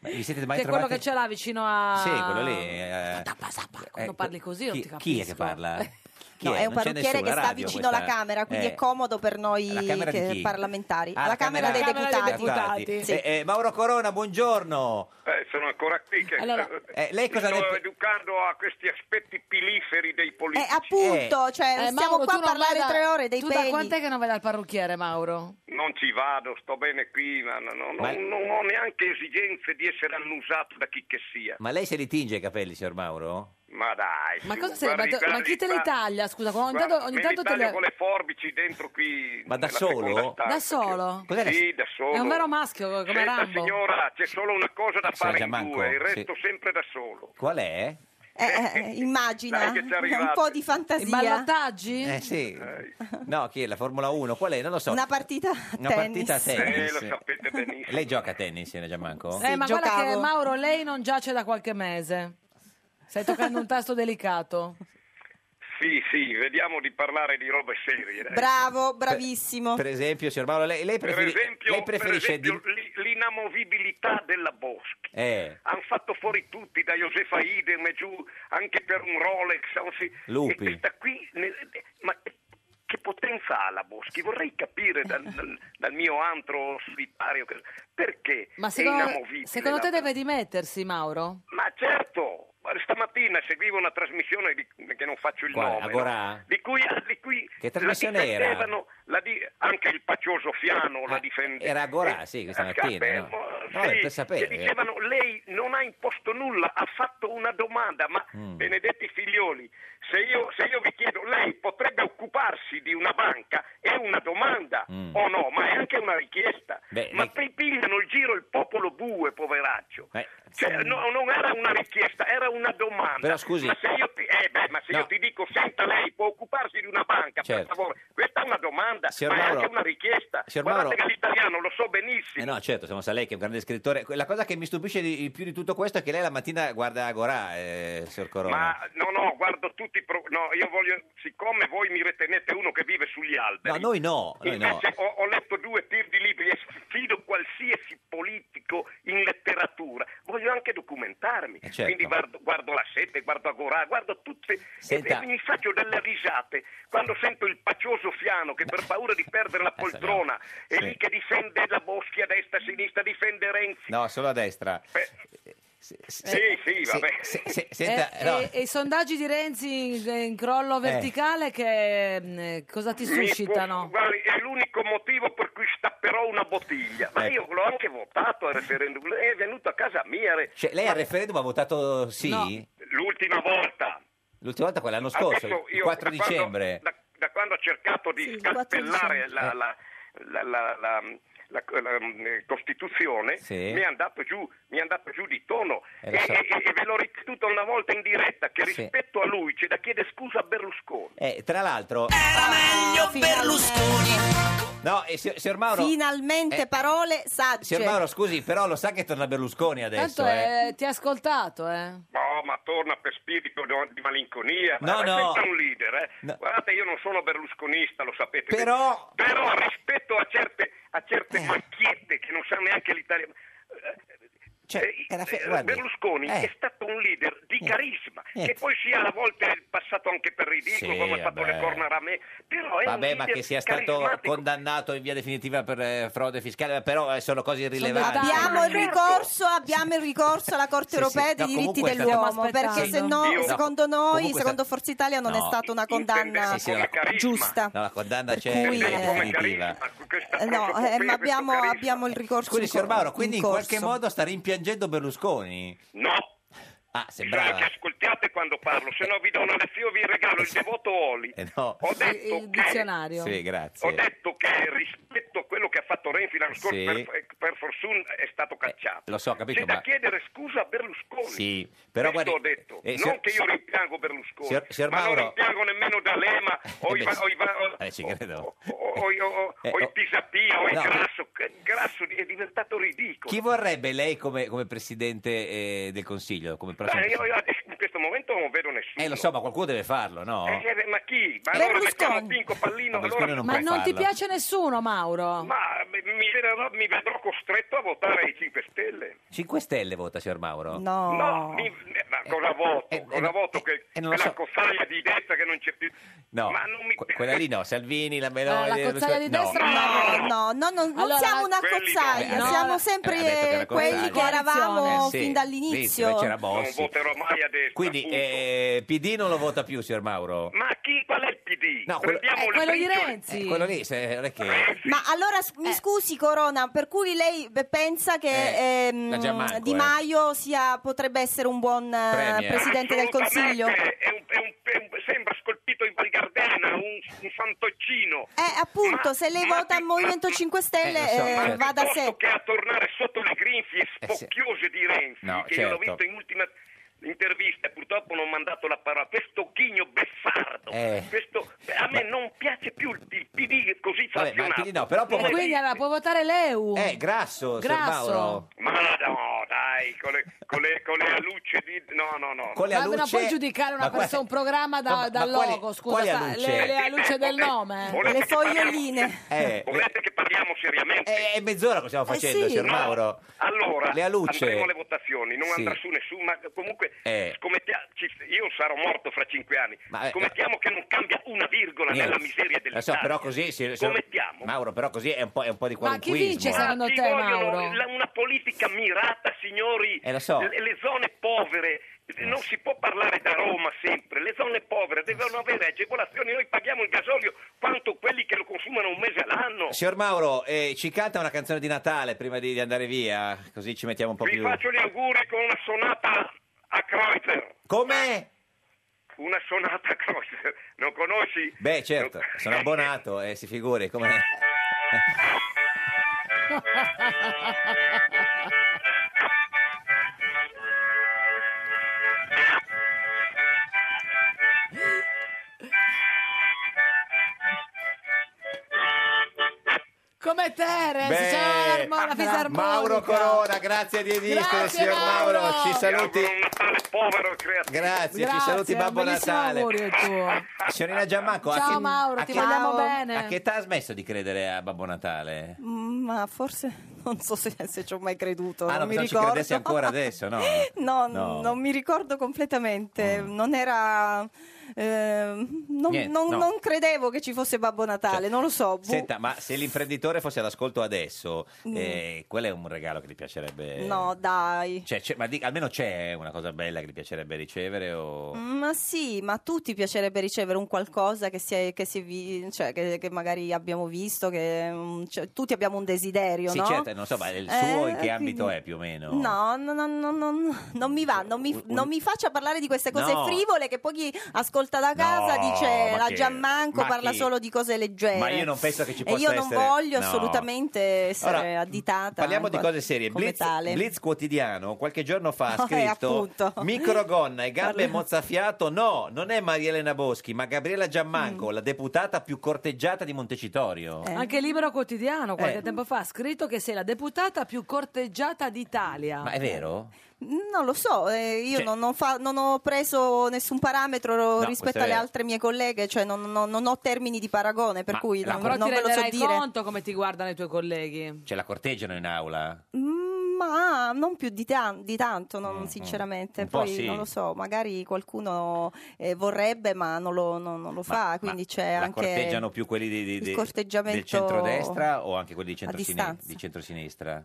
Speaker 1: Ma Vi siete mai
Speaker 2: che è quello
Speaker 1: trovati?
Speaker 2: che ce l'ha vicino a
Speaker 1: Sì, quello lì. eh,
Speaker 2: quando parli così non
Speaker 1: chi,
Speaker 2: ti
Speaker 1: chi è
Speaker 2: capisco.
Speaker 1: che parla?
Speaker 11: No,
Speaker 1: è?
Speaker 11: è un
Speaker 1: Non c'è
Speaker 11: parrucchiere
Speaker 1: nessuno,
Speaker 11: che
Speaker 1: la
Speaker 11: sta
Speaker 1: radio
Speaker 11: vicino
Speaker 1: questa?
Speaker 11: alla Camera, quindi
Speaker 1: Eh.
Speaker 11: è comodo per noi
Speaker 1: Alla Camera di
Speaker 11: che-
Speaker 1: chi?
Speaker 11: parlamentari.
Speaker 1: Ah,
Speaker 11: alla Camera, dei Deputati. Sì.
Speaker 1: Eh, eh, Mauro Corona, buongiorno.
Speaker 15: Eh, sono ancora qui che
Speaker 1: Eh, lei cosa
Speaker 15: mi
Speaker 1: ne
Speaker 15: sto
Speaker 1: pe-
Speaker 15: educando a questi aspetti piliferi dei
Speaker 11: Eh,
Speaker 15: politici.
Speaker 11: appunto, cioè,
Speaker 2: Eh,
Speaker 11: stiamo
Speaker 2: Mauro,
Speaker 11: qua
Speaker 2: tu
Speaker 11: a
Speaker 2: non vai
Speaker 11: parlare
Speaker 2: da-
Speaker 11: tre ore dei
Speaker 2: tu
Speaker 11: peli.
Speaker 2: da quant'è che non vai dal parrucchiere, Mauro?
Speaker 15: Non ci vado, sto bene qui, ma no- no-
Speaker 1: Ma-
Speaker 15: non, non ho neanche esigenze di essere annusato da chi che sia.
Speaker 1: Ma lei se li tinge i capelli, signor Mauro?
Speaker 15: Ma dai,
Speaker 2: Ma
Speaker 15: su,
Speaker 2: cosa sei? Ma,
Speaker 15: guardi,
Speaker 2: ma chi te li
Speaker 15: guardi,
Speaker 2: taglia? Scusa, ogni
Speaker 15: guarda,
Speaker 2: tanto, ogni
Speaker 15: me
Speaker 2: tanto
Speaker 15: li
Speaker 2: te
Speaker 15: taglio
Speaker 2: li...
Speaker 15: con le forbici dentro qui.
Speaker 1: Ma da
Speaker 15: nella
Speaker 1: solo?
Speaker 15: seconda stanza.
Speaker 2: Da solo?
Speaker 15: Cos'è la- Sì, da solo.
Speaker 2: È un vero maschio come
Speaker 15: Senta,
Speaker 2: Rambo.
Speaker 15: signora, c'è solo una cosa da
Speaker 1: Signora
Speaker 15: fare in
Speaker 1: Giammanco,
Speaker 15: due, il
Speaker 1: sì.
Speaker 15: resto sempre da solo.
Speaker 1: Qual è?
Speaker 11: Eh, eh, immagina
Speaker 15: Dai che ci
Speaker 11: un
Speaker 15: arrivate.
Speaker 11: po' di fantasia.
Speaker 2: I ballottaggi?
Speaker 1: Eh sì. No, chi è? La Formula 1? Qual è? Non lo so.
Speaker 11: Una partita a
Speaker 1: Una
Speaker 11: tennis.
Speaker 1: partita a tennis.
Speaker 15: Eh, lo sapete benissimo.
Speaker 1: Lei gioca a tennis, Siena Giammanco?
Speaker 2: eh, ma guarda che
Speaker 11: giocavo.
Speaker 2: Mauro, lei non giace da qualche mese. Stai toccando un tasto delicato.
Speaker 15: Sì, sì, vediamo di parlare di robe serie. dai.
Speaker 11: Bravo, bravissimo.
Speaker 1: Per esempio, signor Mauro, lei, lei,
Speaker 15: Per
Speaker 1: preferi-
Speaker 15: esempio-
Speaker 1: lei preferisce...
Speaker 15: per esempio, l'i- l'inamovibilità della Boschi.
Speaker 1: di... Eh,
Speaker 15: Hanno fatto fuori tutti, da Josefa Idem e giù, anche per un Rolex. o sì.
Speaker 1: Lupi.
Speaker 15: E questa qui, ne- ma che, che potenza ha la Boschi? Vorrei capire dal, dal- dal mio antro solitario che- perché
Speaker 2: Ma
Speaker 15: è
Speaker 2: secondo,
Speaker 15: inamovibile.
Speaker 2: secondo te
Speaker 15: la-
Speaker 2: deve dimettersi, Mauro?
Speaker 15: Ma certo, ma stamattina seguivo una trasmissione di- che non faccio il
Speaker 1: Quale?
Speaker 15: nome.
Speaker 1: Agorà?
Speaker 15: no? Di cui, di cui
Speaker 1: Che trasmissione
Speaker 15: la
Speaker 1: era? Ah,
Speaker 15: difendevano, la di- anche il Pacioso Fiano la difendeva.
Speaker 1: era Agorà, sì, questa mattina. No, No,
Speaker 15: Sì,
Speaker 1: per sapere.
Speaker 15: che dicevano lei non ha imposto nulla, ha fatto una domanda, ma
Speaker 1: Mm.
Speaker 15: benedetti figlioli, se io, se io vi chiedo lei potrebbe occuparsi di una banca, è una domanda o no, ma è anche una richiesta.
Speaker 1: Mm. Beh,
Speaker 15: ma
Speaker 1: lei-
Speaker 15: poi pigliano il giro il popolo bue, poveraccio.
Speaker 1: Eh,
Speaker 15: Cioè, no, non era una richiesta, era una domanda.
Speaker 1: Però scusi-
Speaker 15: Ma se io ti, eh, beh, ma se
Speaker 1: No.
Speaker 15: io ti dico, senta lei può occuparsi di una banca,
Speaker 1: Certo.
Speaker 15: per favore, questa è una domanda,
Speaker 1: Signor
Speaker 15: ma è
Speaker 1: Mauro-
Speaker 15: anche una richiesta.
Speaker 1: Signor
Speaker 15: Ah,
Speaker 1: Mauro-
Speaker 15: Guardate che l'italiano lo so benissimo.
Speaker 1: Eh no, certo, siamo sa lei che è un grande scrittore. La cosa che mi stupisce di, di più di tutto questo è che lei la mattina guarda Agorà, eh, signor Corona.
Speaker 15: Ma no, no, guardo tutti i pro- no, io voglio siccome voi mi ritenete uno che vive sugli alberi.
Speaker 1: No, noi no, noi no.
Speaker 15: invece Ho, ho letto due tir di libri e sfido qualsiasi politico in letteratura. Voglio anche documentarmi.
Speaker 1: Eh, certo.
Speaker 15: Quindi guardo, guardo la sete, guardo Agorà, guardo tutte e-
Speaker 1: Senta.
Speaker 15: e, mi faccio delle risate quando sento il pacioso Fiano che per paura di perdere
Speaker 1: Eh,
Speaker 15: la poltrona è lì che difende la Boschi a destra, a sinistra, difende Renzi.
Speaker 1: No, solo a destra. Se- se-
Speaker 15: sì,
Speaker 1: se-
Speaker 15: vabbè.
Speaker 1: se- se- senta,
Speaker 2: Eh,
Speaker 1: no. Eh.
Speaker 2: e, e i sondaggi di Renzi in, in crollo verticale che mm, eh, cosa ti
Speaker 15: Mi può-
Speaker 2: suscitano?
Speaker 15: guardi, è l'unico motivo per cui stapperò una bottiglia.
Speaker 1: Ecco.
Speaker 15: Ma io l'ho anche votato al referendum. Lei è venuto a casa mia. re-
Speaker 1: Cioè, lei al referendum ha votato sì?
Speaker 15: L'ultima volta.
Speaker 1: L'ultima volta quell'anno scorso,
Speaker 15: Adesso
Speaker 1: il
Speaker 15: io,
Speaker 1: 4
Speaker 15: da quando-
Speaker 1: dicembre.
Speaker 15: Da quando ho cercato di scappellare la, la- la- la- la- la- la, eh, Costituzione
Speaker 1: Sì.
Speaker 15: mi, è andato giù, mi è andato giù di tono
Speaker 1: Eh,
Speaker 15: e,
Speaker 1: lo so.
Speaker 15: e- e ve l'ho ripetuto una volta in diretta che
Speaker 1: Sì.
Speaker 15: rispetto a lui c'è da chiedere scusa a Berlusconi.
Speaker 1: Eh, tra l'altro...
Speaker 11: Meglio
Speaker 1: No, eh, signor, signor Mauro...
Speaker 11: Finalmente
Speaker 1: eh,
Speaker 11: parole sagge.
Speaker 1: Signor Mauro, scusi, però lo sa che torna Berlusconi adesso,
Speaker 2: Tanto
Speaker 1: eh?
Speaker 2: eh, ti ha ascoltato, eh.
Speaker 15: No, ma torna per spirito do- di malinconia.
Speaker 1: No,
Speaker 15: ma è
Speaker 1: no.
Speaker 15: sempre un leader. eh. Guardate, io non sono berlusconista, lo sapete.
Speaker 1: Però- Eh.
Speaker 15: Però rispetto a certe, a certe macchiette che non sa neanche l'italiano.
Speaker 1: Cioè, era fe-
Speaker 15: eh,
Speaker 1: guardi,
Speaker 15: Berlusconi
Speaker 1: eh.
Speaker 15: è stato un leader di carisma,
Speaker 1: niente.
Speaker 15: che poi sia a volte passato anche per ridicolo,
Speaker 1: Sì,
Speaker 15: come ha fatto
Speaker 1: vabbè.
Speaker 15: le corna a me. Però è
Speaker 1: Vabbè,
Speaker 15: un
Speaker 1: ma
Speaker 15: leader
Speaker 1: che sia stato
Speaker 15: carismatico.
Speaker 1: condannato in via definitiva per eh, frode fiscale, però eh, sono cose irrilevanti.
Speaker 11: Abbiamo il, ricorso, abbiamo il ricorso alla Corte
Speaker 1: Sì,
Speaker 11: europea
Speaker 1: sì. No,
Speaker 11: dei diritti
Speaker 1: comunque stiamo
Speaker 11: dell'uomo,
Speaker 1: aspettando.
Speaker 11: perché se no,
Speaker 1: Io-
Speaker 11: secondo
Speaker 1: No,
Speaker 11: noi,
Speaker 1: comunque
Speaker 11: secondo
Speaker 1: sta-
Speaker 11: Forza Italia non è
Speaker 1: No.
Speaker 11: stata una condanna
Speaker 1: Sì, sì, no, no,
Speaker 11: giusta.
Speaker 1: No, la condanna c'è certo, in
Speaker 11: cui-
Speaker 1: via
Speaker 11: Eh.
Speaker 1: definitiva.
Speaker 11: Eh, No, eh, ma abbiamo, abbiamo il ricorso.
Speaker 1: Scusi,
Speaker 11: in
Speaker 1: signor
Speaker 11: cor-
Speaker 1: Mauro, quindi in,
Speaker 11: corso.
Speaker 1: qualche modo sta rimpiangendo Berlusconi?
Speaker 15: No,
Speaker 1: Ah,
Speaker 15: bisogna
Speaker 1: sembrava.
Speaker 15: che ascoltiate quando parlo, se no vi do una lezione, io vi regalo il devoto Oli.
Speaker 1: Eh, no.
Speaker 15: Ho detto
Speaker 2: Il dizionario.
Speaker 1: Sì,
Speaker 15: Ho
Speaker 1: grazie.
Speaker 15: detto che rispetto a quello che ha fatto Renzi l'anno scorso,
Speaker 1: Sì.
Speaker 15: per, eh, per Forsun è stato cacciato.
Speaker 1: Lo so, capito,
Speaker 15: C'è da
Speaker 1: ma...
Speaker 15: chiedere scusa a Berlusconi.
Speaker 1: Sì, però
Speaker 15: Questo
Speaker 1: guardi...
Speaker 15: ho detto.
Speaker 1: eh,
Speaker 15: non
Speaker 1: signor-
Speaker 15: che io rimpiango Berlusconi,
Speaker 1: Signor- signor
Speaker 15: ma
Speaker 1: Mauro-
Speaker 15: non oh, rimpiango nemmeno D'Alema o,
Speaker 1: Eh,
Speaker 15: i,
Speaker 1: beh,
Speaker 15: o, i- o-
Speaker 1: Eh, ci credo.
Speaker 15: o- o- o-
Speaker 1: Eh,
Speaker 15: o i
Speaker 1: oh.
Speaker 15: Pisapia o il
Speaker 1: No. eh,
Speaker 15: Grasso. Che- Grasso è diventato ridicolo.
Speaker 1: Chi vorrebbe lei come, come presidente eh, del Consiglio? Come prossimo...
Speaker 15: Dai, io, io adesso in questo momento non vedo nessuno.
Speaker 1: Eh, lo so, ma qualcuno deve farlo, no?
Speaker 15: Eh, eh, ma chi? Ma allora mettiamo Pinco Pallino.
Speaker 1: Berlusconi
Speaker 15: allora-
Speaker 1: non
Speaker 2: Ma
Speaker 1: può
Speaker 2: non ti
Speaker 1: farlo.
Speaker 2: piace nessuno, Mauro?
Speaker 15: Ma, eh, mi, vedrò, mi vedrò costretto a votare ai 5 Stelle.
Speaker 1: 5 Stelle vota, signor Mauro?
Speaker 11: No.
Speaker 15: No, mi- eh, ma
Speaker 1: Eh,
Speaker 15: cosa voto? cosa voto? che,
Speaker 1: non lo so.
Speaker 15: quella cozzaglia di destra che non c'è più.
Speaker 1: No,
Speaker 15: Ma non mi...
Speaker 1: que- quella lì no, Salvini, la Meloni...
Speaker 11: Eh, la cozzaglia di
Speaker 1: Berlusconi- no.
Speaker 11: destra no, no, no, no, non
Speaker 18: Allora,
Speaker 11: siamo una
Speaker 1: quelli no.
Speaker 11: cozzaglia,
Speaker 1: Eh, no,
Speaker 11: siamo
Speaker 1: la-
Speaker 11: sempre
Speaker 1: eh, ha detto che era
Speaker 11: eh, quelli che
Speaker 1: cozzaglia.
Speaker 11: eravamo
Speaker 1: Eh, sì,
Speaker 11: fin
Speaker 1: sì,
Speaker 11: dall'inizio.
Speaker 1: dove c'era Bossi.
Speaker 15: Non voterò mai a destra.
Speaker 1: Quindi eh, PD non lo vota più, signor Mauro?
Speaker 15: Ma chi? Qual è il PD?
Speaker 1: No, quello-
Speaker 15: Prendiamo le
Speaker 11: quello di
Speaker 15: briciole.
Speaker 11: Renzi.
Speaker 1: Eh, quello lì, se, non è che... eh,
Speaker 11: Ma allora s- mi scusi Corona, per cui lei beh, pensa che
Speaker 1: Eh,
Speaker 11: ehm,
Speaker 1: la Giammanco,
Speaker 11: Di
Speaker 1: eh.
Speaker 11: Maio sia, potrebbe essere un buon eh,
Speaker 1: Premier.
Speaker 11: presidente del Consiglio?
Speaker 15: un fantoccino.
Speaker 11: Eh, appunto, se lei vota al Movimento 5 Stelle
Speaker 15: Eh, lo so,
Speaker 11: eh,
Speaker 15: certo.
Speaker 11: va da sé.
Speaker 15: Spocchiose di Renzi,
Speaker 1: Eh, No,
Speaker 15: che io l'ho
Speaker 1: certo.
Speaker 15: visto in ultima intervista, purtroppo non mi ha dato la parola. Questo ghigno beffardo,
Speaker 1: Eh.
Speaker 15: questo, a me non piace più il, il PD così
Speaker 1: Vabbè, ma il
Speaker 15: fazionato.
Speaker 1: PD no, però può
Speaker 15: Come-
Speaker 2: Quindi allora può votare l'EU.
Speaker 1: Eh, grasso, signor
Speaker 2: Grasso.
Speaker 1: Mauro.
Speaker 15: Ma no, dai, con le, con le, con le allucce di... No, no, no.
Speaker 1: Con le
Speaker 2: Ma non puoi giudicare una
Speaker 1: ma quale-
Speaker 2: persona, un programma da-
Speaker 1: ma- ma
Speaker 2: dal
Speaker 1: quali-
Speaker 2: logo, scusa,
Speaker 1: quali
Speaker 2: sa-
Speaker 1: allucce?
Speaker 2: le, le allucce del nome, eh.
Speaker 15: volete
Speaker 11: Le foglioline.
Speaker 1: Eh,
Speaker 15: Volete che parliamo seriamente?
Speaker 1: eh, è mezz'ora che stiamo facendo,
Speaker 15: sì.
Speaker 1: signor
Speaker 15: No,
Speaker 1: Mauro.
Speaker 15: Allora,
Speaker 1: le allucce.
Speaker 15: andremo alle votazioni, non
Speaker 1: Sì.
Speaker 15: andrà su nessuno, ma comunque
Speaker 1: Eh.
Speaker 15: scommettia- ci- io sarò morto fra cinque anni.
Speaker 1: Ma, eh,
Speaker 15: Scommettiamo che non cambia una virgola
Speaker 1: Niente.
Speaker 15: nella miseria
Speaker 1: Lo
Speaker 15: dell'Italia.
Speaker 1: so, però così... signor- signor-
Speaker 15: Scommettiamo.
Speaker 1: Mauro, però così è un po', è un po' di
Speaker 2: Ma chi
Speaker 1: qualunquismo.
Speaker 2: vince secondo
Speaker 15: Ci
Speaker 2: te,
Speaker 15: vogliono
Speaker 2: Mauro?
Speaker 15: la- una politica mirata, signori.
Speaker 1: Eh, lo so. Eh,
Speaker 15: Le, le zone povere, non si può parlare da Roma sempre. Le zone povere devono avere agevolazioni. Noi paghiamo il gasolio quanto quelli che lo consumano un mese all'anno.
Speaker 1: Signor Mauro, eh, ci canta una canzone di Natale prima di, di andare via, così ci mettiamo un po'
Speaker 15: Vi
Speaker 1: più...
Speaker 15: faccio gli auguri con una sonata a Kreutzer.
Speaker 1: Come?
Speaker 15: Una sonata a Kreutzer. Non conosci?
Speaker 1: Beh, certo, sono abbonato, eh, si figuri, come...
Speaker 2: Come Teres,
Speaker 1: Beh,
Speaker 2: c'era l'armo- la fisarmonica.
Speaker 1: Ah, Mauro Corona, grazie di esistere,
Speaker 2: Grazie,
Speaker 1: signor Mauro.
Speaker 2: Mauro.
Speaker 1: Ci saluti.
Speaker 15: povero
Speaker 1: Grazie, ci
Speaker 2: Grazie,
Speaker 1: saluti Babbo
Speaker 2: bellissimo
Speaker 1: Natale.
Speaker 2: augurio il tuo.
Speaker 1: Signorina Giammanco, a
Speaker 2: Ciao,
Speaker 1: che-
Speaker 2: Mauro,
Speaker 1: a
Speaker 2: ti
Speaker 1: che-
Speaker 2: vogliamo
Speaker 1: a-
Speaker 2: bene.
Speaker 1: A che età ha smesso di credere a Babbo Natale?
Speaker 11: Mm, Ma forse non so se, se ci ho mai creduto,
Speaker 1: Ah, no,
Speaker 11: non mi
Speaker 1: pensavo ci
Speaker 11: ricordo.
Speaker 1: credesse ancora adesso, no?
Speaker 11: No,
Speaker 1: No. Mm.
Speaker 11: non mi ricordo completamente. Non era. eh, non,
Speaker 1: Niente,
Speaker 11: non-
Speaker 1: no.
Speaker 11: non credevo che ci fosse Babbo Natale, non lo so. boh.
Speaker 1: Senta, ma se l'imprenditore fosse all'ascolto adesso,
Speaker 11: Mm.
Speaker 1: eh, quello è un regalo che ti piacerebbe...
Speaker 11: No, dai.
Speaker 1: Cioè, c'è- ma di- almeno c'è una cosa bella che ti piacerebbe ricevere o...
Speaker 11: Mm, Ma sì, ma a tutti piacerebbe ricevere un qualcosa che, si è- che, si è vi- cioè, che, che magari abbiamo visto, che mm, cioè, tutti abbiamo un desiderio,
Speaker 1: sì,
Speaker 11: no?
Speaker 1: certo, non so, ma il suo
Speaker 11: Eh,
Speaker 1: in che ambito
Speaker 11: quindi-
Speaker 1: è più o meno?
Speaker 11: No, no, no, no, no, no, non mi va, non mi, non mi faccia parlare di queste cose
Speaker 1: No.
Speaker 11: frivole che poi chi ascolta da casa
Speaker 1: No,
Speaker 11: dice
Speaker 1: ma
Speaker 11: la
Speaker 1: che-
Speaker 11: Giammanco
Speaker 1: ma
Speaker 11: parla
Speaker 1: chi?
Speaker 11: solo di cose leggere.
Speaker 1: Ma io non penso che ci possa
Speaker 11: E io non
Speaker 1: essere-
Speaker 11: voglio
Speaker 1: no.
Speaker 11: assolutamente essere
Speaker 1: Ora, mm,
Speaker 11: additata.
Speaker 1: Parliamo di
Speaker 11: qua-
Speaker 1: cose serie.
Speaker 11: Come
Speaker 1: Blitz,
Speaker 11: tale.
Speaker 1: Blitz quotidiano qualche giorno fa
Speaker 11: Eh,
Speaker 1: ha scritto
Speaker 11: appunto.
Speaker 1: microgonna e gambe
Speaker 11: Parliamo-
Speaker 1: mozzafiato. No, non è Maria Elena Boschi, ma Gabriela
Speaker 11: Mm.
Speaker 1: Giammanco, la deputata più corteggiata di Montecitorio.
Speaker 2: Eh.
Speaker 11: Eh.
Speaker 2: Anche Libero Quotidiano qualche
Speaker 1: Eh.
Speaker 2: tempo fa ha scritto che sei la deputata più corteggiata d'Italia.
Speaker 1: Ma eh, è vero?
Speaker 11: Non lo so, eh, io
Speaker 1: Cioè-
Speaker 11: non, non fa- non ho preso nessun parametro
Speaker 1: No, questo
Speaker 11: rispetto
Speaker 1: è
Speaker 11: alle
Speaker 1: vero.
Speaker 11: altre mie colleghe, cioè non, non- non ho termini di paragone, per
Speaker 1: Ma-
Speaker 11: cui
Speaker 1: ma
Speaker 11: non,
Speaker 2: Però
Speaker 11: non
Speaker 2: ti
Speaker 11: ve lo so
Speaker 2: renderai
Speaker 11: dire.
Speaker 2: conto come ti guardano i tuoi colleghi.
Speaker 1: Ce Cioè, la corteggiano in aula?
Speaker 11: Mm, Ma non più di, tan- di tanto, non- sinceramente.
Speaker 1: Mm, Un po'
Speaker 11: Poi
Speaker 1: sì.
Speaker 11: non lo so, magari qualcuno eh, vorrebbe, ma non lo, non- non lo fa. quindi c'è
Speaker 1: la
Speaker 11: anche.
Speaker 1: corteggiano più quelli di- di-
Speaker 11: il
Speaker 1: di-
Speaker 11: corteggiamento
Speaker 1: del centrodestra o anche quelli di,
Speaker 11: a
Speaker 1: centrosine-
Speaker 11: distanza.
Speaker 1: di centrosinistra?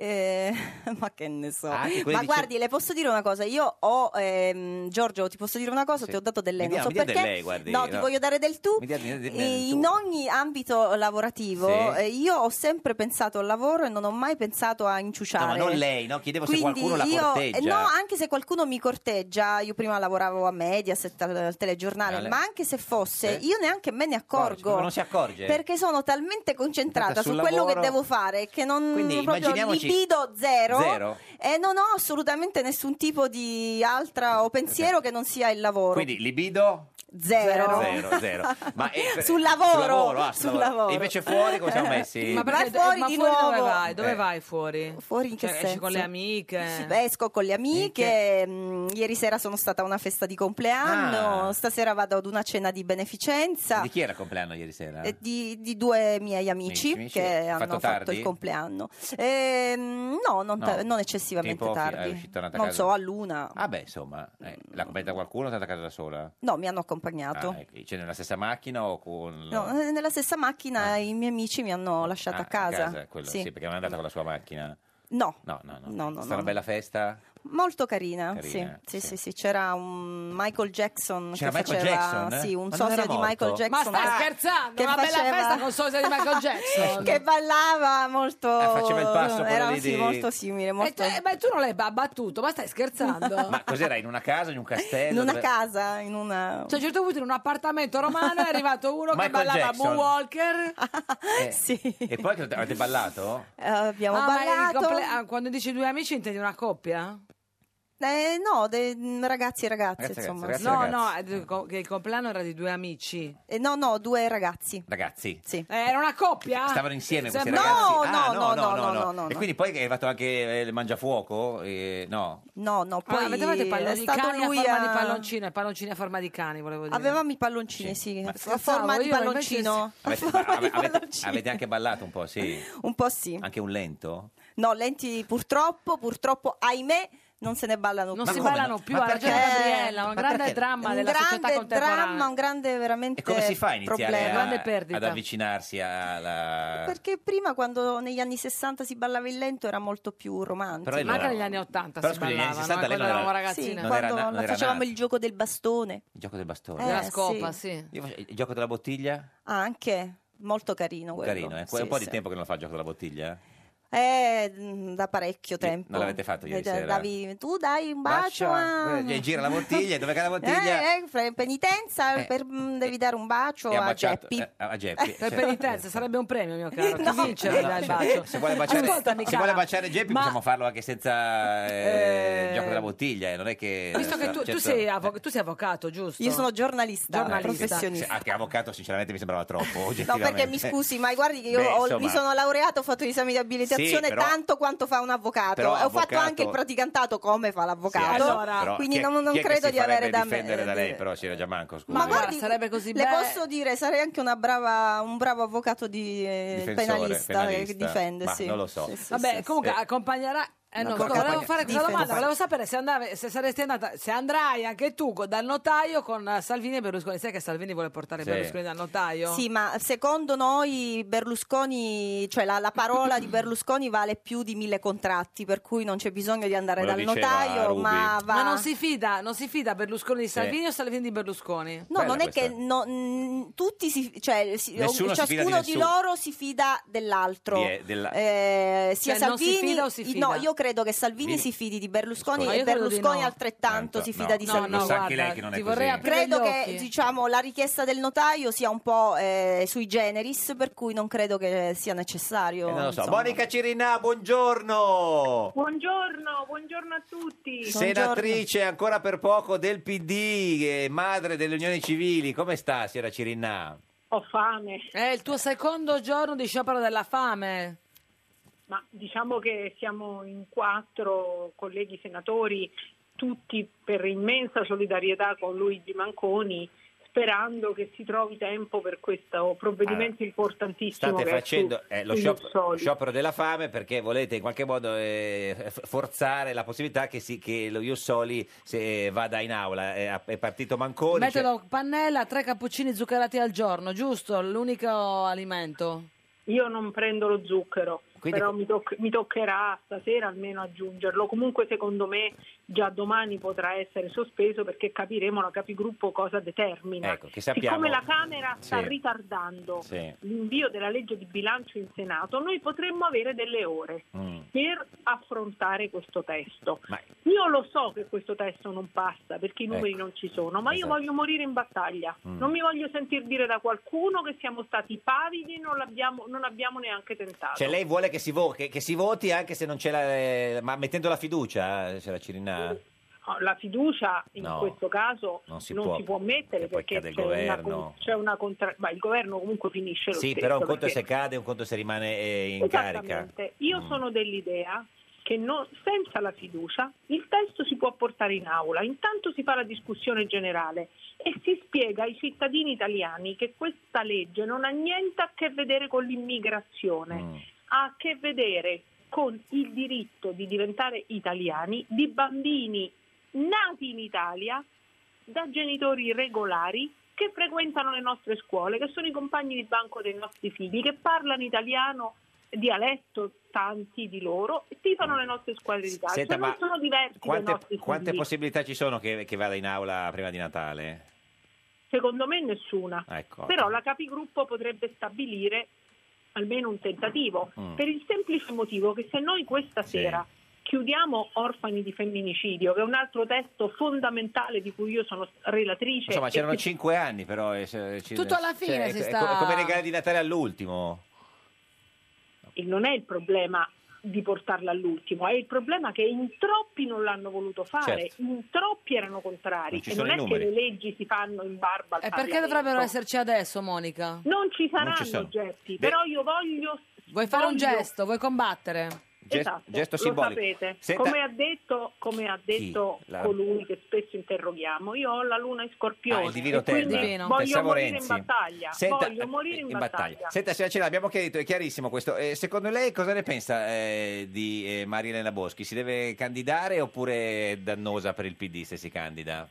Speaker 11: Eh, ma che ne so.
Speaker 1: Ah, anche quelli
Speaker 11: ma
Speaker 1: di
Speaker 11: guardi, le posso dire una cosa? Io ho, ehm, Giorgio, ti posso dire una cosa?
Speaker 1: Sì.
Speaker 11: Ti ho dato del lei,
Speaker 1: Mi dia-
Speaker 11: non so
Speaker 1: mi dia del
Speaker 11: perché.
Speaker 1: lei, guardi,
Speaker 11: no, ti
Speaker 1: no.
Speaker 11: voglio dare del tu.
Speaker 1: Mi dia- mi dia- mi dia del
Speaker 11: Eh, in
Speaker 1: tu.
Speaker 11: ogni ambito lavorativo,
Speaker 1: Sì.
Speaker 11: eh, io ho sempre pensato al lavoro e non ho mai pensato a inciuciare.
Speaker 1: No, ma non lei, no? Chiedevo se
Speaker 11: Quindi
Speaker 1: qualcuno la
Speaker 11: io-
Speaker 1: corteggia.
Speaker 11: eh, No, anche se qualcuno mi corteggia, io prima lavoravo a Mediaset, al, al telegiornale,
Speaker 1: Ale.
Speaker 11: ma anche se fosse,
Speaker 1: Sì.
Speaker 11: io neanche me ne accorgo.
Speaker 1: Come non si accorge?
Speaker 11: Perché sono talmente concentrata su
Speaker 1: sul
Speaker 11: quello che
Speaker 1: lavoro.
Speaker 11: devo fare che non
Speaker 1: Quindi
Speaker 11: proprio
Speaker 1: immaginiamoci-
Speaker 11: libido zero,
Speaker 1: Zero.
Speaker 11: e non ho assolutamente nessun tipo di altra o pensiero che non sia il lavoro.
Speaker 1: Quindi libido?
Speaker 11: Zero.
Speaker 1: Zero, zero. Ma eh, è per-
Speaker 11: Sul lavoro,
Speaker 1: ah,
Speaker 11: sul lavoro.
Speaker 1: E invece fuori come siamo messi?
Speaker 11: Ma
Speaker 2: Perché
Speaker 11: Vai fuori
Speaker 2: ma
Speaker 11: di
Speaker 2: fuori dove
Speaker 11: nuovo.
Speaker 2: vai? Dove
Speaker 1: Eh.
Speaker 2: vai fuori?
Speaker 11: Fuori in che
Speaker 2: Cioè, esci
Speaker 11: senso?
Speaker 2: con le amiche.
Speaker 11: Sì, beh, esco con le amiche. mm, Ieri sera sono stata a una festa di compleanno.
Speaker 1: Ah.
Speaker 11: Stasera vado ad una cena di beneficenza.
Speaker 1: Di chi era il compleanno ieri sera?
Speaker 11: eh, Di, di due miei amici,
Speaker 1: Amici, amici.
Speaker 11: che
Speaker 1: Fatto
Speaker 11: hanno fatto
Speaker 1: tardi?
Speaker 11: il compleanno. Ehm, no, non, ta-
Speaker 1: No.
Speaker 11: non eccessivamente
Speaker 1: Tipo, fi- è
Speaker 11: tardi.
Speaker 1: uscita una
Speaker 11: Non
Speaker 1: casa-
Speaker 11: so, a luna.
Speaker 1: Ah beh, insomma, eh, l'ha completa qualcuno o è andata a casa da sola?
Speaker 11: No, mi hanno accompagnato.
Speaker 1: Ah, ecco. Cioè nella stessa macchina o con...
Speaker 11: Esatto. No, eh, nella stessa macchina i miei amici mi hanno lasciata
Speaker 1: Ah,
Speaker 11: a casa.
Speaker 1: quello,
Speaker 11: Sì.
Speaker 1: sì. perché non è andata con la sua macchina.
Speaker 11: No,
Speaker 1: No, no, no.
Speaker 11: No, no,
Speaker 1: È stata
Speaker 11: no,
Speaker 1: una
Speaker 11: no.
Speaker 1: bella festa?
Speaker 11: molto carina.
Speaker 1: Carina,
Speaker 11: sì, sì, sì, sì. C'era un Michael Jackson
Speaker 1: C'era
Speaker 11: che
Speaker 1: Michael
Speaker 11: faceva
Speaker 1: Jackson, eh?
Speaker 11: sì, un
Speaker 1: Ma non
Speaker 11: sosia
Speaker 1: era
Speaker 11: di
Speaker 1: morto?
Speaker 11: Michael Jackson.
Speaker 2: Ma stai
Speaker 11: Ah,
Speaker 2: scherzando?
Speaker 11: che
Speaker 2: Una bella
Speaker 11: faceva-
Speaker 2: festa con sosia di Michael Jackson.
Speaker 11: che ballava molto
Speaker 1: Eh, faceva il passo quello
Speaker 11: Oh, era
Speaker 1: lì
Speaker 11: sì,
Speaker 1: di-
Speaker 11: molto simile, molto
Speaker 2: E tu, eh, ma tu non l'hai abbattuto, ma stai scherzando?
Speaker 1: Ma cos'era? In una casa, in un castello?
Speaker 11: in una
Speaker 1: Dove-
Speaker 11: casa, in una
Speaker 2: Cioè, a un certo punto in un appartamento romano è arrivato uno che
Speaker 1: Michael
Speaker 2: ballava
Speaker 1: Jackson.
Speaker 2: Moonwalker.
Speaker 1: Eh, E poi che- avete ballato?
Speaker 11: Eh, abbiamo
Speaker 2: Ah, ma il
Speaker 11: ballato.
Speaker 2: comple- ah, quando dici due amici intendi una coppia?
Speaker 11: Eh, no, de- ragazzi e ragazze,
Speaker 1: Ragazzi,
Speaker 11: insomma.
Speaker 1: ragazzi,
Speaker 2: no,
Speaker 1: ragazzi.
Speaker 2: no, eh, dico che il compleanno era di due amici.
Speaker 11: Eh, no, no, due ragazzi.
Speaker 1: Ragazzi.
Speaker 11: Sì.
Speaker 2: Eh, era una coppia? Eh,
Speaker 1: Stavano insieme questi
Speaker 2: Sembra-
Speaker 1: ragazzi?
Speaker 11: Ah, No,
Speaker 1: Ah,
Speaker 11: no, no, no, no, no,
Speaker 1: E
Speaker 11: no.
Speaker 1: quindi poi che hai fatto anche eh, il mangiafuoco? Eh, no.
Speaker 11: No, no,
Speaker 2: Ah,
Speaker 11: poi
Speaker 2: avete fatto i
Speaker 11: è
Speaker 2: palloni- i
Speaker 11: stato
Speaker 2: cani
Speaker 11: lui
Speaker 2: a forma
Speaker 11: a-
Speaker 2: di palloncino e palloncini a forma di cani, volevo dire.
Speaker 11: Avevamo i palloncini, sì, a
Speaker 2: scherzavo,
Speaker 11: forma di
Speaker 2: io invece
Speaker 11: palloncino.
Speaker 1: Avete, ave- avete- avete anche ballato un po', sì.
Speaker 11: Un po' sì.
Speaker 1: Anche un lento?
Speaker 11: No, lenti purtroppo, purtroppo, ahimè, non se ne ballano
Speaker 2: Non
Speaker 11: più.
Speaker 2: si ballano più,
Speaker 1: Ma
Speaker 2: ha ragione
Speaker 11: perché?
Speaker 2: Gabriella, un
Speaker 11: Ma
Speaker 2: grande
Speaker 1: perché?
Speaker 2: dramma
Speaker 11: un
Speaker 2: della società
Speaker 11: grande
Speaker 2: contemporanea.
Speaker 11: dramma, un grande veramente
Speaker 1: E come si fa a iniziare
Speaker 11: Eh, problema.
Speaker 1: a- ad avvicinarsi alla...
Speaker 11: Perché prima quando negli anni 60 si ballava il lento era molto più romantico.
Speaker 1: Però lei non Manca era- negli
Speaker 2: anni 80
Speaker 1: Però si scusi, negli anni ballava, 60
Speaker 2: eh,
Speaker 1: no? lei Quando non era- eravamo
Speaker 11: Sì,
Speaker 1: ragazzine. non era
Speaker 11: quando
Speaker 1: na- non era
Speaker 11: facevamo
Speaker 1: nata.
Speaker 11: il gioco del bastone.
Speaker 1: Il gioco del bastone.
Speaker 11: Eh, Della scopa, sì. sì.
Speaker 1: Io facevo- il gioco della bottiglia?
Speaker 11: Ah, anche molto carino quello.
Speaker 1: Carino, eh? È
Speaker 11: Sì,
Speaker 1: un po'
Speaker 11: sì.
Speaker 1: di tempo che non fa il gioco della bottiglia?
Speaker 11: Eh, mh, da parecchio tempo.
Speaker 1: non l'avete fatto ieri
Speaker 11: Eh, da-
Speaker 1: sera?
Speaker 11: davi- tu dai un bacio, a...
Speaker 1: Eh, gira la bottiglia, dove cade la bottiglia?
Speaker 11: Eh, eh, fra- penitenza,
Speaker 1: Eh.
Speaker 11: per- mh, devi dare un bacio
Speaker 1: E ha
Speaker 11: a
Speaker 1: baciato-
Speaker 11: Geppi.
Speaker 1: eh, a Geppi,
Speaker 2: Per
Speaker 1: certo.
Speaker 2: penitenza sarebbe un premio, mio caro. Chi
Speaker 11: No. eh,
Speaker 2: vince
Speaker 1: No,
Speaker 2: gli
Speaker 1: no,
Speaker 2: dà il
Speaker 1: se-
Speaker 2: bacio?
Speaker 1: Se vuole baciare,
Speaker 2: Ascoltami,
Speaker 1: se
Speaker 2: cara,
Speaker 1: vuole baciare Geppi,
Speaker 2: ma-
Speaker 1: possiamo farlo anche senza eh,
Speaker 2: Eh,
Speaker 1: il gioco della bottiglia. eh, Non è che.
Speaker 2: Visto che tu, tu
Speaker 1: certo-
Speaker 2: sei avvo- tu sei avvocato, giusto?
Speaker 11: Io sono giornalista,
Speaker 2: Giornalista.
Speaker 11: professionista.
Speaker 1: Se- Anche avvocato, sinceramente, mi sembrava troppo.
Speaker 11: No, perché mi
Speaker 1: oggettivamente.
Speaker 11: scusi, ma guardi che io
Speaker 1: Eh, Beh,
Speaker 11: ho- mi
Speaker 1: insomma,
Speaker 11: sono laureato, ho fatto gli esami di abilitazione
Speaker 1: Sì, però-
Speaker 11: tanto quanto fa un avvocato
Speaker 1: però
Speaker 11: e ho fatto
Speaker 1: avvocato-
Speaker 11: anche il praticantato come fa
Speaker 1: sì,
Speaker 11: l'avvocato,
Speaker 1: però
Speaker 11: quindi
Speaker 1: chi è-
Speaker 11: non, non
Speaker 1: chi è che
Speaker 11: credo
Speaker 1: si
Speaker 11: di avere
Speaker 1: farebbe
Speaker 11: da me.
Speaker 1: difendere da lei, però c'era già manco. Scusi.
Speaker 11: Ma guarda,
Speaker 2: sarebbe così
Speaker 11: Le
Speaker 2: bello.
Speaker 11: posso dire, sarei anche una brava, un bravo avvocato di eh,
Speaker 1: Difensore,
Speaker 11: penalista, eh, che
Speaker 1: penalista.
Speaker 11: difende.
Speaker 1: Ma
Speaker 11: sì.
Speaker 1: non lo so.
Speaker 11: Sì, sì,
Speaker 2: Vabbè,
Speaker 11: sì,
Speaker 2: comunque
Speaker 11: sì.
Speaker 2: accompagnerà. Eh
Speaker 11: No,
Speaker 2: no,
Speaker 11: co-
Speaker 2: scusa, volevo
Speaker 11: accompagna-
Speaker 2: fare questa
Speaker 11: difende.
Speaker 2: domanda, volevo sapere se, andavi- se saresti andata, se andrai anche tu co- dal notaio con eh, Salvini e Berlusconi. Sai che Salvini vuole portare
Speaker 11: Sì.
Speaker 2: Berlusconi dal notaio?
Speaker 11: Sì, ma secondo noi Berlusconi, cioè la, la parola di Berlusconi vale più di mille contratti, per cui non c'è bisogno di andare
Speaker 1: Me lo
Speaker 11: dal
Speaker 1: diceva
Speaker 11: notaio,
Speaker 1: Rubi.
Speaker 11: ma va.
Speaker 2: Ma non si fida, non si fida Berlusconi di Salvini o Salvini di Berlusconi?
Speaker 11: No, non è che no, mh, tutti si, cioè, si-
Speaker 1: Nessuno si fida di
Speaker 11: ciascuno di,
Speaker 1: nessuno.
Speaker 11: loro si fida dell'altro.
Speaker 1: Di- della-
Speaker 11: Eh, sia
Speaker 2: Cioè, non si
Speaker 11: Salvini,
Speaker 2: fida o si fida?
Speaker 11: no, io credo che Salvini
Speaker 1: Vini-
Speaker 11: si fidi di Berlusconi
Speaker 2: Ma
Speaker 11: e
Speaker 2: io credo di
Speaker 11: Berlusconi
Speaker 2: no.
Speaker 11: altrettanto si fida di
Speaker 1: no,
Speaker 11: Salvini.
Speaker 1: Lo sa anche lei che non è
Speaker 2: ti
Speaker 1: così.
Speaker 2: vorrei aprire
Speaker 11: Credo
Speaker 2: gli
Speaker 11: che
Speaker 2: occhi.
Speaker 11: diciamo, la richiesta del notaio sia un po' eh, sui generis, per cui non credo che sia necessario.
Speaker 1: Eh, non lo so.
Speaker 11: insomma.
Speaker 1: Monica Cirinà, buongiorno.
Speaker 24: Buongiorno, buongiorno a tutti.
Speaker 1: Senatrice ancora per poco del PD, eh, madre delle unioni civili, come sta signora Cirinà?
Speaker 24: Ho fame.
Speaker 2: È il tuo secondo giorno di sciopero della fame.
Speaker 24: Ma diciamo che siamo in quattro colleghi senatori, tutti per immensa solidarietà con Luigi Manconi, sperando che si trovi tempo per questo provvedimento importantissimo.
Speaker 1: Ah, State
Speaker 24: che è
Speaker 1: facendo
Speaker 24: su-
Speaker 1: eh, lo
Speaker 24: sugli
Speaker 1: sciop-
Speaker 24: ussoli.
Speaker 1: sciopero della fame perché volete in qualche modo eh, f- forzare la possibilità che, si, che lo Iussoli se- eh, vada in aula. È, è partito Manconi. cioè, c'è-
Speaker 2: Mettono pannella, tre cappuccini zuccherati al giorno, giusto? L'unico alimento.
Speaker 24: Io non prendo lo zucchero,
Speaker 2: Quindi-
Speaker 24: però mi, toc- mi toccherà stasera almeno aggiungerlo. Comunque secondo me già domani potrà essere sospeso perché capiremo la capigruppo cosa determina.
Speaker 1: Ecco, che sappiamo-
Speaker 24: Siccome la Camera sta
Speaker 1: Sì.
Speaker 24: ritardando
Speaker 1: Sì.
Speaker 24: l'invio della legge di bilancio in Senato, noi potremmo avere delle ore
Speaker 1: Mm.
Speaker 24: per affrontare questo testo.
Speaker 1: Ma-
Speaker 24: Io lo so che questo testo non passa perché i numeri
Speaker 1: Ecco.
Speaker 24: non ci sono, ma io
Speaker 1: Esatto.
Speaker 24: voglio morire in battaglia.
Speaker 1: Mm.
Speaker 24: Non mi voglio sentir dire da qualcuno che siamo stati pavidi e non, l'abbiamo- non abbiamo neanche tentato.
Speaker 1: Cioè lei vuole che si, vo- che- che si voti anche se non c'è la... eh, ma mettendo la fiducia, eh, signora Cirinà?
Speaker 24: Ah, la fiducia in
Speaker 1: No,
Speaker 24: questo caso
Speaker 1: non
Speaker 24: non
Speaker 1: si
Speaker 24: si,
Speaker 1: può,
Speaker 24: può mettere
Speaker 1: poi
Speaker 24: perché
Speaker 1: cade il
Speaker 24: c'è una,
Speaker 1: governo.
Speaker 24: con- c'è una contra- ma il governo comunque finisce lo
Speaker 1: Sì,
Speaker 24: stesso.
Speaker 1: però un conto è
Speaker 24: perché-
Speaker 1: se cade, un conto è se rimane eh, in carica.
Speaker 24: Esattamente. Io sono dell'idea che non- senza la fiducia il testo si può portare in aula, intanto si fa la discussione generale e si spiega ai cittadini italiani che questa legge non ha niente a che vedere con l'immigrazione, ha a che vedere con il diritto di diventare italiani di bambini nati in Italia da genitori regolari che frequentano le nostre scuole, che sono i compagni di banco dei nostri figli, che parlano italiano, dialetto tanti di loro, e tifano le nostre squadre di calcio,
Speaker 1: Senta,
Speaker 24: non
Speaker 1: ma
Speaker 24: sono diversi dai
Speaker 1: Quante,
Speaker 24: nostri figli.
Speaker 1: quante possibilità ci sono che, che vada in aula prima di Natale?
Speaker 24: Secondo me nessuna.
Speaker 1: Ecco.
Speaker 24: Però la capigruppo potrebbe stabilire almeno un tentativo,
Speaker 1: Mm.
Speaker 24: per il semplice motivo che se noi questa sera chiudiamo Orfani di femminicidio, che è un altro testo fondamentale di cui io sono relatrice,
Speaker 1: Insomma,
Speaker 24: e
Speaker 1: c'erano
Speaker 24: che-
Speaker 1: cinque anni però. eh, se- ci-
Speaker 24: Tutto alla fine
Speaker 1: è-
Speaker 24: si
Speaker 1: è
Speaker 24: sta-
Speaker 1: co- È come regali di Natale all'ultimo.
Speaker 24: e non è il problema di portarla all'ultimo, è il problema che in troppi non l'hanno voluto fare,
Speaker 1: Certo.
Speaker 24: in troppi erano contrari
Speaker 1: Non ci
Speaker 24: e
Speaker 1: sono
Speaker 24: non è
Speaker 1: i numeri.
Speaker 24: che le leggi si fanno in barba al
Speaker 3: Ah,
Speaker 2: E perché
Speaker 24: Parlamento.
Speaker 2: dovrebbero esserci adesso, Monica?
Speaker 24: Non ci
Speaker 1: Non
Speaker 24: saranno
Speaker 1: ci sono.
Speaker 24: oggetti,
Speaker 1: Beh-
Speaker 24: però io voglio
Speaker 2: Vuoi fare un
Speaker 24: voglio-
Speaker 2: gesto? Vuoi combattere?
Speaker 1: Ges-
Speaker 24: Esatto,
Speaker 1: gesto
Speaker 24: lo
Speaker 1: simbolico.
Speaker 24: sapete.
Speaker 1: Senta-
Speaker 24: Come ha detto, come ha detto
Speaker 1: La-
Speaker 24: colui che spesso interroghiamo, io ho la luna in scorpione.
Speaker 1: Ah, il divino
Speaker 24: e quindi
Speaker 1: Terra. Divino.
Speaker 24: Voglio
Speaker 1: Pensavo
Speaker 24: morire
Speaker 1: Renzi.
Speaker 24: in battaglia.
Speaker 1: Senta- eh,
Speaker 24: voglio morire in,
Speaker 1: in battaglia. Senta, signora Cela, abbiamo chiarito, è chiarissimo questo. Eh, secondo lei cosa ne pensa eh, di eh, Maria Elena Boschi? Si deve candidare oppure è dannosa per il PD se si candida?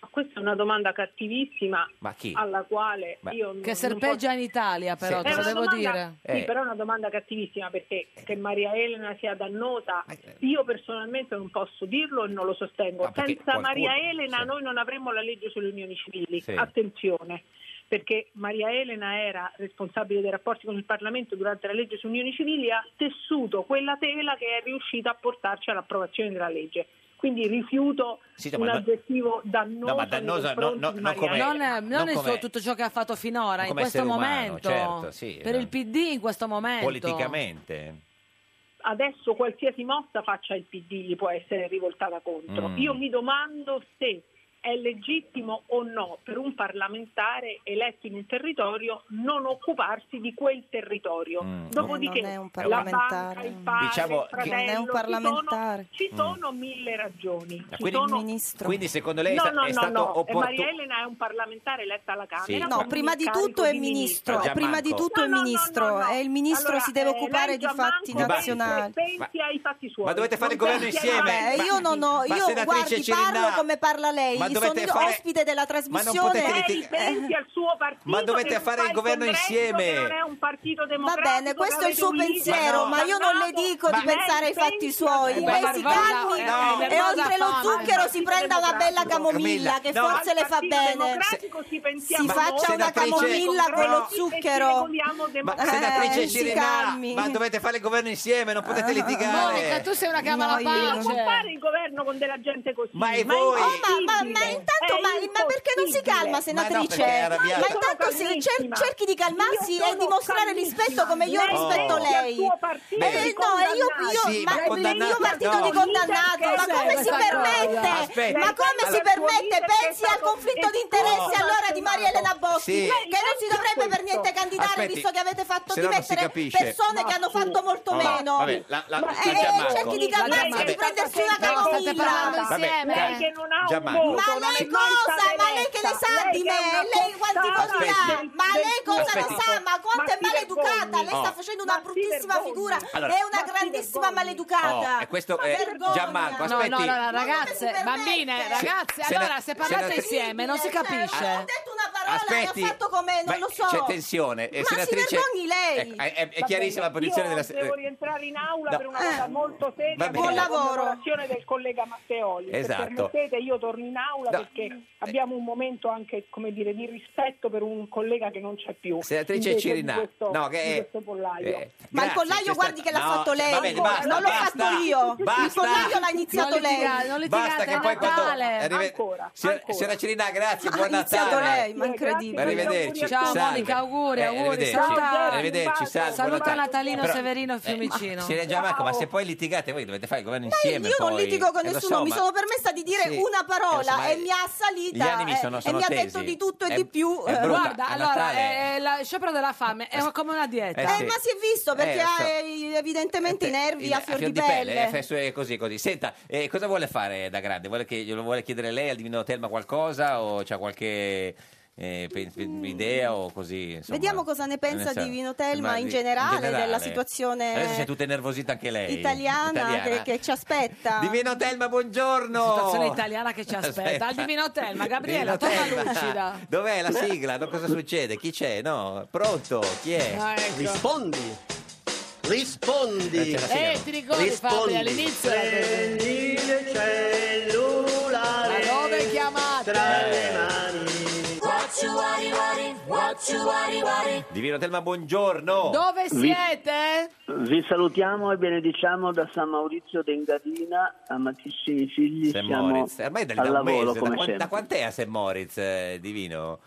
Speaker 24: Ma Questa è una domanda cattivissima
Speaker 1: Ma chi?
Speaker 24: alla quale
Speaker 1: Beh.
Speaker 24: io non-
Speaker 2: Che
Speaker 24: non
Speaker 2: serpeggia in Italia, però,
Speaker 24: posso-
Speaker 2: te
Speaker 24: È
Speaker 2: lo
Speaker 24: una
Speaker 2: devo
Speaker 24: domanda-
Speaker 2: dire.
Speaker 24: Sì,
Speaker 1: Eh.
Speaker 24: però è una domanda cattivissima perché che Maria Elena sia dannosa,
Speaker 2: Eh,
Speaker 24: io personalmente non posso dirlo e non lo sostengo.
Speaker 1: perché
Speaker 24: Senza
Speaker 1: qualcuno-
Speaker 24: Maria Elena
Speaker 1: sì.
Speaker 24: noi non avremmo la legge sulle unioni civili.
Speaker 1: Sì.
Speaker 24: Attenzione, perché Maria Elena era responsabile dei rapporti con il Parlamento durante la legge sulle unioni civili e ha tessuto quella tela che è riuscita a portarci all'approvazione della legge. Quindi rifiuto
Speaker 1: Sì, no,
Speaker 24: un
Speaker 1: ma no-
Speaker 24: aggettivo dannoso.
Speaker 1: No, ma
Speaker 24: nei
Speaker 1: dannoso no-
Speaker 24: confronti
Speaker 1: no-
Speaker 24: di
Speaker 1: no
Speaker 24: Maria
Speaker 1: come-
Speaker 24: Elena.
Speaker 2: Non, è- non
Speaker 1: Non
Speaker 2: è
Speaker 1: come-
Speaker 2: solo tutto ciò che ha fatto finora, in
Speaker 1: come
Speaker 2: questo
Speaker 1: essere umano,
Speaker 2: momento.
Speaker 1: certo, sì,
Speaker 2: per
Speaker 1: eh.
Speaker 2: il PD in questo momento.
Speaker 1: Politicamente.
Speaker 24: adesso qualsiasi mossa faccia il PD gli può essere rivoltata contro.
Speaker 1: Mm.
Speaker 24: Io mi domando se è legittimo o no per un parlamentare eletto in un territorio non occuparsi di quel territorio.
Speaker 1: Mm.
Speaker 24: Dopodiché
Speaker 11: Eh, non è un
Speaker 24: la
Speaker 11: parlamentare.
Speaker 24: banca, il padre,
Speaker 1: Diciamo
Speaker 24: il
Speaker 1: che-
Speaker 24: fratello,
Speaker 11: Non è un parlamentare.
Speaker 24: Ci sono, ci sono mille ragioni.
Speaker 1: Mm. Ah,
Speaker 24: Ci
Speaker 1: quindi-
Speaker 24: sono-
Speaker 1: Quindi secondo lei è
Speaker 24: no,
Speaker 1: sta-
Speaker 24: no,
Speaker 1: è
Speaker 24: no,
Speaker 1: stato
Speaker 24: no. E
Speaker 1: opportuno...
Speaker 24: Maria Elena è un parlamentare eletta alla Camera.
Speaker 1: Sì,
Speaker 24: con
Speaker 1: ma-
Speaker 11: No, prima
Speaker 24: il
Speaker 11: di
Speaker 24: carico
Speaker 11: tutto è
Speaker 24: di
Speaker 11: ministro,
Speaker 1: Ah, Gianmanco.
Speaker 11: prima di tutto è
Speaker 24: No, no, no,
Speaker 11: ministro
Speaker 24: no, no.
Speaker 11: e il ministro
Speaker 24: Allora,
Speaker 11: si deve
Speaker 24: eh,
Speaker 11: occupare
Speaker 24: lei
Speaker 11: di
Speaker 24: già
Speaker 11: fatti
Speaker 24: manco
Speaker 11: nazionali.
Speaker 24: pensi- pensi ai fatti suoi.
Speaker 1: ma dovete fare
Speaker 24: Non
Speaker 1: il governo
Speaker 24: pensi ai
Speaker 1: insieme.
Speaker 24: fatti.
Speaker 11: Beh, io non ho,
Speaker 1: ma
Speaker 11: io
Speaker 1: senatrice
Speaker 11: guardi, parlo
Speaker 1: Cirinnà,
Speaker 11: come parla lei,
Speaker 1: ma
Speaker 11: sono
Speaker 1: dovete fare-
Speaker 11: ospite della
Speaker 1: ma non
Speaker 11: trasmissione.
Speaker 1: potete eh?
Speaker 24: Lei pensi al suo partito
Speaker 1: Ma dovete
Speaker 24: che non
Speaker 1: fare
Speaker 24: fa
Speaker 1: il governo
Speaker 24: congresso,
Speaker 1: insieme.
Speaker 24: che non è un partito
Speaker 11: Eh, Va
Speaker 24: democratico
Speaker 11: bene, questo è
Speaker 24: che
Speaker 11: il suo
Speaker 24: avete unito,
Speaker 11: pensiero, ma io non le
Speaker 24: dannato.
Speaker 11: dico di
Speaker 24: Ma
Speaker 11: pensare ai
Speaker 24: lei
Speaker 11: fatti
Speaker 24: pensi
Speaker 11: suoi.
Speaker 24: al-
Speaker 11: Lei
Speaker 2: ma
Speaker 11: si
Speaker 2: guarda,
Speaker 11: calmi
Speaker 2: no.
Speaker 11: e oltre lo
Speaker 2: Nervosa
Speaker 11: zucchero si
Speaker 24: fama.
Speaker 11: prenda una bella
Speaker 1: Camomilla,
Speaker 11: camomilla che
Speaker 1: no.
Speaker 11: forse
Speaker 24: Al
Speaker 11: le fa
Speaker 24: Partito
Speaker 11: bene.
Speaker 24: Democratico ci pensiamo
Speaker 11: Si
Speaker 24: noi,
Speaker 11: faccia una
Speaker 1: senatrice-
Speaker 11: camomilla con
Speaker 24: però-
Speaker 11: lo
Speaker 24: e ci
Speaker 11: zucchero.
Speaker 24: regoliamo
Speaker 1: Ma
Speaker 24: democratici.
Speaker 1: senatrice
Speaker 11: Eh, si
Speaker 1: Cirinnà,
Speaker 11: calmi.
Speaker 1: ma dovete fare il governo insieme, non potete litigare.
Speaker 2: Monica, tu sei una
Speaker 11: No,
Speaker 2: camera
Speaker 11: io-
Speaker 24: Ma non può
Speaker 2: pace.
Speaker 24: fare il governo con della gente così.
Speaker 1: Ma e
Speaker 24: è
Speaker 1: voi? Cioè,
Speaker 11: Oh, ma, ma- ma
Speaker 24: impossibile,
Speaker 11: intanto,
Speaker 24: è
Speaker 11: ma, ma perché non si
Speaker 24: impossibile.
Speaker 11: calma,
Speaker 1: perché
Speaker 11: senatrice?
Speaker 1: è
Speaker 11: Ma,
Speaker 1: arrabbiata.
Speaker 11: intanto se
Speaker 24: Sono
Speaker 11: cer-
Speaker 24: calmissima.
Speaker 11: cerchi di calmarsi
Speaker 24: Io
Speaker 11: e
Speaker 24: sono
Speaker 11: dimostrare
Speaker 24: calmissima.
Speaker 11: rispetto come io
Speaker 24: Lei
Speaker 11: rispetto
Speaker 24: pensi al
Speaker 11: lei.
Speaker 24: suo partito
Speaker 11: Eh,
Speaker 1: Bene.
Speaker 11: no, e io, io,
Speaker 1: Sì,
Speaker 11: ma,
Speaker 1: ma condannato,
Speaker 11: io partito
Speaker 1: no.
Speaker 11: di condannato, ma come si
Speaker 2: Aspetta,
Speaker 11: permette?
Speaker 1: aspetta.
Speaker 11: Ma come si
Speaker 1: Allora,
Speaker 11: permette? Pensi al conflitto di interessi allora di Maria Elena Boschi,
Speaker 1: Sì.
Speaker 11: che non si dovrebbe per niente candidare
Speaker 1: Aspetti,
Speaker 11: visto che avete fatto
Speaker 1: se no non si
Speaker 11: dimettere
Speaker 1: capisce.
Speaker 11: persone che hanno fatto molto
Speaker 1: No,
Speaker 11: meno.
Speaker 1: vabbè, la- la-
Speaker 11: Ma-
Speaker 1: la
Speaker 11: eh,
Speaker 1: Gianmarco.
Speaker 11: cerchi di
Speaker 1: La
Speaker 11: calmarsi e di
Speaker 1: Gianmarco.
Speaker 11: prendersi una
Speaker 2: State parlando
Speaker 11: camomilla.
Speaker 2: insieme.
Speaker 24: Lei che non ha un
Speaker 1: Gianmarco.
Speaker 24: voto,
Speaker 11: Ma
Speaker 24: non
Speaker 11: lei
Speaker 24: è mai
Speaker 11: cosa?
Speaker 24: stata
Speaker 11: Ma lei che ne
Speaker 24: eletta.
Speaker 11: sa di
Speaker 24: che è
Speaker 11: me?
Speaker 24: una
Speaker 11: Lei quanti
Speaker 24: cozzata
Speaker 11: voti
Speaker 1: Aspetti.
Speaker 11: ha?
Speaker 24: del-
Speaker 11: Ma
Speaker 24: del
Speaker 11: lei cosa ne
Speaker 1: Aspetti.
Speaker 11: sa? Ma quanto
Speaker 24: Ma
Speaker 11: è
Speaker 24: si
Speaker 11: maleducata?
Speaker 24: vergogni.
Speaker 11: Lei sta
Speaker 1: Oh.
Speaker 11: facendo una
Speaker 24: Ma si
Speaker 11: bruttissima
Speaker 24: vergogni.
Speaker 11: figura.
Speaker 1: Allora-
Speaker 11: È una
Speaker 24: Ma si
Speaker 11: grandissima
Speaker 24: vergogni.
Speaker 11: maleducata.
Speaker 1: Oh, e questo
Speaker 11: Ma
Speaker 1: è-
Speaker 11: vergogna.
Speaker 1: Gianmarco,
Speaker 2: No, no,
Speaker 1: aspetti.
Speaker 2: no, no, ragazze,
Speaker 11: Ma come si
Speaker 2: bambine,
Speaker 11: permette?
Speaker 2: ragazze,
Speaker 1: Se-
Speaker 2: allora se parlate
Speaker 1: senatri-
Speaker 2: insieme eh, non si
Speaker 11: Cioè,
Speaker 1: Ah,
Speaker 11: ma non ho
Speaker 2: capisce.
Speaker 11: detto
Speaker 1: Eh,
Speaker 11: una parola
Speaker 1: Aspetti,
Speaker 11: che ha fatto come, non
Speaker 1: Beh,
Speaker 11: lo so.
Speaker 1: C'è tensione. Eh,
Speaker 11: Ma si
Speaker 1: senatrice,
Speaker 11: vergogni lei.
Speaker 1: Ecco, è, è- è
Speaker 24: Va
Speaker 1: chiarissima la
Speaker 24: bene,
Speaker 1: posizione
Speaker 24: io
Speaker 1: della eh,
Speaker 24: devo
Speaker 1: senatrice.
Speaker 24: rientrare in aula
Speaker 1: No.
Speaker 24: per una cosa
Speaker 11: Eh.
Speaker 24: molto
Speaker 1: Va
Speaker 24: seria
Speaker 1: bene.
Speaker 24: per
Speaker 1: Buon
Speaker 24: la
Speaker 11: lavoro.
Speaker 24: commemorazione del collega Matteoli Se
Speaker 1: Esatto.
Speaker 24: permettete io torno in aula
Speaker 1: No.
Speaker 24: perché abbiamo un momento anche come dire di rispetto per un collega che non c'è più
Speaker 1: Senatrice
Speaker 24: invece di
Speaker 1: Cirinà,
Speaker 24: questo-
Speaker 1: no, che
Speaker 24: di
Speaker 1: è-
Speaker 24: questo pollaio.
Speaker 1: eh,
Speaker 11: Ma il
Speaker 1: grazie,
Speaker 11: pollaio
Speaker 1: c'è
Speaker 11: guardi
Speaker 1: stata-
Speaker 11: che l'ha
Speaker 1: no,
Speaker 11: fatto lei,
Speaker 1: va bene, basta,
Speaker 11: non l'ho
Speaker 1: basta,
Speaker 11: fatto io. Il
Speaker 1: basta.
Speaker 11: pollaio l'ha
Speaker 2: Non
Speaker 11: iniziato lei.
Speaker 2: litigate, non
Speaker 1: Basta
Speaker 2: litigate,
Speaker 1: che
Speaker 2: è
Speaker 1: poi quando
Speaker 2: Natale.
Speaker 1: arrivi-
Speaker 24: Ancora,
Speaker 1: Signora
Speaker 24: ancora.
Speaker 1: signora Cirinà, grazie,
Speaker 11: Ha
Speaker 1: buon
Speaker 11: iniziato
Speaker 1: Natale.
Speaker 11: lei, ma
Speaker 24: Grazie,
Speaker 11: incredibile.
Speaker 1: Arrivederci.
Speaker 2: Ciao
Speaker 1: salve.
Speaker 2: Monica, auguri,
Speaker 1: Eh,
Speaker 2: auguri,
Speaker 1: arrivederci.
Speaker 2: saluta-
Speaker 1: Arrivederci, salve,
Speaker 2: Saluta
Speaker 1: buona tarda.
Speaker 2: Natalino
Speaker 1: Però-
Speaker 2: Severino
Speaker 1: eh,
Speaker 2: Fiumicino.
Speaker 1: Signora Giamacco, ma se poi litigate voi dovete fare il governo insieme
Speaker 11: Io non
Speaker 1: poi.
Speaker 11: litigo con
Speaker 1: Eh, lo
Speaker 11: nessuno,
Speaker 1: so,
Speaker 11: mi
Speaker 1: ma
Speaker 11: sono permessa di dire
Speaker 1: Sì,
Speaker 11: una
Speaker 1: eh, lo so,
Speaker 11: parola
Speaker 1: ma
Speaker 11: e mi ha Eh,
Speaker 1: gli
Speaker 11: assalita
Speaker 1: animi
Speaker 11: eh,
Speaker 1: sono-
Speaker 11: e
Speaker 1: sono
Speaker 11: mi ha
Speaker 1: tesi.
Speaker 11: detto di tutto e
Speaker 1: È-
Speaker 11: di più.
Speaker 1: è brutta,
Speaker 2: Guarda,
Speaker 1: a
Speaker 2: allora,
Speaker 1: Natale-
Speaker 2: eh, la- il sciopero della fame è come una dieta.
Speaker 1: Eh, sì.
Speaker 11: Eh, ma si è visto perché
Speaker 1: Eh, lo so.
Speaker 11: ha eh, evidentemente i nervi
Speaker 1: il-
Speaker 11: a fior di
Speaker 1: eh,
Speaker 11: pelle.
Speaker 1: fa- su- eh, così così. Senta, eh, cosa vuole fare da grande? Vuole che glielo vuole chiedere lei al divino Telma qualcosa o c'ha qualche eh, pe- pe- idea o così? insomma?
Speaker 11: Mm. Vediamo cosa ne pensa
Speaker 1: so.
Speaker 11: Divino Telma
Speaker 1: Ma
Speaker 11: in
Speaker 1: di-
Speaker 11: generale,
Speaker 1: generale. Eh,
Speaker 11: della situazione
Speaker 1: Adesso si è tutta nervosita anche lei.
Speaker 11: italiana, Che, che ci aspetta.
Speaker 1: Divino Telma, buongiorno.
Speaker 2: Situazione italiana che ci aspetta.
Speaker 1: Aspetta.
Speaker 2: Al Divino Telma, Gabriela,
Speaker 1: Divino
Speaker 2: torna
Speaker 1: Oh. Telma.
Speaker 2: lucida.
Speaker 1: Dov'è la sigla? No, cosa succede? Chi c'è? No, pronto? Chi è?
Speaker 2: Ah, ecco.
Speaker 3: Rispondi. Rispondi.
Speaker 1: Eh, c'è la sigla, Eh, no?
Speaker 2: ti ricordi, Fabio, all'inizio era così.
Speaker 3: Prendi il cellulare.
Speaker 2: Ma dove chiamate?
Speaker 3: Tra
Speaker 1: Eh.
Speaker 3: le mani.
Speaker 2: What you worry, worry, what you worry, worry.
Speaker 1: Divino Telma, buongiorno.
Speaker 2: Dove siete?
Speaker 3: Vi salutiamo e benediciamo da San Maurizio d'Engadina, amatissimi figli,
Speaker 1: St.
Speaker 3: siamo
Speaker 1: Moritz. Ormai da, da
Speaker 3: al
Speaker 1: un
Speaker 3: lavoro
Speaker 1: mese. Da,
Speaker 3: come
Speaker 1: quan- da
Speaker 3: sempre.
Speaker 1: quant'è a St. Moritz, eh, Divino?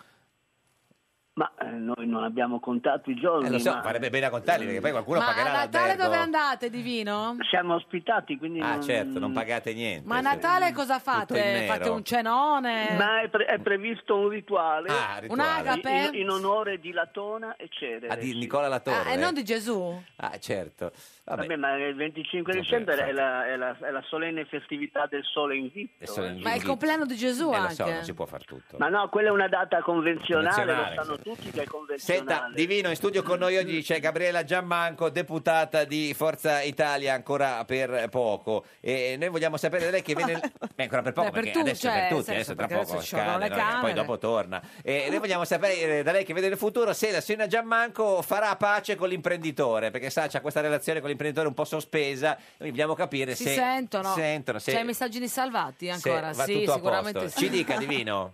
Speaker 3: Ma eh, noi non abbiamo contato i giorni.
Speaker 1: Eh, lo so,
Speaker 3: ma
Speaker 1: farebbe bene a contarli perché poi qualcuno
Speaker 2: ma
Speaker 1: pagherà
Speaker 2: a Natale
Speaker 1: l'albergo.
Speaker 2: dove andate, Divino?
Speaker 3: Siamo Mm. ospitati, quindi...
Speaker 1: Ah,
Speaker 3: non-
Speaker 1: certo, non pagate niente.
Speaker 2: Ma eh, a Natale cosa
Speaker 1: Tutto in
Speaker 2: fate?
Speaker 1: nero.
Speaker 2: Fate un cenone?
Speaker 3: Ma è, pre- è previsto un rituale,
Speaker 1: Ah, rituale.
Speaker 2: Un'agape?
Speaker 3: In, in onore di Latona e Cedere.
Speaker 1: Ah, di Nicola Latorre.
Speaker 2: Ah, e non di Gesù?
Speaker 1: Ah, certo. Vabbè.
Speaker 3: Vabbè, ma il 25 dicembre è la, è la- è la solenne festività del sole invitto.
Speaker 1: Adesso-
Speaker 2: Ma è il compleanno di Gesù
Speaker 1: Eh, lo
Speaker 2: anche.
Speaker 1: so, non si può far tutto.
Speaker 3: eh. Ma no, quella è una data convenzionale,
Speaker 1: Convenzionale.
Speaker 3: lo sanno tutti che è convenzionale.
Speaker 1: Senta, Divino, in studio con noi oggi c'è Gabriela Giammanco, deputata di Forza Italia ancora per poco. E noi vogliamo sapere da lei che viene... Beh, ancora per poco,
Speaker 2: Beh, per
Speaker 1: perché
Speaker 2: tu-
Speaker 1: adesso
Speaker 2: cioè,
Speaker 1: è per tutti,
Speaker 2: senso,
Speaker 1: adesso tra
Speaker 2: perché
Speaker 1: poco
Speaker 2: adesso sciolgono
Speaker 1: scade,
Speaker 2: le Ah.
Speaker 1: no? E poi
Speaker 2: Camere.
Speaker 1: dopo torna. E noi vogliamo sapere eh, da lei che vede nel futuro se la signora Giammanco farà pace con l'imprenditore, perché sa, c'ha questa relazione con l'imprenditore un po' sospesa. Noi vogliamo capire
Speaker 2: Si
Speaker 1: se...
Speaker 2: sentono?
Speaker 1: sentono, se-
Speaker 2: C'è i messaggini salvati
Speaker 1: se
Speaker 2: ancora?
Speaker 1: va
Speaker 2: sì,
Speaker 1: tutto a
Speaker 2: sicuramente
Speaker 1: posto.
Speaker 2: sì.
Speaker 1: Ci dica, Divino.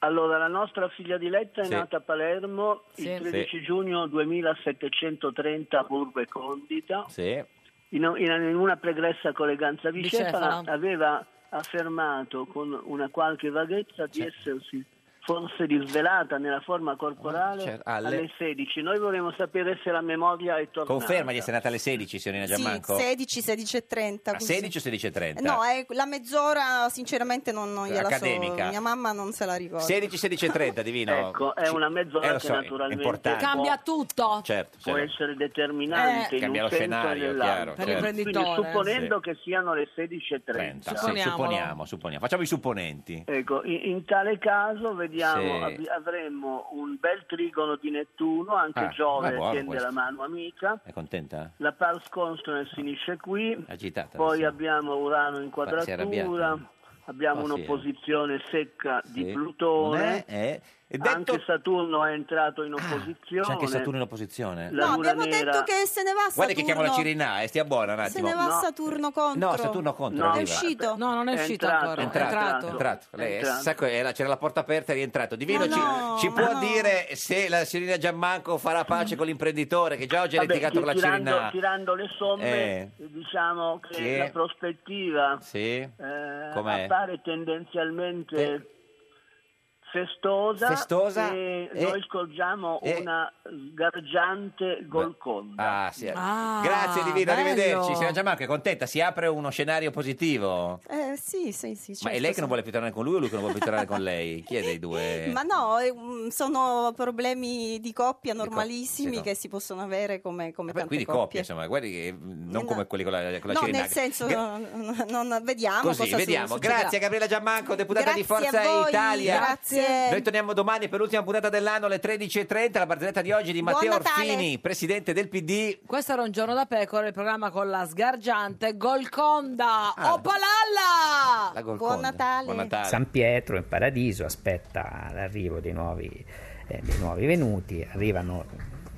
Speaker 3: Allora, la nostra figlia Diletta è
Speaker 1: Sì.
Speaker 3: nata a Palermo il
Speaker 2: Sì.
Speaker 3: 13 giugno 2730, curva e condita.
Speaker 1: Sì.
Speaker 3: In, in- in una pregressa colleganza di
Speaker 2: Bicefala.
Speaker 3: Cefala aveva affermato con una qualche vaghezza
Speaker 1: Cioè.
Speaker 3: di essersi forse risvelata nella forma corporale
Speaker 1: Ah, certo, alle-
Speaker 3: alle... 16. Noi vorremmo sapere se la memoria è tornata.
Speaker 1: Conferma di essere nata alle 16, signorina
Speaker 11: Sì,
Speaker 1: Giammanco?
Speaker 11: 16, 16 e 30.
Speaker 1: A 16 o 16 30?
Speaker 11: No, eh. è la mezz'ora sinceramente non, non gliela
Speaker 1: Accademica.
Speaker 11: so, mia mamma non se la ricorda.
Speaker 1: 16, 16 30, divino.
Speaker 3: Ecco, è una mezz'ora
Speaker 1: Eh, lo
Speaker 3: che
Speaker 1: so, è
Speaker 3: naturalmente
Speaker 1: importante.
Speaker 2: Cambia tutto.
Speaker 1: Certo,
Speaker 3: Può
Speaker 1: certo.
Speaker 3: essere determinante in
Speaker 2: Eh.
Speaker 3: un
Speaker 1: Cambia lo
Speaker 3: senso e
Speaker 1: scenario, chiaro,
Speaker 3: nell'altro.
Speaker 2: Per certo.
Speaker 3: Quindi
Speaker 2: l'imprenditore.
Speaker 3: supponendo che siano le 16.30.
Speaker 1: Sì, supponiamo, supponiamo. Facciamo i supponenti.
Speaker 3: Ecco, in, in tale caso vediamo,
Speaker 1: Sì.
Speaker 3: abbi- avremmo un bel trigono di Nettuno, anche
Speaker 1: Ah, ma
Speaker 3: Giove
Speaker 1: buono
Speaker 3: tende
Speaker 1: questo.
Speaker 3: la mano amica,
Speaker 1: È contenta?
Speaker 3: la pars consonance finisce qui,
Speaker 1: Agitata.
Speaker 3: poi
Speaker 1: adesso.
Speaker 3: abbiamo Urano in
Speaker 1: si è arrabbiata.
Speaker 3: quadratura, abbiamo
Speaker 1: Oh, sì, eh.
Speaker 3: un'opposizione secca
Speaker 1: Sì.
Speaker 3: di Plutone,
Speaker 1: Eh, eh. E Ah,
Speaker 3: anche Saturno è entrato in opposizione.
Speaker 1: C'è anche Saturno in opposizione.
Speaker 3: La
Speaker 11: No,
Speaker 3: luna
Speaker 11: abbiamo
Speaker 3: nera.
Speaker 11: detto che se ne va Saturno.
Speaker 1: Guarda che chiamo la Cirinà, eh, stia buona un
Speaker 11: Se
Speaker 1: attimo.
Speaker 11: ne va
Speaker 3: No.
Speaker 11: Saturno contro.
Speaker 1: No, Saturno contro.
Speaker 3: No.
Speaker 11: È
Speaker 1: arriva.
Speaker 11: uscito?
Speaker 2: No, non è
Speaker 3: È
Speaker 2: uscito
Speaker 3: entrato,
Speaker 2: ancora.
Speaker 1: È entrato,
Speaker 2: entrato.
Speaker 1: è entrato. Lei,
Speaker 3: Entrato.
Speaker 1: sa co- era- c'era la porta aperta, è rientrato. Divino,
Speaker 11: Ma
Speaker 1: ci,
Speaker 11: no,
Speaker 1: ci
Speaker 11: ma
Speaker 1: può
Speaker 11: no.
Speaker 1: dire se la signorina Giammanco farà pace con l'imprenditore che già oggi ha
Speaker 3: Vabbè,
Speaker 1: litigato
Speaker 3: ti-
Speaker 1: con la
Speaker 3: tirando,
Speaker 1: Cirinà?
Speaker 3: tirando le somme,
Speaker 1: Eh.
Speaker 3: diciamo che
Speaker 1: Sì.
Speaker 3: la prospettiva
Speaker 1: Sì?
Speaker 3: eh,
Speaker 1: Com'è?
Speaker 3: appare tendenzialmente
Speaker 1: Te-
Speaker 3: festosa,
Speaker 1: Festosa Eh?
Speaker 3: e,
Speaker 1: e-
Speaker 3: noi scorgiamo
Speaker 1: e-
Speaker 3: una sgargiante golconda.
Speaker 1: Ah, sì.
Speaker 2: Ah,
Speaker 1: Grazie Divino,
Speaker 2: bello.
Speaker 1: arrivederci. Signora Giammanco è contenta, si apre uno scenario positivo.
Speaker 11: Eh, sì, sì, sì.
Speaker 1: Ma è
Speaker 11: certo,
Speaker 1: lei che non
Speaker 11: sì.
Speaker 1: vuole più tornare con lui o lui che non vuole più tornare con lei? Chi è dei due?
Speaker 11: Ma no, eh, mm, sono problemi di coppia normalissimi
Speaker 1: sì, no.
Speaker 11: che si possono avere come, come
Speaker 1: Beh,
Speaker 11: tante
Speaker 1: quindi coppie,
Speaker 11: coppie.
Speaker 1: insomma, guardi che mm, non
Speaker 11: No.
Speaker 1: come quelli con la, con la
Speaker 11: No,
Speaker 1: Cirinà.
Speaker 11: nel senso,
Speaker 1: Gra-
Speaker 11: no, no, no, vediamo
Speaker 1: Così,
Speaker 11: cosa su-
Speaker 1: vediamo.
Speaker 11: succederà.
Speaker 1: Grazie Gabriela Giammanco, deputata di
Speaker 11: Grazie a
Speaker 1: Forza
Speaker 11: voi,
Speaker 1: Italia.
Speaker 11: grazie.
Speaker 1: Noi torniamo domani per l'ultima puntata dell'anno alle 13.30, la barzelletta di oggi di
Speaker 2: Buon
Speaker 1: Matteo
Speaker 2: Natale.
Speaker 1: Orfini, presidente del PD.
Speaker 2: Questo era un giorno da pecora, il programma con la sgargiante Golconda
Speaker 1: Ah.
Speaker 2: Opalalla!
Speaker 1: La
Speaker 11: Ah, Buon Natale.
Speaker 5: San Pietro in paradiso aspetta l'arrivo dei nuovi, eh, dei nuovi venuti, arrivano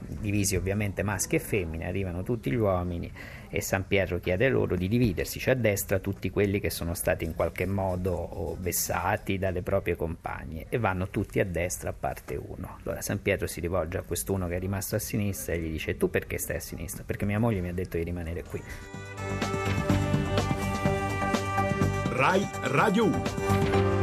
Speaker 5: divisi ovviamente maschi e femmine, arrivano tutti gli uomini e San Pietro chiede loro di dividersi, cioè a destra tutti quelli che sono stati in qualche modo oh, vessati dalle proprie compagne e vanno tutti a destra a parte uno. Allora San Pietro si rivolge a quest'uno che è rimasto a sinistra e gli dice tu perché stai a sinistra? Perché mia moglie mi ha detto di rimanere qui.
Speaker 8: Rai Radio 1.